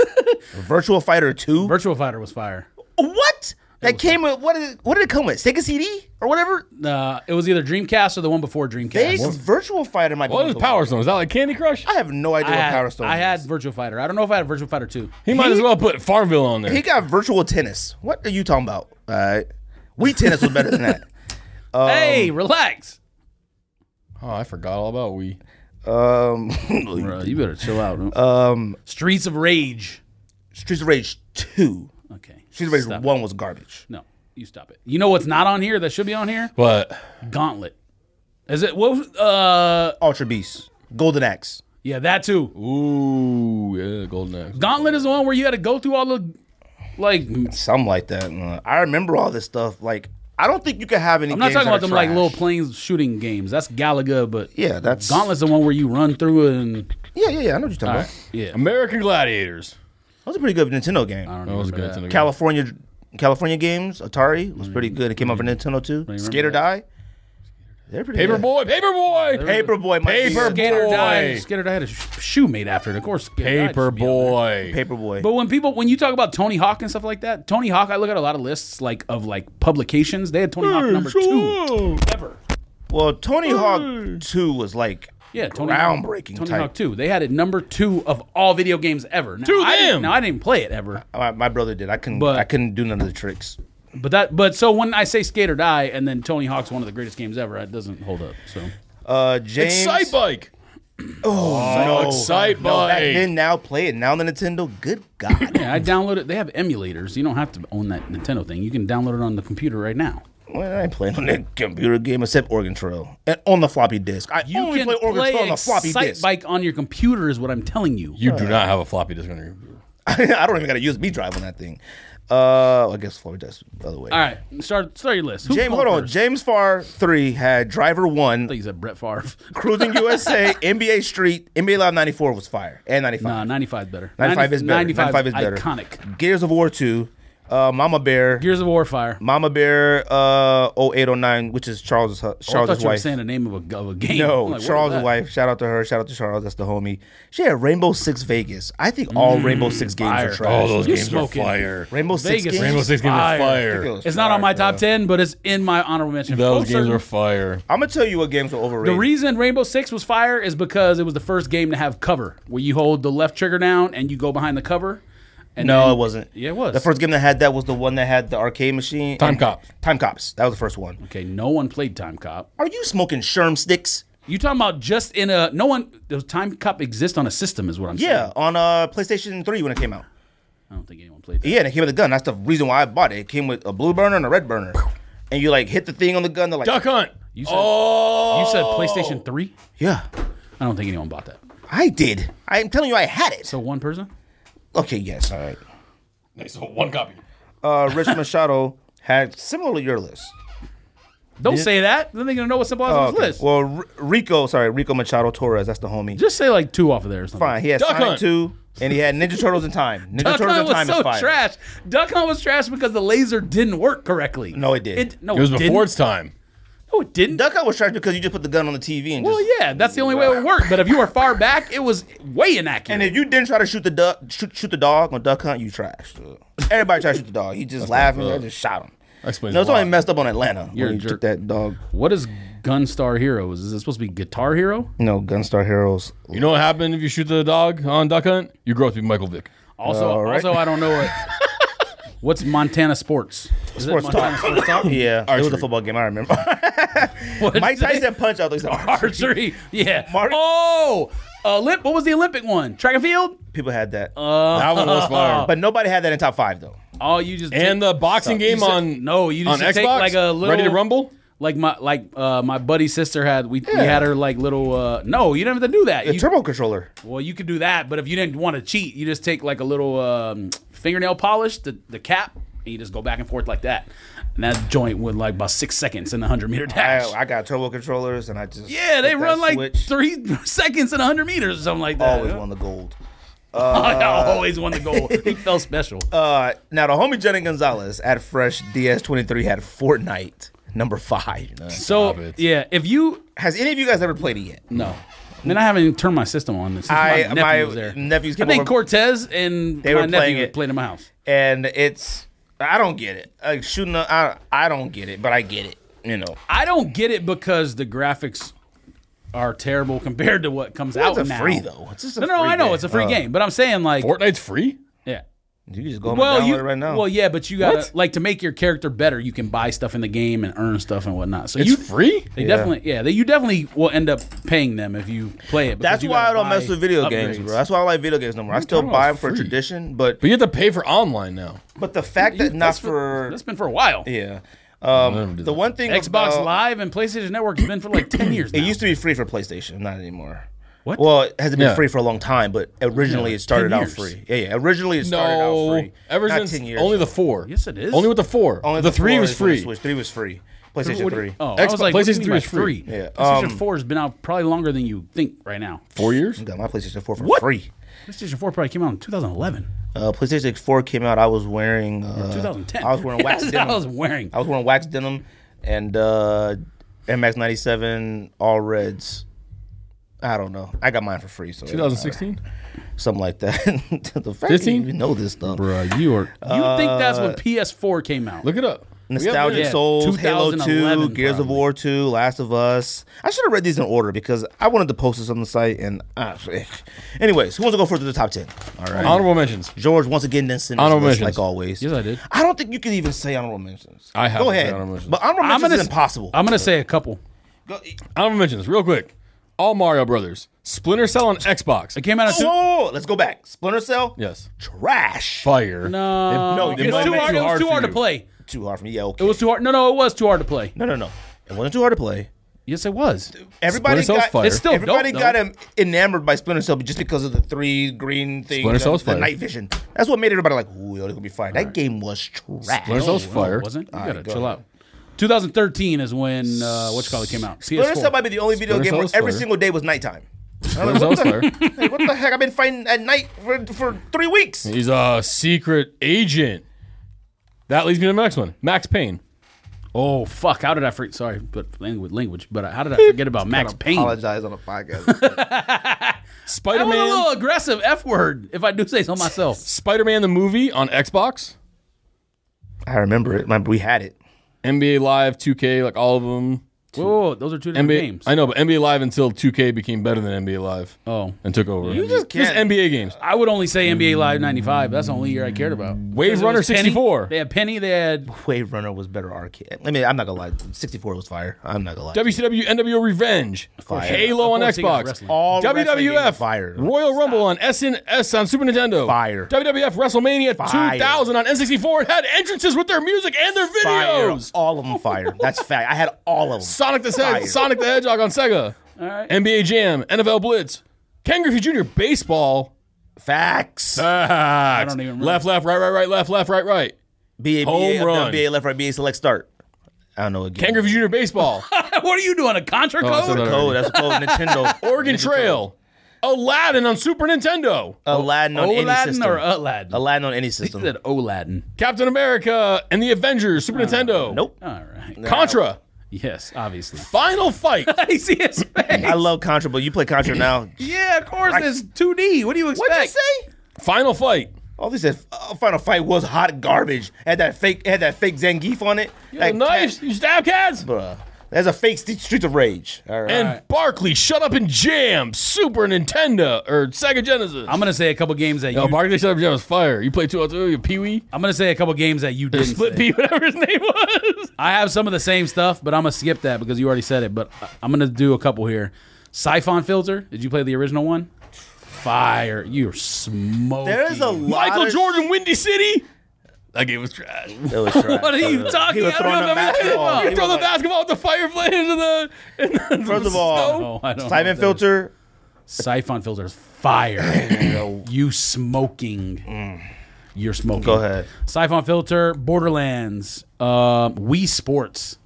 S4: Virtual Fighter Two.
S3: Virtual Fighter was fire.
S4: what? That came with what? Is, what did it come with? Sega CD or whatever?
S3: Uh, it was either Dreamcast or the one before Dreamcast.
S4: They Virtual Fighter might be.
S5: What
S4: one
S5: is
S4: of the
S5: Power
S4: worst.
S5: Stone? Is that like Candy Crush?
S4: I have no idea
S3: I
S4: what
S3: had,
S4: Power Stone.
S3: I had
S4: is.
S3: Virtual Fighter. I don't know if I had Virtual Fighter 2.
S5: He might as well put Farmville on there.
S4: He got virtual tennis. What are you talking about? All right, we tennis was better
S3: [laughs]
S4: than that. Um,
S3: hey, relax.
S5: Oh, I forgot all about we.
S4: Um, [laughs]
S3: Bro, you better chill out. Um, Streets of Rage.
S4: Streets of Rage two.
S3: Okay.
S4: Streets of Rage
S3: Stop it.
S4: one was garbage.
S3: No, you stop it. You know what's not on here that should be on here?
S5: But
S3: Gauntlet. Is it what was- uh
S4: Ultra Beast, Golden Axe.
S3: yeah, that too.
S5: ooh, yeah, Golden Axe.
S3: Gauntlet is the one where you had to go through all the like I'm
S4: Something like that. Uh, I remember all this stuff. Like I don't think you could have any.
S3: not
S4: games
S3: talking
S4: that
S3: about
S4: are
S3: them like
S4: trash.
S3: little planes shooting games. That's Galaga, but
S4: Yeah, that's
S3: Gauntlet's the one where you run through it and
S4: Yeah, yeah, yeah. I know what you're talking about.
S3: yeah.
S5: American Gladiators.
S4: That was a pretty good Nintendo game.
S3: I don't
S5: That
S3: remember
S5: was good.
S3: that.
S5: Nintendo game.
S4: California California games, Atari was pretty good. It came out for Nintendo too. Skater Die. They're pretty
S5: Paperboy,
S4: good.
S5: Paperboy,
S4: Paperboy. might be-
S5: Paper-
S3: Skater
S5: Boy.
S3: died. Skater died had a sh- shoe made after it. Of course, Skater died should be on there.
S5: Paperboy.
S4: Paperboy.
S3: But when people, when you talk about Tony Hawk and stuff like that, Tony Hawk, I look at a lot of lists like of like publications. They had Tony Hawk number two ever.
S4: well, Tony Hawk Two was like
S3: Yeah, Tony
S4: groundbreaking
S3: Tony
S4: type.
S3: Hawk Two. They had it number two of all video games ever. Now,
S5: To
S3: I didn't-
S5: them.
S3: Now I didn't play it ever,
S4: My, my brother did. I couldn't.
S3: But-
S4: I couldn't do none of the tricks.
S3: but that. But so when I say Skate or Die, and then Tony Hawk's one of the greatest games ever, it doesn't hold up. So
S4: Uh, James. Oh,
S5: Excite Bike.
S4: no,
S5: Excite
S4: no, back
S5: Bike.
S4: then, now play it. Now on the Nintendo. Good
S3: [laughs]
S4: God.
S3: yeah, I downloaded. They have emulators. You don't have to own that Nintendo thing. You can download it on the computer right now.
S4: well, I ain't playing on that computer game except Oregon Trail and on the floppy disk. I
S3: You
S4: only
S3: can
S4: play Oregon Trail on the floppy
S3: Excite
S4: disk.
S3: Bike on your computer is what I'm telling you.
S5: You do not have a floppy disk on your computer.
S4: [laughs] I don't even got a USB drive on that thing. Uh, I guess floppy disk the other way.
S3: All right, start start your list. Who's
S4: James,
S3: going
S4: hold on.
S3: first?
S4: James Farr three had Driver one,
S3: I [laughs] think he said Brett Favre.
S4: Cruising USA, NBA Street, NBA Live ninety four was fire and ninety
S3: Nah,
S4: five.
S3: 95 is better.
S4: 95 is better.
S3: 95
S4: 95 is better.
S3: Iconic.
S4: Gears of War two, uh, Mama Bear,
S3: Gears of Warfire.
S4: Mama Bear uh 0809, which is Charles' hu-
S3: Oh, I thought
S4: Charles'
S3: you were
S4: wife.
S3: saying the name of a, g- of a game.
S4: no,
S3: I'm like, what is
S4: Charles'
S3: that?
S4: wife. Shout out to her. Shout out to Charles. That's the homie. She had Rainbow Six Vegas. I think all Rainbow Six games
S3: Mm, fire.
S4: are trash.
S5: All Oh, those
S3: You
S5: games
S3: smoking.
S5: are fire.
S4: Rainbow Six
S3: Vegas.
S4: games.
S5: Rainbow Six games
S3: Fire.
S5: are fire.
S4: Ridiculous
S3: It's not on my
S4: trash,
S3: top
S4: bro.
S3: 10, but it's in my honorable mention.
S5: Those
S3: For
S5: games
S3: certain-
S5: are fire.
S4: I'm gonna tell you what games are overrated.
S3: The reason Rainbow Six was fire is because it was the first game to have cover, where you hold the left trigger down and you go behind the cover. And
S4: No,
S3: then-
S4: it wasn't.
S3: Yeah, it was.
S4: The first game that had that was the one that had the arcade machine.
S5: Time
S4: and-
S5: Cop.
S4: Time Cops. That was the first one.
S3: Okay, no one played Time Cop.
S4: Are you smoking Sherm sticks?
S3: You talking about just in a no one? Does Time Cop exist on a system? Is what I'm
S4: Yeah,
S3: saying.
S4: on uh, PlayStation 3 when it came out.
S3: I don't think anyone played. That.
S4: Yeah, and it came with a gun. That's the reason why I bought it. It came with a blue burner and a red burner. And you like hit the thing on the gun. They're like,
S5: Duck Hunt.
S3: You said-
S5: oh,
S3: You said PlayStation Three.
S4: yeah,
S3: I don't think anyone bought that.
S4: I did. I'm telling you, I had it.
S3: So one person.
S4: Okay, yes,
S3: [laughs]
S4: all right.
S5: Nice, so one copy.
S4: Uh, Rich Machado had similar to your list.
S3: Don't say that. Then they're gonna know what's symbolized on
S4: Okay.
S3: this list.
S4: Well, R- Rico, sorry, Rico Machado Torres. That's the homie.
S3: Just say like two off of there or something.
S4: Fine. He had
S5: Duck
S4: Sonic
S5: Hunt.
S4: 2, and he had Ninja Turtles in Time. Ninja
S3: Duck
S4: Turtles in
S3: Hunt
S4: Time
S3: was so
S4: is fire.
S3: trash. Duck Hunt was trash because the laser didn't work correctly.
S4: No, it did.
S3: no,
S5: It was
S3: didn't.
S5: before its time.
S3: No, it didn't.
S4: Duck Hunt was trash because you just put the gun on the TV and
S3: well,
S4: just.
S3: yeah, that's the only way it would work. But if you were far back, it was way inaccurate.
S4: And if you didn't try to shoot the duck, shoot, shoot the dog on Duck Hunt, you trashed. Everybody tried to shoot the dog. He just laughing. I just shot him.
S5: That explains
S4: No, it's
S5: a
S4: only
S5: lot.
S4: messed up on Atlanta.
S3: You're
S4: when
S3: a
S4: you
S3: jerk.
S4: took that dog.
S3: what is Gunstar Heroes? Is it supposed to be Guitar Hero?
S4: No, Gunstar Heroes.
S5: You know what happened if you shoot the dog on Duck Hunt? You grow up to be Michael Vick.
S3: Also,
S4: All right.
S3: also, I don't know what. What's Montana sports? Is it
S4: Sports
S3: Montana
S4: talk.
S3: Sports
S4: [laughs]
S3: Talk?
S4: Yeah, it was a
S5: Archery.
S4: football game. I remember.
S3: [laughs] What
S4: Mike
S3: is it?
S4: Tyson punch out. They said,
S3: archery.
S4: [laughs]
S3: Yeah.
S4: Mark-
S3: oh, Olymp- What was the Olympic one? Track and field.
S4: People had that,
S3: Uh,
S5: that one was fire.
S4: but nobody had that in top five though.
S3: Oh, you just
S5: and
S3: take-
S5: the boxing game
S3: said-
S5: on
S3: no, you
S5: on
S3: just
S5: Xbox
S3: take, like, a
S5: Ready to
S3: little-
S5: Rumble.
S3: like my like uh my buddy's sister had we, we had her like little uh no you don't have to do that
S4: The
S3: You-
S4: turbo controller.
S3: well you could do that but if you didn't want to cheat you just take like a little um, fingernail polish the the cap and you just go back and forth like that and that joint would like about six seconds in the hundred meter
S4: I,
S3: dash
S4: I got turbo controllers, and I just
S3: yeah they
S4: hit that
S3: run like
S4: switch.
S3: three [laughs] seconds in hundred meters or something like that
S4: Always
S3: [laughs]
S4: won the gold.
S3: I always won the
S4: [laughs]
S3: goal he felt special
S4: Uh, now the homie Jenny Gonzalez at Fresh DS23 had Fortnite number five.
S5: Stop
S3: so
S5: it.
S3: yeah if you
S4: Has any of you guys ever played it yet?
S3: no I mean I haven't even turned my system on since
S4: I-
S3: my nephew
S4: my
S3: was there
S4: nephews
S3: I
S4: came
S3: think
S4: over-
S3: Cortez and
S4: They
S3: my
S4: were
S3: nephew
S4: playing it.
S3: played in my house.
S4: And it's I don't get it. Like shooting, a- I I don't get it, but I get it. You know,
S3: I don't get it because the graphics are terrible [laughs] compared to what comes out
S4: it's a
S3: now.
S4: free though. It's just a
S3: No, no,
S4: free
S3: I know
S4: game.
S3: it's a free
S4: Uh,
S3: game, but I'm saying like,
S5: Fortnite's free.
S3: yeah.
S4: You can just go home and
S3: Well,
S4: download
S3: you
S4: it right now.
S3: well, yeah, but you gotta
S5: What?
S3: like to make your character better. You can buy stuff in the game and earn stuff and whatnot. So
S5: It's
S3: you
S5: free.
S3: they definitely, yeah, they, you definitely will end up paying them if you play it. because
S4: That's
S3: you
S4: why I
S3: gotta
S4: don't
S3: buy
S4: mess with video games,
S3: upgrades.
S4: bro. That's why I like video games no more. I still
S5: talking
S4: buy them
S5: about
S4: for
S5: free.
S4: tradition, but
S5: But you have to pay for online now.
S4: but the fact that not
S3: That's
S4: for
S3: that's been for a while.
S4: yeah,
S5: never
S4: um,
S5: do
S4: the
S5: that.
S4: one thing
S3: Xbox
S4: about-
S3: Live and PlayStation Network has been for like
S4: [clears throat]
S3: ten years. Now.
S4: It used to be free for PlayStation, not anymore.
S3: What?
S4: Well, it hasn't been
S5: Yeah.
S4: free for a long time, but originally it started
S3: 10
S4: out
S3: years.
S4: free. Yeah, yeah. Originally it started
S5: No,
S4: out free.
S5: ever
S4: Not
S5: since
S4: 10 years.
S5: only the four.
S3: Yes, it is.
S5: Only with the four.
S4: Only
S5: the, three
S4: four
S5: was
S4: is when it
S5: free.
S4: switched. Three was free. PlayStation
S3: What do you-
S4: three.
S3: Oh, I
S5: Xbox-
S3: was like,
S5: PlayStation 3
S3: 3
S5: is free.
S4: Yeah,
S3: PlayStation
S4: um,
S3: 4 has been out probably longer than you think right now.
S5: Four years.
S4: Got my PlayStation four for
S3: What?
S4: free.
S3: PlayStation 4 probably came out in 2011.
S4: Uh, PlayStation four came out. I was wearing. Uh,
S3: 2010.
S4: I was wearing wax
S3: [laughs] That's
S4: denim.
S3: what I was wearing.
S4: I was wearing wax denim and uh, MX ninety seven all reds. I don't know. I got mine for free, so it doesn't matter.
S5: 2016.
S4: something like that. [laughs] the fact that you
S5: 15?
S4: even know this stuff.
S5: you
S3: You
S5: are.
S3: think that's
S4: uh,
S3: when PS4 came out?
S5: Look it up. We have
S4: Nostalgic
S5: it.
S3: Yeah,
S4: Souls, Halo 2,
S3: 2011
S4: Gears of
S3: probably.
S4: War 2, Last of Us. I should have read these in order because I wanted to post this on the site. And uh, anyways, who wants to go first to the top ten? All right,
S5: Honorable mentions.
S4: George once again didn't send his
S5: Um, Honorable
S4: list,
S5: mentions.
S4: like always.
S3: Yes, I did.
S4: I don't think you can even say honorable mentions.
S5: I have
S4: go
S5: to say
S4: ahead,
S5: honorable mentions.
S4: but honorable
S3: I'm
S4: mentions
S3: gonna
S4: is
S3: s-
S4: impossible.
S3: I'm going to say a couple.
S5: [laughs]
S4: Go-
S5: Honorable mentions. Real quick. All Mario Brothers. Splinter Cell on Xbox.
S3: It came out in
S4: Whoa,
S3: two-
S4: whoa, whoa, let's go back. Splinter Cell,
S5: Yes.
S4: trash.
S5: Fire.
S3: No,
S5: no.
S4: it
S3: it was
S4: might
S3: too
S4: make
S3: hard.
S4: it
S3: It was too hard to
S5: play.
S3: play.
S4: Too hard for me. Yeah, okay.
S3: It was too hard. No, no, it was too hard to play.
S4: no, no, no. It wasn't too hard to play.
S3: Yes, it was.
S4: Everybody
S5: Splinter Cell's
S4: got
S5: fire. It's
S3: still
S4: everybody
S3: dope, though.
S4: got em- enamored by Splinter Cell just because of the three green things, uh,
S5: Splinter Cell's
S4: the
S5: fire.
S4: night vision. That's what made everybody like, "Ooh, it's gonna be fire." That game was trash.
S5: Splinter Cell's
S3: No,
S5: fire.
S3: Oh, It wasn't. You
S4: All
S3: got to
S4: right, go
S3: chill
S4: ahead.
S3: out. 2013 is when uh, what you call it came out.
S4: Splinter Cell
S3: PS4.
S4: might be the only video
S5: Splinter
S4: game where
S5: Cell's
S4: every
S5: fire.
S4: single day was nighttime.
S3: [laughs]
S5: Splinter Cell's fire.
S4: Hey, what the heck? I've been fighting at night for for three weeks.
S5: He's a secret agent. That leads me to the next one. Max Payne.
S3: Oh fuck! How did I forget? Sorry, but language, language. But uh, how did [laughs] I forget about Max Payne?
S4: Apologize on the podcast.
S3: I
S5: Spider
S3: was a little
S5: Man.
S3: aggressive F word, if I do say so [laughs] myself.
S5: Spider Man the movie on Xbox.
S4: [laughs] I remember it. My- We had it.
S5: NBA Live, 2K, like all of them.
S3: Whoa, whoa, whoa, those are two different
S5: NBA,
S3: games.
S5: I know, but NBA Live until 2K became better than NBA Live
S3: oh,
S5: and took over. You
S4: just can't-
S5: NBA games.
S3: I would only say NBA Live '95. That's the only year I cared about. Because it
S5: Runner
S3: was Penny.
S5: 64.
S3: They had Penny. They had
S4: Wave Runner was better arcade. I mean, I'm not gonna lie. 64 was fire. I'm not gonna lie.
S5: WCW NWO Revenge,
S4: course.
S5: Halo on
S3: Of course he got
S5: Xbox,
S3: wrestling.
S4: All wrestling games are
S5: WWF,
S4: fire.
S5: Royal Rumble on SNS on Super Nintendo,
S4: Fire.
S5: WWF WrestleMania
S4: Fire.
S5: 2000 on N64 and had entrances with their music and their
S4: fire.
S5: videos.
S4: All of them fire. That's fact. I had all of them.
S5: Sonic the
S4: Fire.
S5: Hedgehog, Sonic the Hedgehog on Sega,
S3: right.
S5: NBA Jam, NFL Blitz, Ken Griffey Jr. baseball.
S4: Facts.
S5: I
S3: don't even remember.
S5: Left, left, right, right, right, left, left, right, right.
S4: BA,
S5: Home
S4: BA,
S5: run.
S4: BA left right, BA select start. I don't know again.
S5: Ken Griffey Jr. baseball.
S3: [laughs] what are you doing? A contra
S5: I said
S3: code?
S5: that.
S4: Code. That's a code. Nintendo.
S5: Oregon
S4: Ninja
S5: Trail, Aladdin on Super Nintendo,
S4: Turtles. Aladdin on any
S3: Oladdin
S4: system.
S3: Oh, or uh, Utladin?
S4: Aladdin on any
S3: He [laughs]
S4: system.
S3: said Oladdin.
S5: Captain America and the Avengers, Super Nintendo.
S4: nope.
S3: All right.
S5: Contra,
S3: Yes, [laughs] obviously.
S5: Final Fight.
S3: I see his face.
S4: I love Contra, but you play Contra now.
S3: [laughs] Yeah, of course. It's 2D. What do you expect?
S4: What'd you say?
S5: Final Fight.
S4: All these said uh, Final Fight was hot garbage. Had that fake had that fake Zangief on it.
S5: The
S4: That
S5: knives. You stab cats.
S4: cat- bruh. There's a fake St- Streets of Rage. All right.
S5: And Barkley, shut up and jam Super Nintendo or Sega Genesis.
S3: I'm gonna say a couple games that you.
S5: Yo, Barkley, shut up and jam was fire. You play 202, you Pee Wee,
S3: I'm gonna say a couple games that you didn't.
S5: Split
S3: say.
S5: Pee, [laughs] whatever his name was.
S3: I have some of the same stuff, but I'm gonna skip that because you already said it. But I- I'm gonna do a couple here. Siphon filter. Did you play the original one? Fire. You're smoking.
S4: There is a lot
S5: Michael
S4: of-
S5: Jordan, Windy City. That game was [laughs] trash.
S4: That was trash.
S3: What are you talking?
S4: He was
S3: I don't
S4: throwing
S3: remember
S4: a
S3: that.
S4: basketball.
S5: You
S4: He
S5: throw
S4: was like-
S5: the basketball with the fire flames in the, in the
S4: First of all,
S5: snow.
S3: Oh, I don't. know
S4: Simon
S3: what that is.
S4: Filter.
S3: Siphon filter is fire. you smoking. You're smoking.
S4: Mm. Go ahead.
S3: Siphon filter. Borderlands. Uh, Wii Sports.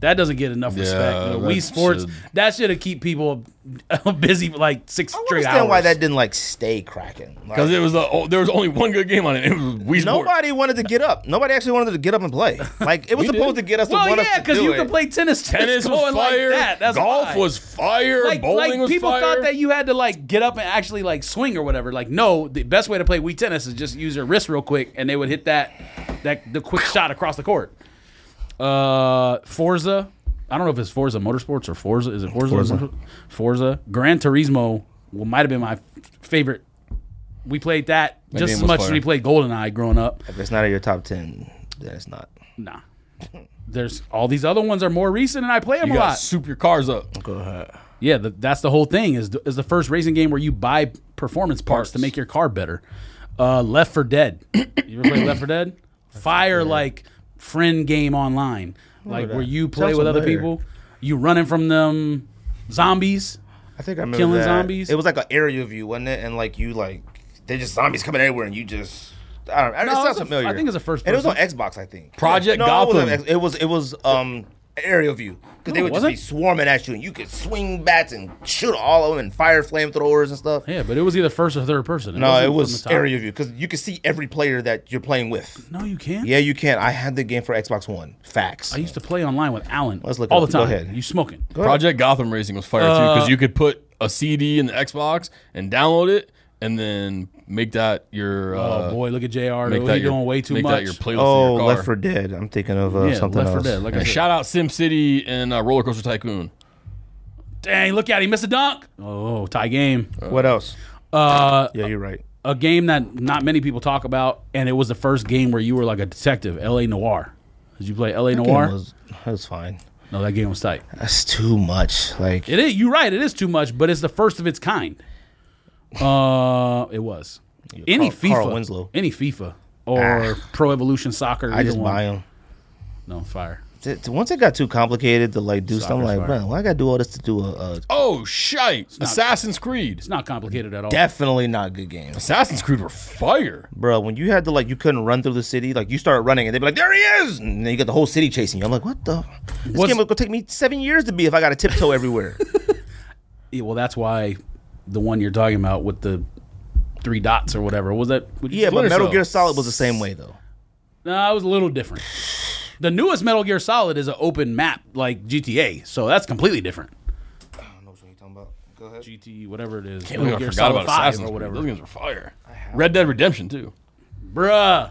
S3: That doesn't get enough respect.
S5: Yeah,
S3: though.
S5: that
S3: Wii Sports.
S5: should-
S3: That should keep people [laughs] busy for like six
S4: I don't
S3: straight
S4: understand
S3: hours.
S4: why that didn't like stay cracking. Like,
S5: Because it was the oh, there was only one good game on it. It was Wii Sports.
S4: nobody wanted to get up. Nobody actually wanted to get up and
S3: [laughs]
S4: play. Like it was supposed to get us
S3: Well,
S4: to want
S3: yeah,
S4: us to
S3: because
S4: do
S3: you
S4: it.
S3: can play tennis.
S5: Tennis
S3: just
S5: was
S3: going
S5: fire.
S3: Like that. That's
S5: golf
S3: why.
S5: was fire.
S3: Like,
S5: bowling
S3: like
S5: was
S3: people
S5: fire.
S3: thought that you had to like get up and actually like swing or whatever. Like, no, the best way to play Wii tennis is just use your wrist real quick, and they would hit that that the quick shot across the court. Uh, Forza. I don't know if it's Forza Motorsports or Forza. Is it Forza? Forza. Forza. Gran Turismo well, might have been my favorite. We played that just
S5: game
S3: as
S5: was
S3: much as
S5: fire.
S3: we played GoldenEye growing up.
S4: If it's not in your top ten, then it's not.
S3: Nah. There's all these other ones are more recent, and I play them
S5: You
S3: a
S5: got
S3: lot.
S5: to soup your cars up.
S3: Yeah, the, that's the whole thing is is the first racing game where you buy performance parts, to make your car better. Uh, Left for Dead. You ever play [coughs] Left for Dead? Fire like friend game online, like where you play
S4: Sounds
S3: with other
S4: familiar.
S3: people. You running from them zombies.
S4: I think I remember
S3: Killing
S4: that.
S3: zombies?
S4: It was like an aerial view, wasn't it? And like you like they just zombies coming everywhere, and you just. I don't.
S3: No,
S4: I it
S3: it was
S4: sounds
S3: a-
S4: familiar.
S3: I think it's a first
S4: And it was on
S3: person.
S4: Xbox, I think.
S5: Project
S4: no, it wasn't
S5: Gotham.
S4: X- It was. It was. Um, aerial view because they
S3: No,
S4: would
S3: it
S4: just be
S3: wasn't.
S4: swarming at you, and you could swing bats and shoot all of them and fire flamethrowers and stuff.
S3: Yeah, but it was either first or third person.
S4: No,
S3: wasn't
S4: it
S3: from the
S4: was
S3: top.
S4: aerial view because you could see every player that you're playing with.
S3: No, you can't.
S4: Yeah, you can. I had the game for Xbox One. Facts.
S3: I used to play online with Alan
S4: Let's look it
S3: all
S4: up.
S3: the
S4: Go
S3: time.
S4: ahead.
S3: You smoking?
S5: Project Gotham Racing was fire too
S3: Uh.
S5: because you could put a CD in the Xbox and download it and then make that your.
S3: Oh
S5: Uh,
S3: boy, look at Jr.
S5: Make
S3: Though.
S5: that
S3: He
S5: your,
S3: doing way too
S5: make
S3: much.
S5: that your playlist
S4: oh,
S5: in your car.
S4: Left for Dead. I'm thinking of uh,
S3: yeah,
S4: something
S3: Left 4
S4: else.
S3: Dead. Like I
S5: And
S3: said.
S5: shout out Sim City and uh, Roller Coaster Tycoon.
S3: Dang, look at him. He missed a dunk. Oh, tie game.
S4: What else?
S3: Uh,
S4: Yeah, you're right.
S3: a game that not many people talk about, and it was the first game where you were like a detective, L.A. Noir. Did you play L.A. Noir?
S4: It was, it was fine.
S3: no, that game was tight.
S4: That's too much. Like
S3: It is. You're right. It is too much, but it's the first of its kind. Uh, it was any
S4: Carl-
S3: FIFA,
S4: Carl Winslow. Ah.
S3: any FIFA or Pro Evolution Soccer.
S4: I
S3: either
S4: just
S3: one.
S4: buy them.
S3: No fire.
S4: T- t- Once it got too complicated to like do stuff, I'm
S3: Soccer's
S4: like,
S3: fire.
S4: bro, why I gotta do all this to do a, a
S5: Oh shite! Assassin's Creed.
S3: It's not complicated at all.
S4: definitely not good game,
S5: Assassin's Creed were fire.
S4: bro? When you had to like, you couldn't run through the city. Like you start running, and they'd be like, "There he is!" And then you get the whole city chasing you. I'm like, what the? This
S3: What's-
S4: game was gonna take me seven years to be if I got to tiptoe
S3: [laughs]
S4: everywhere.
S3: Yeah, well, that's why the one you're talking about with the three dots or whatever was that. would you
S4: yeah,
S3: say-
S4: but
S5: Splinter
S4: Metal
S5: Cell.
S4: Gear Solid was the same way though.
S3: No, it was a little different. The newest Metal Gear Solid is an open map like GTA, so that's completely different.
S4: I don't know what you're talking about. Go ahead.
S3: GT, whatever it is,
S5: I forgot about Assassin's Creed. Those games were fire. Red Dead Redemption too.
S3: Bruh,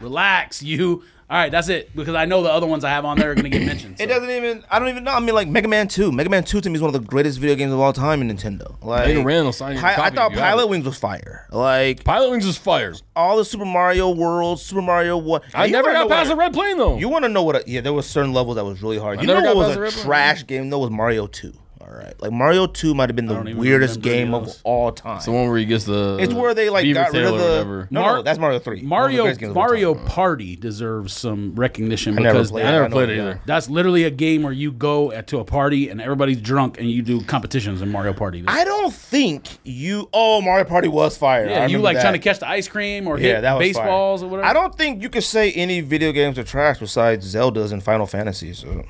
S3: relax, you. All right, that's it because I know the other ones I have on there are gonna get
S4: [coughs]
S3: mentioned.
S4: It
S3: so.
S4: doesn't even. I don't even know. I mean, like Mega Man Two. Mega Man Two to me is one of the greatest video games of all time in Nintendo. Like,
S5: Mega Man will sign you a
S4: Pi- I
S5: copy
S4: thought
S5: if you have
S4: Pilot
S5: it.
S4: Wings was fire. Like
S5: Pilot Wings is fire.
S4: all the Super Mario World, Super Mario One.
S5: I never got past the red plane though.
S4: You want to know what? A, yeah, there was certain levels that was really hard. you
S5: never
S4: know
S5: got
S4: what
S5: past the red
S4: was a
S5: one.
S4: trash game though was Mario Two. All right, like Mario Two might have been the
S3: even
S4: weirdest
S3: remember any
S4: game
S3: of
S4: of
S3: those.
S4: all time.
S5: It's the one where he gets the.
S4: it's where they like
S5: beaver
S4: got rid
S5: tail
S4: of
S5: or
S4: the.
S5: whatever.
S4: No,
S3: Mar-
S4: no, that's Mario Three. One of the
S3: Mario
S4: greatest games of all
S3: Mario
S4: time.
S3: Party deserves some recognition
S4: I never
S3: because
S4: played.
S5: I
S4: it.
S5: never
S4: know
S5: played it
S4: that.
S5: either.
S3: that's literally a game where you go at, to a party and everybody's drunk and you do competitions in Mario Party.
S4: I don't think you. Oh, Mario Party was
S3: yeah,
S4: fire. I
S3: you
S4: remember
S3: like
S4: that.
S3: trying to catch the ice cream or
S4: Yeah,
S3: hit
S4: that was fire.
S3: baseballs or whatever.
S4: I don't think you could say any video games are trash besides Zelda's and Final Fantasy. So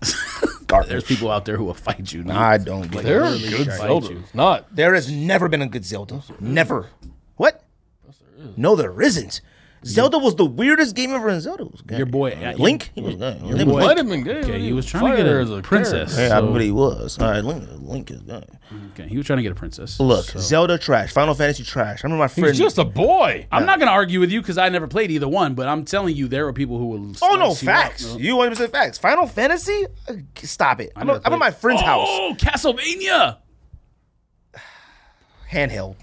S3: There's
S4: garbage.
S3: people out there who will fight you.
S4: I don't get
S5: They're
S4: it.
S5: good
S3: fight you.
S5: Zeldas. Not.
S4: There has never been a good Zelda. Never. What? No, there isn't. Zelda was the weirdest game ever, and Zelda was good.
S3: Your boy, yeah,
S4: Link, he was good. Link
S3: boy-
S4: was
S5: Let him in good.
S3: Okay, he was trying to get
S5: Fire
S3: a,
S5: is a
S3: princess.
S5: character.
S4: Yeah, I
S3: so-
S4: bet he was. All right, Link, Link is good.
S3: okay, he was trying to get a princess.
S4: Look,
S3: so-
S4: Zelda trash, Final Fantasy trash. I remember my friend.
S5: He's just a boy.
S3: I'm not gonna argue with you because I never played either one, but I'm telling you, there were people who will.
S4: oh no,
S3: slice you up.
S4: facts. You 100 percent facts. Final Fantasy, Uh, stop it. I'm,
S3: never
S4: at- I'm at
S3: played-
S4: my friend's house,
S3: Oh, Castlevania.
S4: handheld,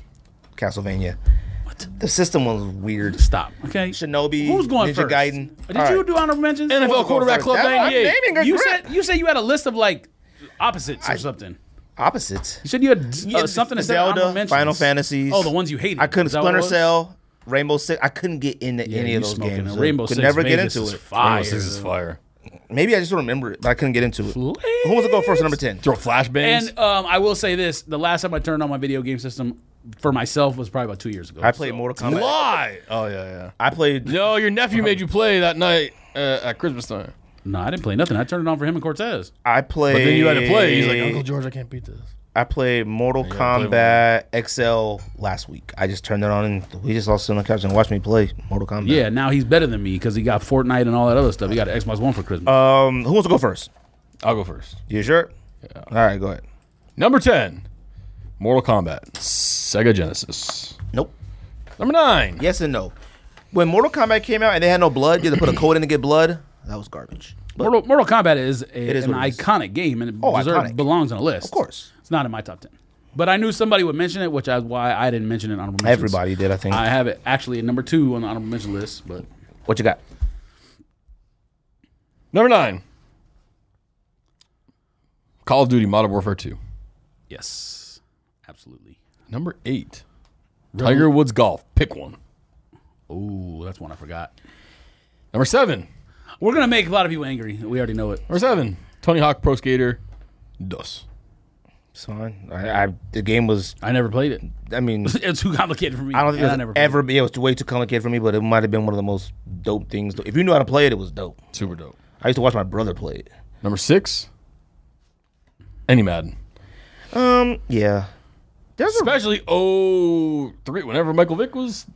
S4: Castlevania.
S3: What?
S4: The system was weird.
S3: Stop. Okay.
S4: Shinobi,
S3: Who's going
S4: Ninja
S3: first?
S4: Gaiden.
S3: Did
S4: All
S3: you
S4: right.
S3: do honorable mentions?
S5: NFL
S4: We'll go
S5: quarterback
S4: first.
S5: club
S4: That- I'm
S5: 98.
S4: naming a
S3: You
S4: grip.
S3: said you said you had a list of like opposites or something.
S4: opposites.
S3: You said you had uh, something instead of honorable
S4: Zelda,
S3: mentions.
S4: Final Fantasies.
S3: Oh, the ones you hated.
S4: I couldn't
S3: Is that what it
S4: Splinter
S3: was?
S4: Cell, Rainbow Six. I couldn't get into
S3: Yeah,
S4: any
S3: you
S4: of those
S3: smoking.
S4: games.
S3: And
S4: I
S3: Rainbow
S4: could
S3: Six
S4: never
S3: Vegas
S4: get into
S3: is
S4: it.
S3: Fire.
S5: This is fire.
S4: Maybe I just remember it, but I couldn't get into it. Who wants to go first? Number ten.
S5: Throw flashbangs.
S3: And um, I will say this: the last time I turned on my video game system for myself was probably about two years ago.
S4: I played
S3: so-
S4: Mortal Kombat.
S5: Lie. Oh yeah, yeah.
S4: I played.
S5: No, your nephew made you play that night uh, at Christmas time.
S3: No, I didn't play nothing. I turned it on for him and Cortez.
S4: I played.
S5: But then you had to play. He's like, Uncle George, I can't beat this.
S4: I played Mortal
S5: gotta
S4: Kombat XL last week. I just turned it on and we just all sit on the couch and watched me play Mortal Kombat.
S3: Yeah, now he's better than me because he got Fortnite and all that other stuff. He got an Xbox One for Christmas.
S4: Um, who wants to go first?
S5: I'll go first.
S4: You sure? Yeah. All right, go ahead.
S5: Number ten, Mortal Kombat, Sega Genesis.
S4: Nope.
S5: Number nine,
S4: Yes and no. When Mortal Kombat came out and they had no blood, you had to put a code in to get blood. That was garbage. But
S3: Mortal, Mortal Kombat is, a,
S4: is
S3: an
S4: what it is.
S3: iconic game and it
S4: Oh,
S3: deserves-
S4: iconic.
S3: belongs on a list. Of
S4: course.
S3: it's not in my top ten, but I knew somebody would mention it, which is why I didn't mention it. in Honorable mentions.
S4: everybody did, I think.
S3: I have it actually at number two on the honorable mention list, but
S4: what you got?
S5: number nine, Call of Duty Modern Warfare Two.
S3: yes, absolutely.
S5: Number eight, Tiger Woods Golf. Pick one.
S3: Ooh, that's one I forgot.
S5: Number seven.
S3: We're gonna make a lot of people angry. We already know it.
S5: Number seven, Tony Hawk Pro Skater. Dos.
S4: It's fine. I, I the game was.
S3: I never played it. [laughs]
S4: I mean,
S3: It's too complicated for me.
S4: I don't think
S3: and I
S4: it
S3: never
S4: was
S3: played
S4: ever. It was way too complicated for me, but it might have been one of the most dope things. If you knew how to play it, it was dope.
S5: Super dope.
S4: I used to watch my brother play it.
S5: Number six, any Madden.
S4: Um, yeah. There's a
S5: Especially oh three, whenever Michael Vick was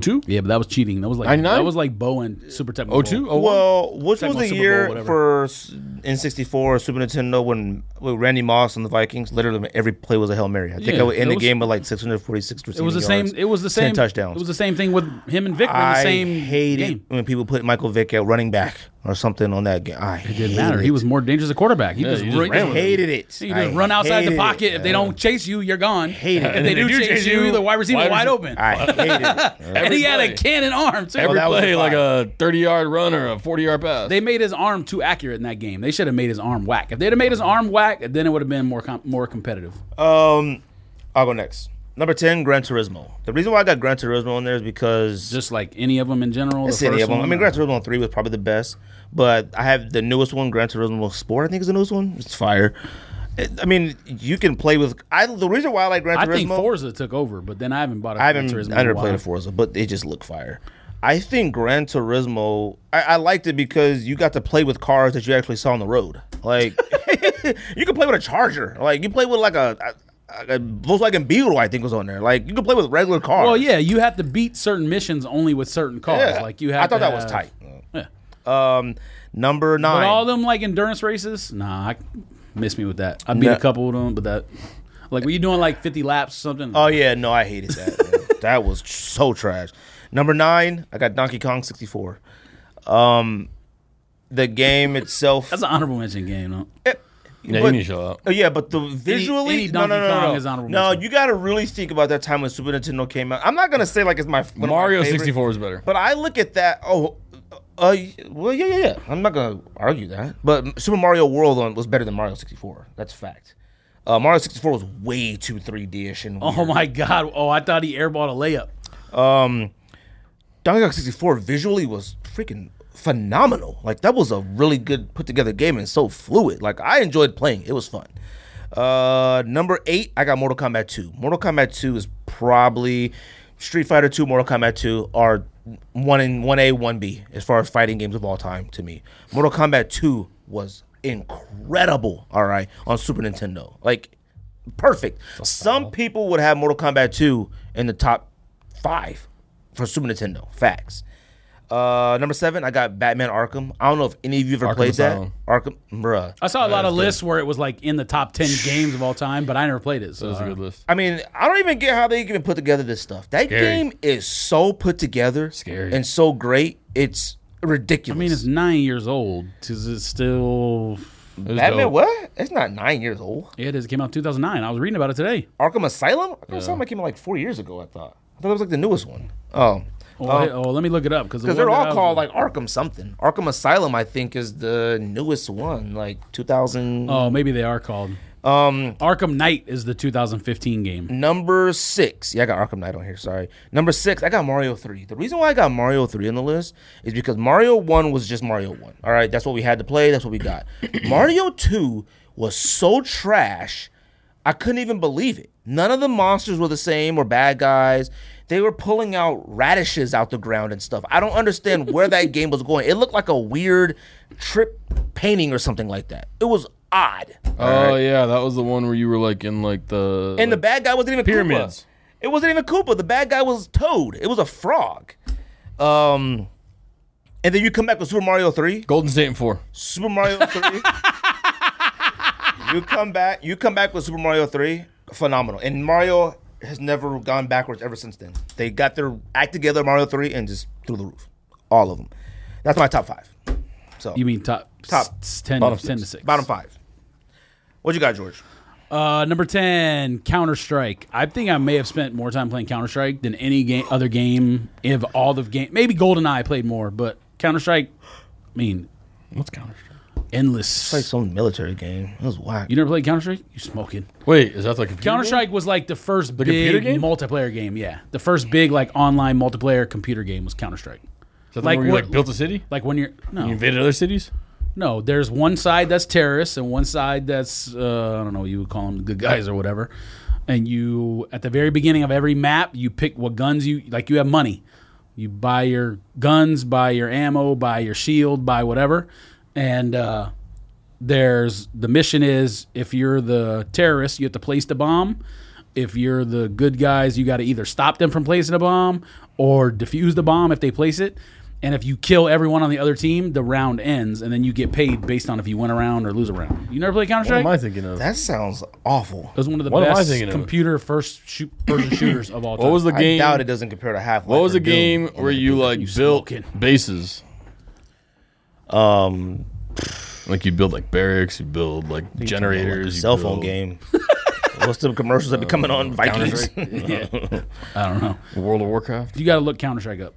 S5: 02?
S3: Yeah, but that was cheating. That was like
S5: 99?
S3: that was like Bo and Super Technical.
S5: 02? 01?
S4: Well, which was
S3: Tecmo
S4: the
S3: Super Bowl,
S4: year
S3: whatever.
S4: for S- N64 Super Nintendo when with Randy Moss and the Vikings? Literally, every play was a hail mary. I think
S3: Yeah,
S4: I would end
S3: it
S4: the
S3: was-
S4: game with like 646
S3: It was the same. It was the same.
S4: 10 touchdowns.
S3: It was the same thing with him and Vic. were in
S4: I
S3: the same
S4: hate
S3: game.
S4: it when people put Michael Vick at running back or something on that game. I it
S3: Didn't matter. He was more dangerous as a quarterback. He just,
S5: he just
S3: run-
S5: ran
S3: just-
S5: with it.
S4: hated it.
S3: He
S4: I
S3: just run outside the
S4: hated
S3: pocket.
S4: it.
S3: If they don't chase you, you're gone.
S4: Hated it.
S3: If they do chase you, the wide receiver
S5: wide
S3: wide
S5: receiver-
S3: open. [laughs]
S4: I hated it.
S3: And he had a
S5: play.
S3: cannon arm too.
S5: Every
S4: that was
S5: play
S4: a
S5: like
S4: five.
S5: a 30 yard run or a 40 yard pass.
S3: they made his arm too accurate in that game. They should have made his arm whack. If they'd have made his arm whack, then it would have been more com- more competitive.
S4: Um, I'll go next. Number ten, Gran Turismo. The reason why I got Gran Turismo on there is because
S3: Just like any of them in general. The
S4: It's any
S3: first
S4: of them. I
S3: one,
S4: mean, Gran Turismo Three was probably the best, but I have the newest one, Gran Turismo Sport. I think is the newest one. It's fire. It- I mean, you can play with. I the reason why I like Gran
S3: I
S4: Turismo.
S3: think Forza took over, but then I haven't bought. A
S4: I haven't.
S3: Gran Turismo in
S4: I never
S3: a while.
S4: played a Forza, but it just looked fire. I think Gran Turismo. I, I liked it because you got to play with cars that you actually saw on the road. Like [laughs] you could play with a Charger. Like you play with like a. a, a Volkswagen Beetle, I think, was on there. Like you could play with regular cars.
S3: Well, Oh, yeah, you have to beat certain missions only with certain cars.
S4: Yeah.
S3: Like you have.
S4: I thought
S3: to
S4: that
S3: have-
S4: was tight.
S3: Yeah.
S4: Um, number nine.
S3: But all them like endurance races, nah, I, miss me with that. I beat
S4: Nah.
S3: a couple of them, but that, like, were you doing like fifty laps or something?
S4: Oh yeah, no, I hated that.
S3: [laughs]
S4: man. that was so trash. Number nine, I got Donkey Kong sixty four. Um, the game itself.
S3: That's an honorable mention game. No?
S5: yeah, you
S4: but-
S5: need to show up.
S4: Oh, yeah, but the visually,
S3: any
S4: no,
S3: Donkey
S4: no, no, no,
S3: Kong
S4: no.
S3: is honorable
S4: no
S3: mention.
S4: you got to really think about that time when Super Nintendo came out. I'm not gonna say like it's my one of my
S5: Mario
S4: favorite,
S5: 64 is better.
S4: but I look at that. Oh, uh, well, yeah, yeah, yeah. I'm not gonna argue that. But Super Mario World on was better than Mario sixty four. That's fact. Uh, Mario sixty four was way too three D ish and
S3: Oh my god! Oh, I thought he airballed a layup.
S4: Um, Donkey Kong 64 visually was freaking phenomenal. Like that was a really good put together game and so fluid. Like I enjoyed playing. It was fun. Uh, number eight, I got Mortal Kombat 2. Mortal Kombat 2 is probably Street Fighter 2, Mortal Kombat 2 are one in one A, one B as far as fighting games of all time to me. Mortal Kombat 2 was incredible. All right, on Super Nintendo, like perfect. Some people would have Mortal Kombat 2 in the top five for Super Nintendo. Facts. Uh, number seven, I got Batman Arkham. I don't know if any of you ever
S5: Arkham
S4: played
S5: Asylum.
S4: that. Arkham, bruh.
S3: I saw a lot of lists where it was like in the top ten games of all time, but I never played it. So
S5: That was a good list.
S4: I mean, I don't even get how they even put together this stuff. That game is so put together,
S5: Scary.
S4: and so great. It's ridiculous.
S3: I mean, it's nine years old. Is it still?
S5: It was
S4: Batman.
S5: dope.
S4: What? It's not nine years old.
S3: Yeah, it is. It came out in 2009. I was reading about it today.
S4: Arkham Asylum. Arkham Asylum came out like four years ago. I thought. I thought it was like the newest one. Oh,
S3: Oh, hey- oh, let me look it up because
S4: because they're all called like Arkham something. Arkham Asylum, I think, is the newest one, like 2000.
S3: Oh, maybe they are called. Um, Arkham Knight is the 2015 game.
S4: Number six. Yeah, I got Arkham Knight on here. Sorry. Number six, I got Mario 3. The reason why I got Mario 3 on the list is because Mario 1 was just Mario 1. All right. That's what we had to play. That's what we got. Mario 2 was so trash, I couldn't even believe it. None of the monsters were the same or bad guys. They were pulling out radishes out the ground and stuff. I don't understand where that game was going. It looked like a weird trip painting or something like that. It was odd.
S5: Oh yeah, that was the one where you were like in like the
S4: And the bad guy wasn't even
S5: Pyramids.
S4: Koopa. It wasn't even Koopa. The bad guy was Toad. It was a frog. Um, and then you come back with Super Mario Three.
S5: Golden State in four.
S4: Super Mario [laughs] Three. you come back. You come back with Super Mario Three. Phenomenal. And Mario has never gone backwards ever since then. They got their act together, Mario Three, and just through the roof. All of them. That's my top five. So
S3: You mean top
S4: Top.
S3: s- 10,
S5: Bottom
S3: 10 to
S5: six.
S3: six?
S4: bottom five. What you got, George?
S3: Uh, number ten, Counter Strike. I think I may have spent more time playing Counter Strike than any game, other game of all the game. Maybe Goldeneye I played more, but Counter Strike. I mean,
S5: What's Counter Strike?
S3: endless.
S4: some military game. That was whack.
S3: you never played Counter Strike? You smoking?
S5: Wait, is that the computer?
S3: Counter
S5: game?
S3: Strike was like the first
S5: computer
S3: big
S5: game?
S3: multiplayer game. Yeah, the first big like online multiplayer computer game was Counter Strike.
S5: Is that the
S3: Like
S5: one where you
S3: what-
S5: like built a city?
S3: Like when you're no,
S5: You invaded other cities?
S3: No, there's one side that's terrorists and one side that's uh, I don't know. You would call them the good guys or whatever. And you at the very beginning of every map, you pick what guns you like. You have money. You buy your guns, buy your ammo, buy your shield, buy whatever. And uh, there's the mission is if you're the terrorist, you have to place the bomb. If you're the good guys, you got to either stop them from placing a bomb or defuse the bomb if they place it. And if you kill everyone on the other team, the round ends, and then you get paid based on if you win a round or lose a round. You never play Counter
S5: What
S3: Strike?
S5: am I
S3: It
S5: thinking of?
S4: That sounds awful.
S3: was one of the
S5: What am I
S3: best
S5: thinking of?
S3: computer first shoot, person shooters of all time.
S5: What was the
S4: I
S5: game?
S4: doubt it doesn't compare to Half Life.
S5: What was the game where you like built
S3: smoking.
S5: bases?
S4: Um,
S5: Like you build like barracks, you build like generators, you
S4: cell phone
S5: build
S4: game. [laughs] What's the commercials that be coming on Vikings? [laughs]
S3: I don't know.
S5: World of Warcraft.
S3: You got to look Counter Strike up.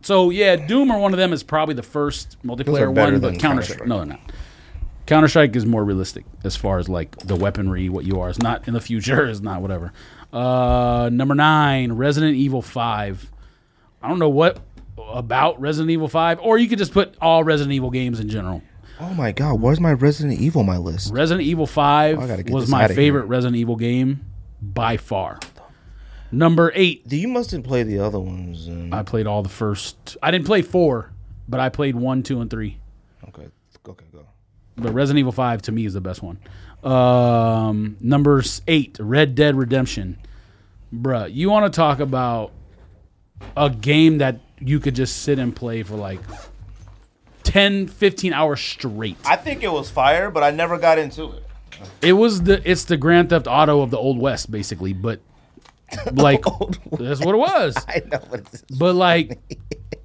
S3: So yeah, Doom or one of them is probably the first
S4: are
S3: multiplayer
S4: better
S3: one, but
S4: than
S3: Counter Strike.
S4: Counter-Strike.
S3: No, they're not. Counter Strike is more realistic as far as like the weaponry, what you are. It's not in the future. [laughs] It's not whatever. Uh, number nine, Resident Evil Five. I don't know what about Resident Evil Five, or you could just put all Resident Evil games in general.
S4: Oh my god, where's my Resident Evil on my list?
S3: Resident Evil 5
S4: Oh, I gotta get
S3: was
S4: this
S3: my
S4: outta
S3: favorite Resident Evil game by far. Number eight,
S4: You mustn't play the other ones. And,
S3: I played all the first. I didn't play four, but I played one, two, and three.
S4: okay, okay, go.
S3: But Resident Evil 5 to me is the best one. Um, number s- eight, Red Dead Redemption. Bruh, you want to talk about a game that you could just sit and play for like 10, 15 hours straight.
S4: I think it was fire, but I never got into it.
S3: It was the it's the Grand Theft Auto of the Old West, basically, but like that's what it was.
S4: [laughs] I know what it is.
S3: But like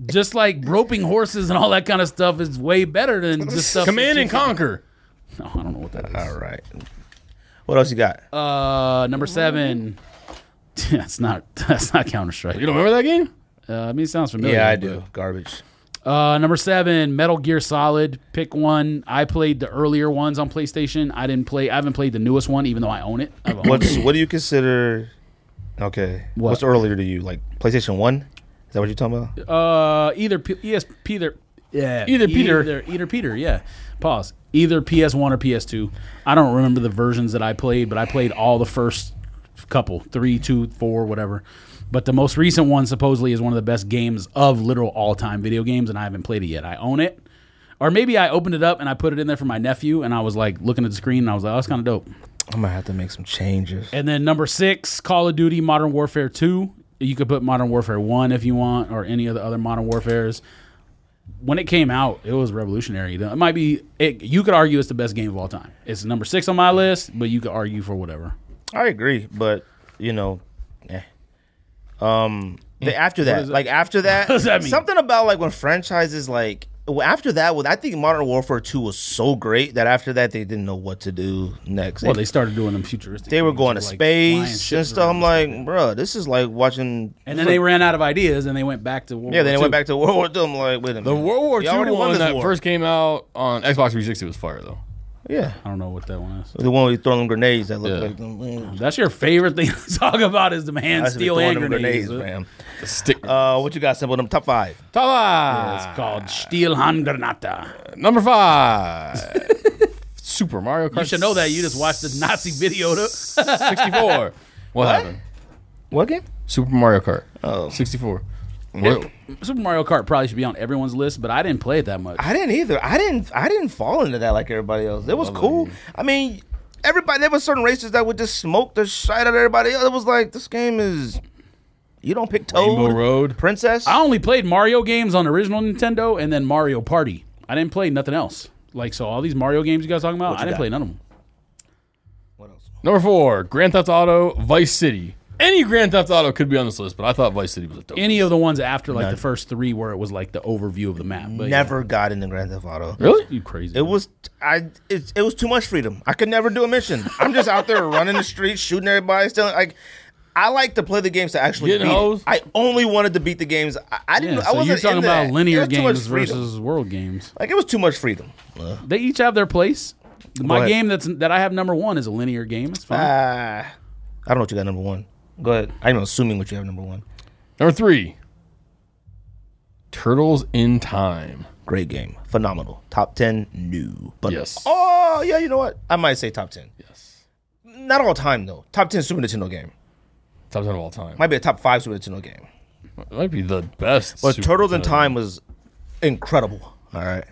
S3: just like roping horses and all that kind of stuff is way better than just stuff.
S5: Command and conquer.
S3: No, I don't know what that is.
S4: All right. What else you got?
S3: Uh, number seven. [laughs] that's not that's not Counter Strike.
S5: You don't remember that game?
S3: Uh, I mean, it sounds familiar.
S4: yeah, I
S3: but-
S4: do. Garbage.
S3: Uh, number seven, Metal Gear Solid. Pick one. I played the earlier ones on PlayStation. I didn't play. I haven't played the newest one, even though I own it. I've owned
S4: What's what do you consider? Okay, what's earlier to you? Like PlayStation One? Is that what you're talking about?
S3: Uh, either P- yes, Peter. Yeah,
S5: Either Peter.
S3: Either, either Peter. Yeah. Pause. Either PS1 or PS2. I don't remember the versions that I played, but I played all the first couple, three, two, four, whatever. But the most recent one supposedly is one of the best games of literal all-time video games, and I haven't played it yet. I own it, or maybe I opened it up and I put it in there for my nephew, and I was like looking at the screen, and I was like, "Oh, that's kind of dope."
S4: I might have to make some changes.
S3: And then number six, Call of Duty Modern Warfare 2. you could put Modern Warfare One if you want, or any of the other Modern Warfares. When it came out, it was revolutionary. It might be it, you could argue it's the best game of all time. It's number six on my list, but you could argue for whatever.
S4: I agree, but you know, eh. um, the, after that,
S3: Mm. is it?
S4: like
S3: [laughs]
S4: after that,
S3: does that mean?
S4: something about like when franchises like well, after that, well, I think Modern Warfare Two was so great that after that they didn't know what to do next.
S3: Well, they started doing them futuristic.
S4: they were
S3: games
S4: going to
S3: with, like, flying
S4: space and
S3: ships
S4: stuff.
S3: around.
S4: I'm like, bruh, this is like watching.
S3: And then
S4: [laughs]
S3: they ran out of ideas, and they went back to World
S4: yeah, then they
S3: War
S4: went
S3: II.
S4: back to [laughs] World War Two. I'm like, wait a minute,
S5: The World War
S4: Y'all already
S5: II
S4: won
S5: one
S4: this
S5: that
S4: war.
S5: first came out on Xbox 360 was fire though.
S4: yeah,
S3: I don't know what that one is.
S4: the one where you throw them grenades that look
S5: Yeah.
S4: like them. mm.
S3: That's your favorite [laughs] thing to talk about is the hand
S4: I should be
S3: steel
S4: throwing
S3: and
S4: them
S3: grenades.
S4: man.
S5: The stick.
S4: Uh, what you got? Simple them top five.
S5: Tava!
S3: it's called steel hand granata.
S5: Number five. [laughs] Super Mario Kart.
S3: You should know that you just watched the Nazi video. To-
S5: 64. [laughs] What, happened?
S4: What game?
S5: Super Mario Kart.
S4: Oh.
S5: 64. What-
S3: Super Mario Kart probably should be on everyone's list, but I didn't play it that much.
S4: I didn't either. I didn't. I didn't fall into that like everybody else. It was cool. I mean, everybody. There were certain races that would just smoke the shit out of everybody else. It was like this game is. You don't pick Toad,
S5: Rainbow Road.
S4: Princess.
S3: I only played Mario games on original Nintendo and then Mario Party. I didn't play nothing else. Like so, all these Mario games you guys talking about, I didn't
S4: got?
S3: play none of them.
S4: What else?
S5: Number four. Grand Theft Auto. Vice City. Any Grand Theft Auto could be on this list, but I thought Vice City was a dope.
S3: Any of the ones after like the first three, where it was like the overview of the map. But yeah.
S4: Never got into Grand Theft Auto.
S5: really?
S3: you crazy.
S4: It was I. It, it was too much freedom. I could never do a mission. I'm just out
S3: [laughs]
S4: there running the streets, shooting everybody, stealing. Like, I like to play the games to actually
S5: Getting
S4: beat. it.
S5: hosed?
S4: I only wanted to beat the games. I, I didn't.
S3: yeah,
S4: I
S3: so
S4: wasn't
S3: you're talking
S4: into
S3: about
S4: that.
S3: linear
S4: It was too much
S3: games
S4: freedom.
S3: versus world games.
S4: Like it was too much freedom.
S3: They each have their place. My
S4: ahead.
S3: game that's that I have number one is a linear game. It's fine.
S4: Uh, I don't know what you got number one. Go ahead. I'm assuming what you have number one.
S5: Number three. Turtles in Time.
S4: Great game. Phenomenal. Top 10, new. But
S5: Yes.
S4: Oh, yeah, you know what? I might say top 10.
S5: Yes.
S4: Not all time, though. Top 10 Super Nintendo game.
S5: Top 10 of all time.
S4: Might be a top 5 Super Nintendo game.
S5: It might be the best.
S4: But
S5: Super
S4: Turtles in
S5: Nintendo.
S4: Time was incredible. All right.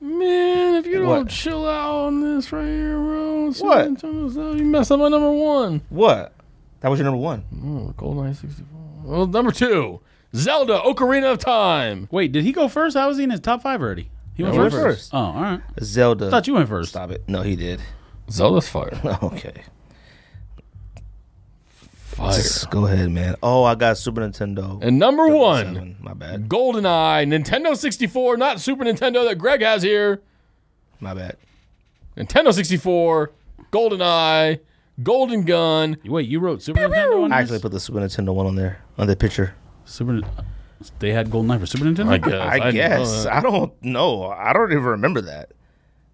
S5: Man, if you don't
S4: What?
S5: chill out on this right here, bro, Super
S4: What?
S5: Nintendo stuff, you messed up my number one.
S4: What? That was your number one.
S5: Oh, GoldenEye 64. Well, number two, Zelda Ocarina of Time.
S3: Wait, did he go first? How was he in his top five already? He went
S5: I went
S3: first.
S4: first.
S3: Oh, all right.
S4: Zelda.
S3: I thought you went first.
S4: Stop it. No, he did. [laughs]
S5: Zelda's fire.
S4: okay.
S5: Fire.
S4: Just go ahead, man. Oh, I got Super Nintendo.
S5: And number one,
S4: Seven. My bad.
S5: GoldenEye, Nintendo 64, not Super Nintendo that Greg has here.
S4: My bad.
S5: Nintendo 64, GoldenEye, Golden Gun.
S3: Wait, you wrote Super Nintendo on
S4: I
S3: this?
S4: actually put the Super Nintendo one on there, on the picture.
S3: Super. They had Golden Knight for Super Nintendo.
S5: I guess.
S4: I,
S5: didn't know
S4: guess.
S5: that.
S4: I don't know. I don't even remember that.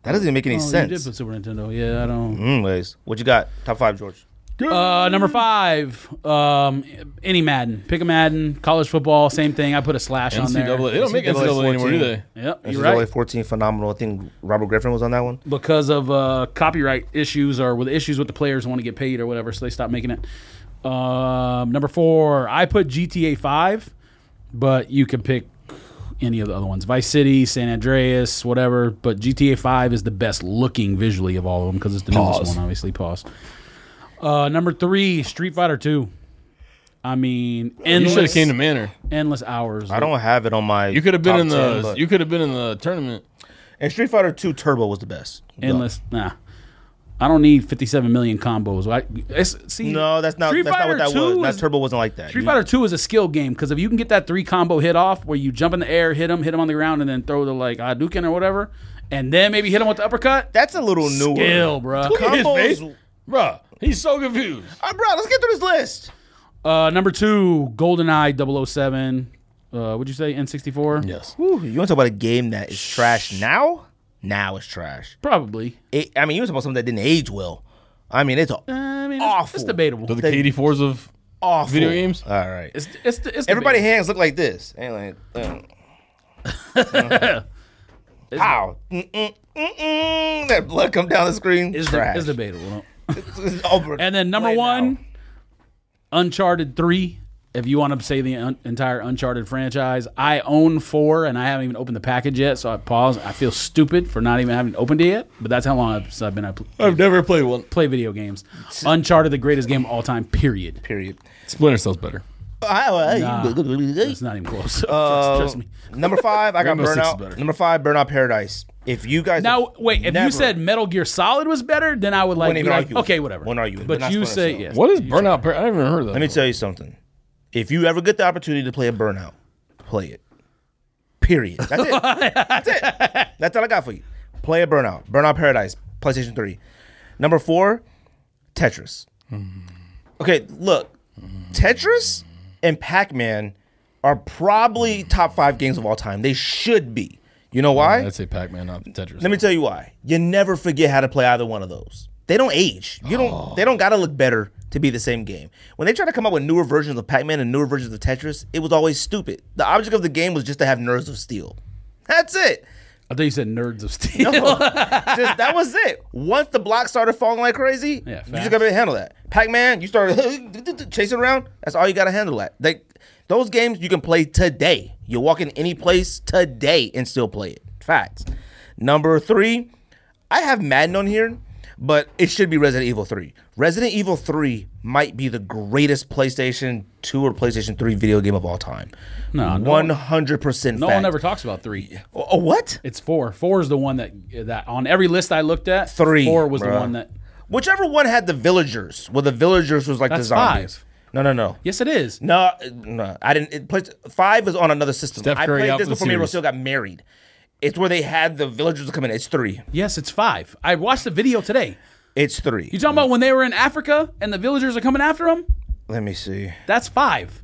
S4: That doesn't even make any
S3: Oh, you did
S4: sense. Mm,
S3: put Super Nintendo. Yeah, I don't.
S4: Anyways, what you got? Top five, George.
S3: Uh, number five. Um, any Madden. Pick a Madden. College football. Same thing. I put a slash on there.
S5: NCAA. They don't make
S4: NCAA
S5: NCAA anymore, do
S4: 14.
S5: they?
S3: Yep,
S4: This
S3: you're
S4: is
S3: right.
S4: only 14 phenomenal. I think Robert Griffin was on that one.
S3: because of uh, copyright issues or with issues with the players who want to get paid or whatever, so they stopped making it. Um, number four, I put GTA Five, but you can pick any of the other ones: Vice City, San Andreas, whatever. But GTA Five is the best looking visually of all of them because it's the
S5: Pause.
S3: newest one, obviously. Pause. Uh, number three, Street Fighter Two. I mean,
S5: You should have
S3: endless,
S5: came to Manor.
S3: endless hours.
S4: I don't have it on my.
S5: You could have been
S4: top
S5: in the.
S4: 10, but-
S5: you could have been in the tournament.
S4: and Street Fighter 2 Turbo was the best.
S3: endless. Nah, I don't need fifty-seven million combos. I, it's, see,
S4: No, that's not.
S3: Street
S4: that's
S3: Fighter
S4: not what that
S3: 2
S4: was.
S3: is-
S4: That Turbo wasn't like that.
S3: Street Fighter Two is a skill game because if you can get that three combo hit off, where you jump in the air, hit him, hit him on the ground, and then throw the like Hadouken or whatever, and then maybe hit him with the uppercut.
S4: That's a little newer.
S3: Skill, bro.
S5: at his
S4: Combos.
S5: face. Bruh, he's so confused.
S4: Ah, bro, let's get through this list.
S3: Uh, number two, GoldenEye 007. Uh, would you say N64?
S5: Yes.
S4: Whew, you want to talk about a game that is trash now? Now it's trash.
S3: Probably.
S4: It, I mean, you want to talk about something that didn't age well. I mean, it's a
S3: I mean, it's- It's,
S4: Awful.
S3: debatable.
S5: The KD4s of
S4: awful.
S5: video games?
S4: All right.
S3: It's, it's, it's
S4: Everybody
S3: debatable.
S4: hands look like this. Ain't like,
S3: [laughs]
S4: uh, Pow. Mm, Mm-mm, mm-mm. mm. That blood come down the screen.
S3: It's, de-
S4: Trash.
S3: it's debatable.
S4: It's over.
S3: And then number
S4: Play now.
S3: one, Uncharted 3. If you want to say the un- entire Uncharted franchise, I own four and I haven't even opened the package yet, so I pause. I feel stupid for not even having opened it yet, but that's how long I've, since I've been I pl-
S5: I've never played one.
S3: play video games. Uncharted, the greatest game of all time, period.
S4: Period.
S5: Splinter Cell's better.
S3: It's not even close. [laughs]
S4: Uh,
S3: trust, trust me.
S4: Number five,
S3: [laughs]
S4: I got
S5: Rainbow Six is
S4: Burnout.
S5: better.
S4: Number five, Burnout Paradise. If you guys
S3: Now, wait. If
S4: never-
S3: you said Metal Gear Solid was better, then I would like.
S4: Wouldn't
S3: Be
S4: even
S3: like
S4: argue.
S3: okay, whatever.
S4: Wouldn't argue. We're
S3: But
S4: not
S3: you
S4: splitting
S3: say yes.
S4: ourselves.
S5: What is burnout? Par- I haven't even heard of that.
S4: Let me tell you something. If you ever get the opportunity to play a burnout, play it. Period. That's it. That's it. That's all I got for you. Play a burnout. Burnout Paradise, PlayStation 3. Number four, Tetris. Okay, look. Tetris and Pac-Man are probably top five games of all time. They should be. You know why?
S5: I'd say Pac-Man, not Tetris.
S4: Let me tell you why. You never forget how to play either one of those. They don't age. You don't. They don't gotta look better to be the same game. When they try to come up with newer versions of Pac-Man and newer versions of Tetris, it was always stupid. The object of the game was just to have nerves of steel. That's it.
S3: I thought you said Nerds of Steel.
S4: Just that was it. Once the block started falling like crazy,
S3: Yeah, facts.
S4: you just gotta be able to handle that. Pac-Man, you started [laughs] chasing around. That's all you gotta handle that. Like those games you can play today. You walk in any place today and still play it. Facts. Number three, I have Madden on here, but it should be Resident Evil 3. Resident Evil 3 might be the greatest PlayStation 2 or PlayStation 3 video game of all time.
S3: No, no one- [laughs]
S4: 100%
S3: No
S4: fact.
S3: one ever talks about three.
S4: Oh, oh, what?
S3: It's four. Four is the one that that on every list I looked at.
S4: Three,
S3: Four was the
S4: bruh.
S3: one that.
S4: Whichever one had the villagers, well, the villagers was like the
S3: That's
S4: zombies.
S3: five.
S4: No, no, no.
S3: Yes, it is.
S4: No, no. I didn't. It played, five is on another system.
S5: Steph
S4: I
S5: Curry
S4: played
S5: out
S4: this
S5: for the
S4: before me and
S5: series.
S4: Rocio got married. It's where they had the villagers come in. It's three.
S3: Yes, it's five. I watched the video today.
S4: It's three.
S3: You talking about when they were in Africa and the villagers are coming after them?
S4: Let me see.
S3: That's five.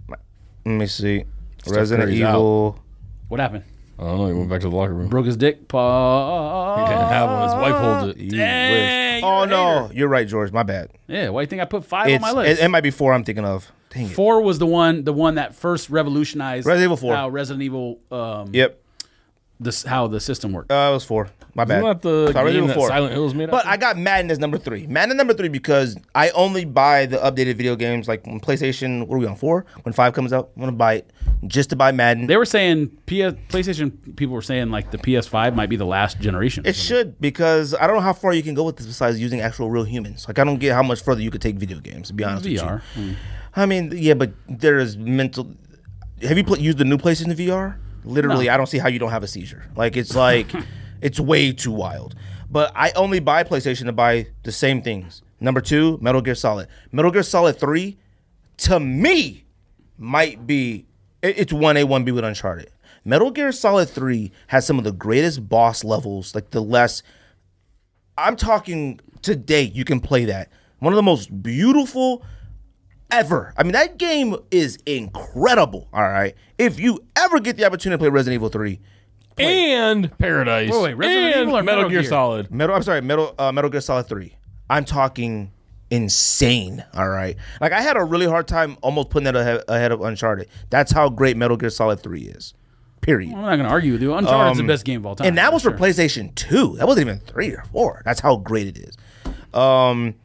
S4: Let me see. Resident
S5: Curry's
S4: Evil.
S3: What happened?
S5: I don't know. He went back to the locker room.
S3: Broke his dick. Pa-
S5: He didn't have one. His wife holds it.
S3: Dang, you're
S4: Oh
S3: a
S4: no,
S3: hater.
S4: you're right, George. My bad.
S3: Yeah. Why do you think I put five on
S4: It's
S3: my list?
S4: it, it might be four. I'm thinking of. Dang it.
S3: four was the one. The one that first revolutionized
S4: Resident Evil 4.
S3: how Resident Evil. Um,
S4: Yep.
S3: this how the system worked.
S4: Uh, it was four. My bad.
S5: Isn't that the
S4: Sorry,
S5: game
S4: Resident Evil
S5: that Silent Hill was made
S4: But
S5: after?
S4: I got Madden as number three. Madden number three because I only buy the updated video games like when PlayStation. What are we on four? When five comes out, I'm gonna buy it just to buy Madden.
S3: They were saying PS, PlayStation people were saying like the PS5 might be the last generation.
S4: it should because I don't know how far you can go with this besides using actual real humans. Like I don't get how much further you could take video games. To be honest
S3: VR.
S4: with you, Mm. I mean, yeah, but there is mental. Have you pl- used the new PlayStation VR? Literally, I don't see how you don't have a seizure. Like it's like it's way too wild. But I only buy PlayStation to buy the same things. Number two, Metal Gear Solid. Metal Gear Solid Three, to me, might be it- it's one A one B with Uncharted. Metal Gear Solid Three has some of the greatest boss levels, like the less I'm talking today. You can play that. One of the most beautiful ever. I mean, that game is incredible. All right, if you ever get the opportunity to play Resident Evil Three,
S5: and Paradise.
S3: Wait, wait, Resident
S5: and
S3: Evil or
S5: Metal
S3: Metal
S5: Gear
S3: Gear?
S5: Solid.
S4: Metal. I'm sorry, Metal. Uh, Metal Gear Solid Three. I'm talking insane. All right, like I had a really hard time almost putting that ahead, ahead of Uncharted. That's how great Metal Gear Solid Three is. Period.
S3: I'm not gonna argue with you. Uncharted's the best game of all time.
S4: Um, And that was
S3: for
S4: for PlayStation 2. That wasn't even 3 or 4. That's how great it is. Um,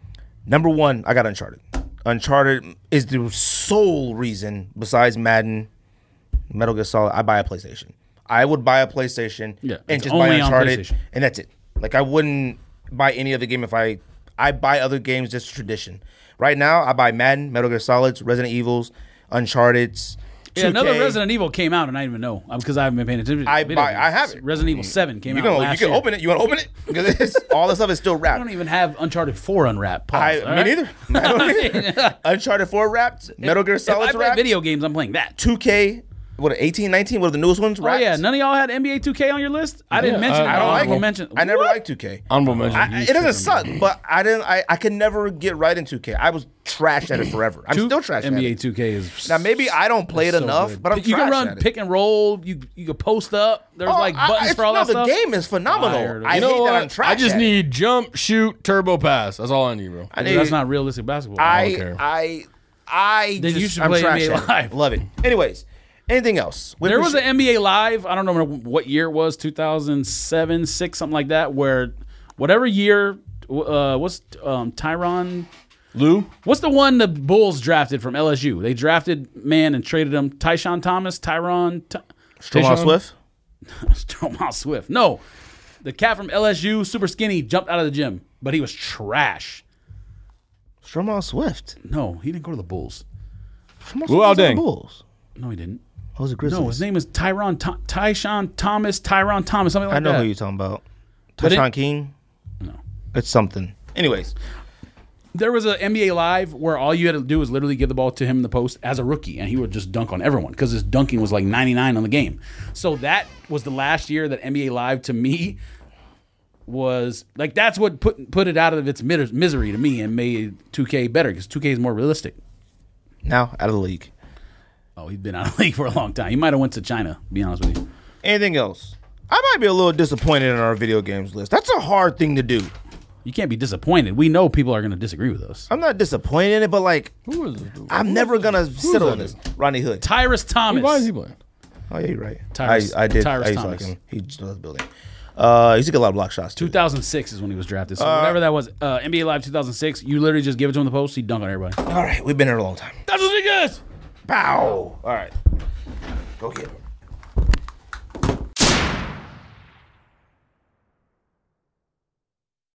S4: number 1, I got Uncharted. Uncharted is the sole reason besides Madden, Metal Gear Solid, I buy a PlayStation. I would buy a PlayStation
S3: Yeah,
S4: and
S3: it's
S4: just buy
S3: only on
S4: Uncharted
S3: PlayStation.
S4: and that's it. Like I wouldn't buy any other game if I I buy other games just tradition. Right now, I buy Madden, Metal Gear Solids, Resident Evils, Uncharted's.
S3: yeah, another
S4: 2K.
S3: Resident Evil came out, and I didn't even know because I haven't been paying attention. to
S4: I
S3: video
S4: buy-
S3: games.
S4: I have it.
S3: Resident Evil Seven came
S4: You
S3: out.
S4: can, you
S3: last
S4: can
S3: year.
S4: open it. You want to open it? Because it's- all the stuff is still wrapped.
S3: I don't even have Uncharted Four unwrapped. Pause,
S4: I,
S3: all
S4: me
S3: right?
S4: neither. [laughs] I
S3: [laughs]
S4: don't either. Uncharted 4 wrapped, Metal Gear
S3: If I
S4: Solid
S3: play
S4: wrapped,
S3: video games, I'm playing that.
S4: 2K, what, 18, 19, what are the newest ones
S3: Oh
S4: wrapped?
S3: yeah, none of y'all had NBA 2K on your list. I didn't
S5: Yeah,
S3: mention.
S5: I-
S3: it.
S5: I don't like
S3: honorable
S5: it.
S3: mention.
S4: I never
S3: What? Oh,
S4: liked 2K.
S5: Honorable mention.
S4: I, I- it doesn't suck, but I didn't. I, I could never get right in 2K. I was
S3: [clears throat]
S4: trash at it forever. I'm
S3: Two-
S4: still trash at
S3: NBA
S4: it.
S3: 2K is
S4: Now maybe I don't play it
S3: so
S4: enough,
S3: good.
S4: but I'm
S3: you
S4: trash
S3: can
S4: at
S3: run
S4: it.
S3: pick and roll. You you can post up. There's
S4: Oh,
S3: like
S4: I-
S3: buttons
S4: it's-
S3: for all
S4: no,
S3: that stuff.
S4: the game is
S3: Tired
S4: phenomenal.
S3: of
S4: I
S3: it.
S5: You know
S4: hate
S5: what?
S4: that I'm trash.
S5: I just
S4: at it.
S5: need jump, shoot, turbo pass. That's all I need, bro.
S4: I
S3: Dude, that's
S4: need-
S3: not realistic basketball.
S5: care.
S4: I I I
S3: Then you
S4: just,
S3: should
S4: I'm
S3: play
S4: trash
S3: NBA
S4: at it.
S3: Live.
S4: Love it. Anyways, anything else? We
S3: There was
S4: appreciate-
S3: an NBA Live. I don't know what year it was, 2007, six, something like that. Where whatever year, uh, what's um, Tyron?
S5: Lou,
S3: What's the one the Bulls drafted from LSU? They drafted man and traded him. Tyshawn Thomas, Tyron, [laughs] Ty-
S4: Jamal
S5: Tayshaun?
S4: Swift.
S3: Stromal Swift. No, the cat from LSU, super skinny, jumped out of the gym, but he was trash.
S4: Stromal Swift.
S3: No, he didn't go to the Bulls.
S1: Luau Deng.
S4: Bulls.
S3: No, he didn't.
S4: Oh, was a Grizzlies.
S3: No, his name is Tyron Tho- Tyshawn Thomas. Tyron Thomas. Something like
S4: I know
S3: that.
S4: who you're talking about.
S3: But it-
S4: Tyshawn King.
S3: No.
S4: It's something. Anyways,
S3: There was an NBA Live where all you had to do was literally give the ball to him in the post as a rookie, and he would just dunk on everyone because his dunking was like 99 on the game. So that was the last year that NBA Live to me was like that's what put put it out of its mis- misery to me and made 2K better because 2K is more realistic.
S4: now out of the league.
S3: Oh, he's been out of the [laughs] league for a long time. He might have went to China. To be honest with you,
S4: Anything else? I might be a little disappointed in our video games list. That's a hard thing to do.
S3: you can't be disappointed. We know people are going to disagree with us.
S4: I'm not disappointed in it, but like,
S5: Who is it?
S4: I'm never gonna sit
S5: that
S4: on this. Ronnie Hood.
S3: Tyrus Thomas.
S5: Why is he playing?
S4: Oh yeah, you're right.
S3: Tyrus-
S4: I, I did.
S3: Tyrus
S4: I used to like
S3: Thomas.
S4: him. He just loves building. Uh, he used to get a lot of block shots too.
S3: 2006 is when he was drafted. So whatever that was, uh, NBA Live 2006. You literally just give it to him in the post. He dunk on everybody. Tá,
S4: All right, we've been here a long time.
S3: That's what he does.
S4: Pow! All right, go get him.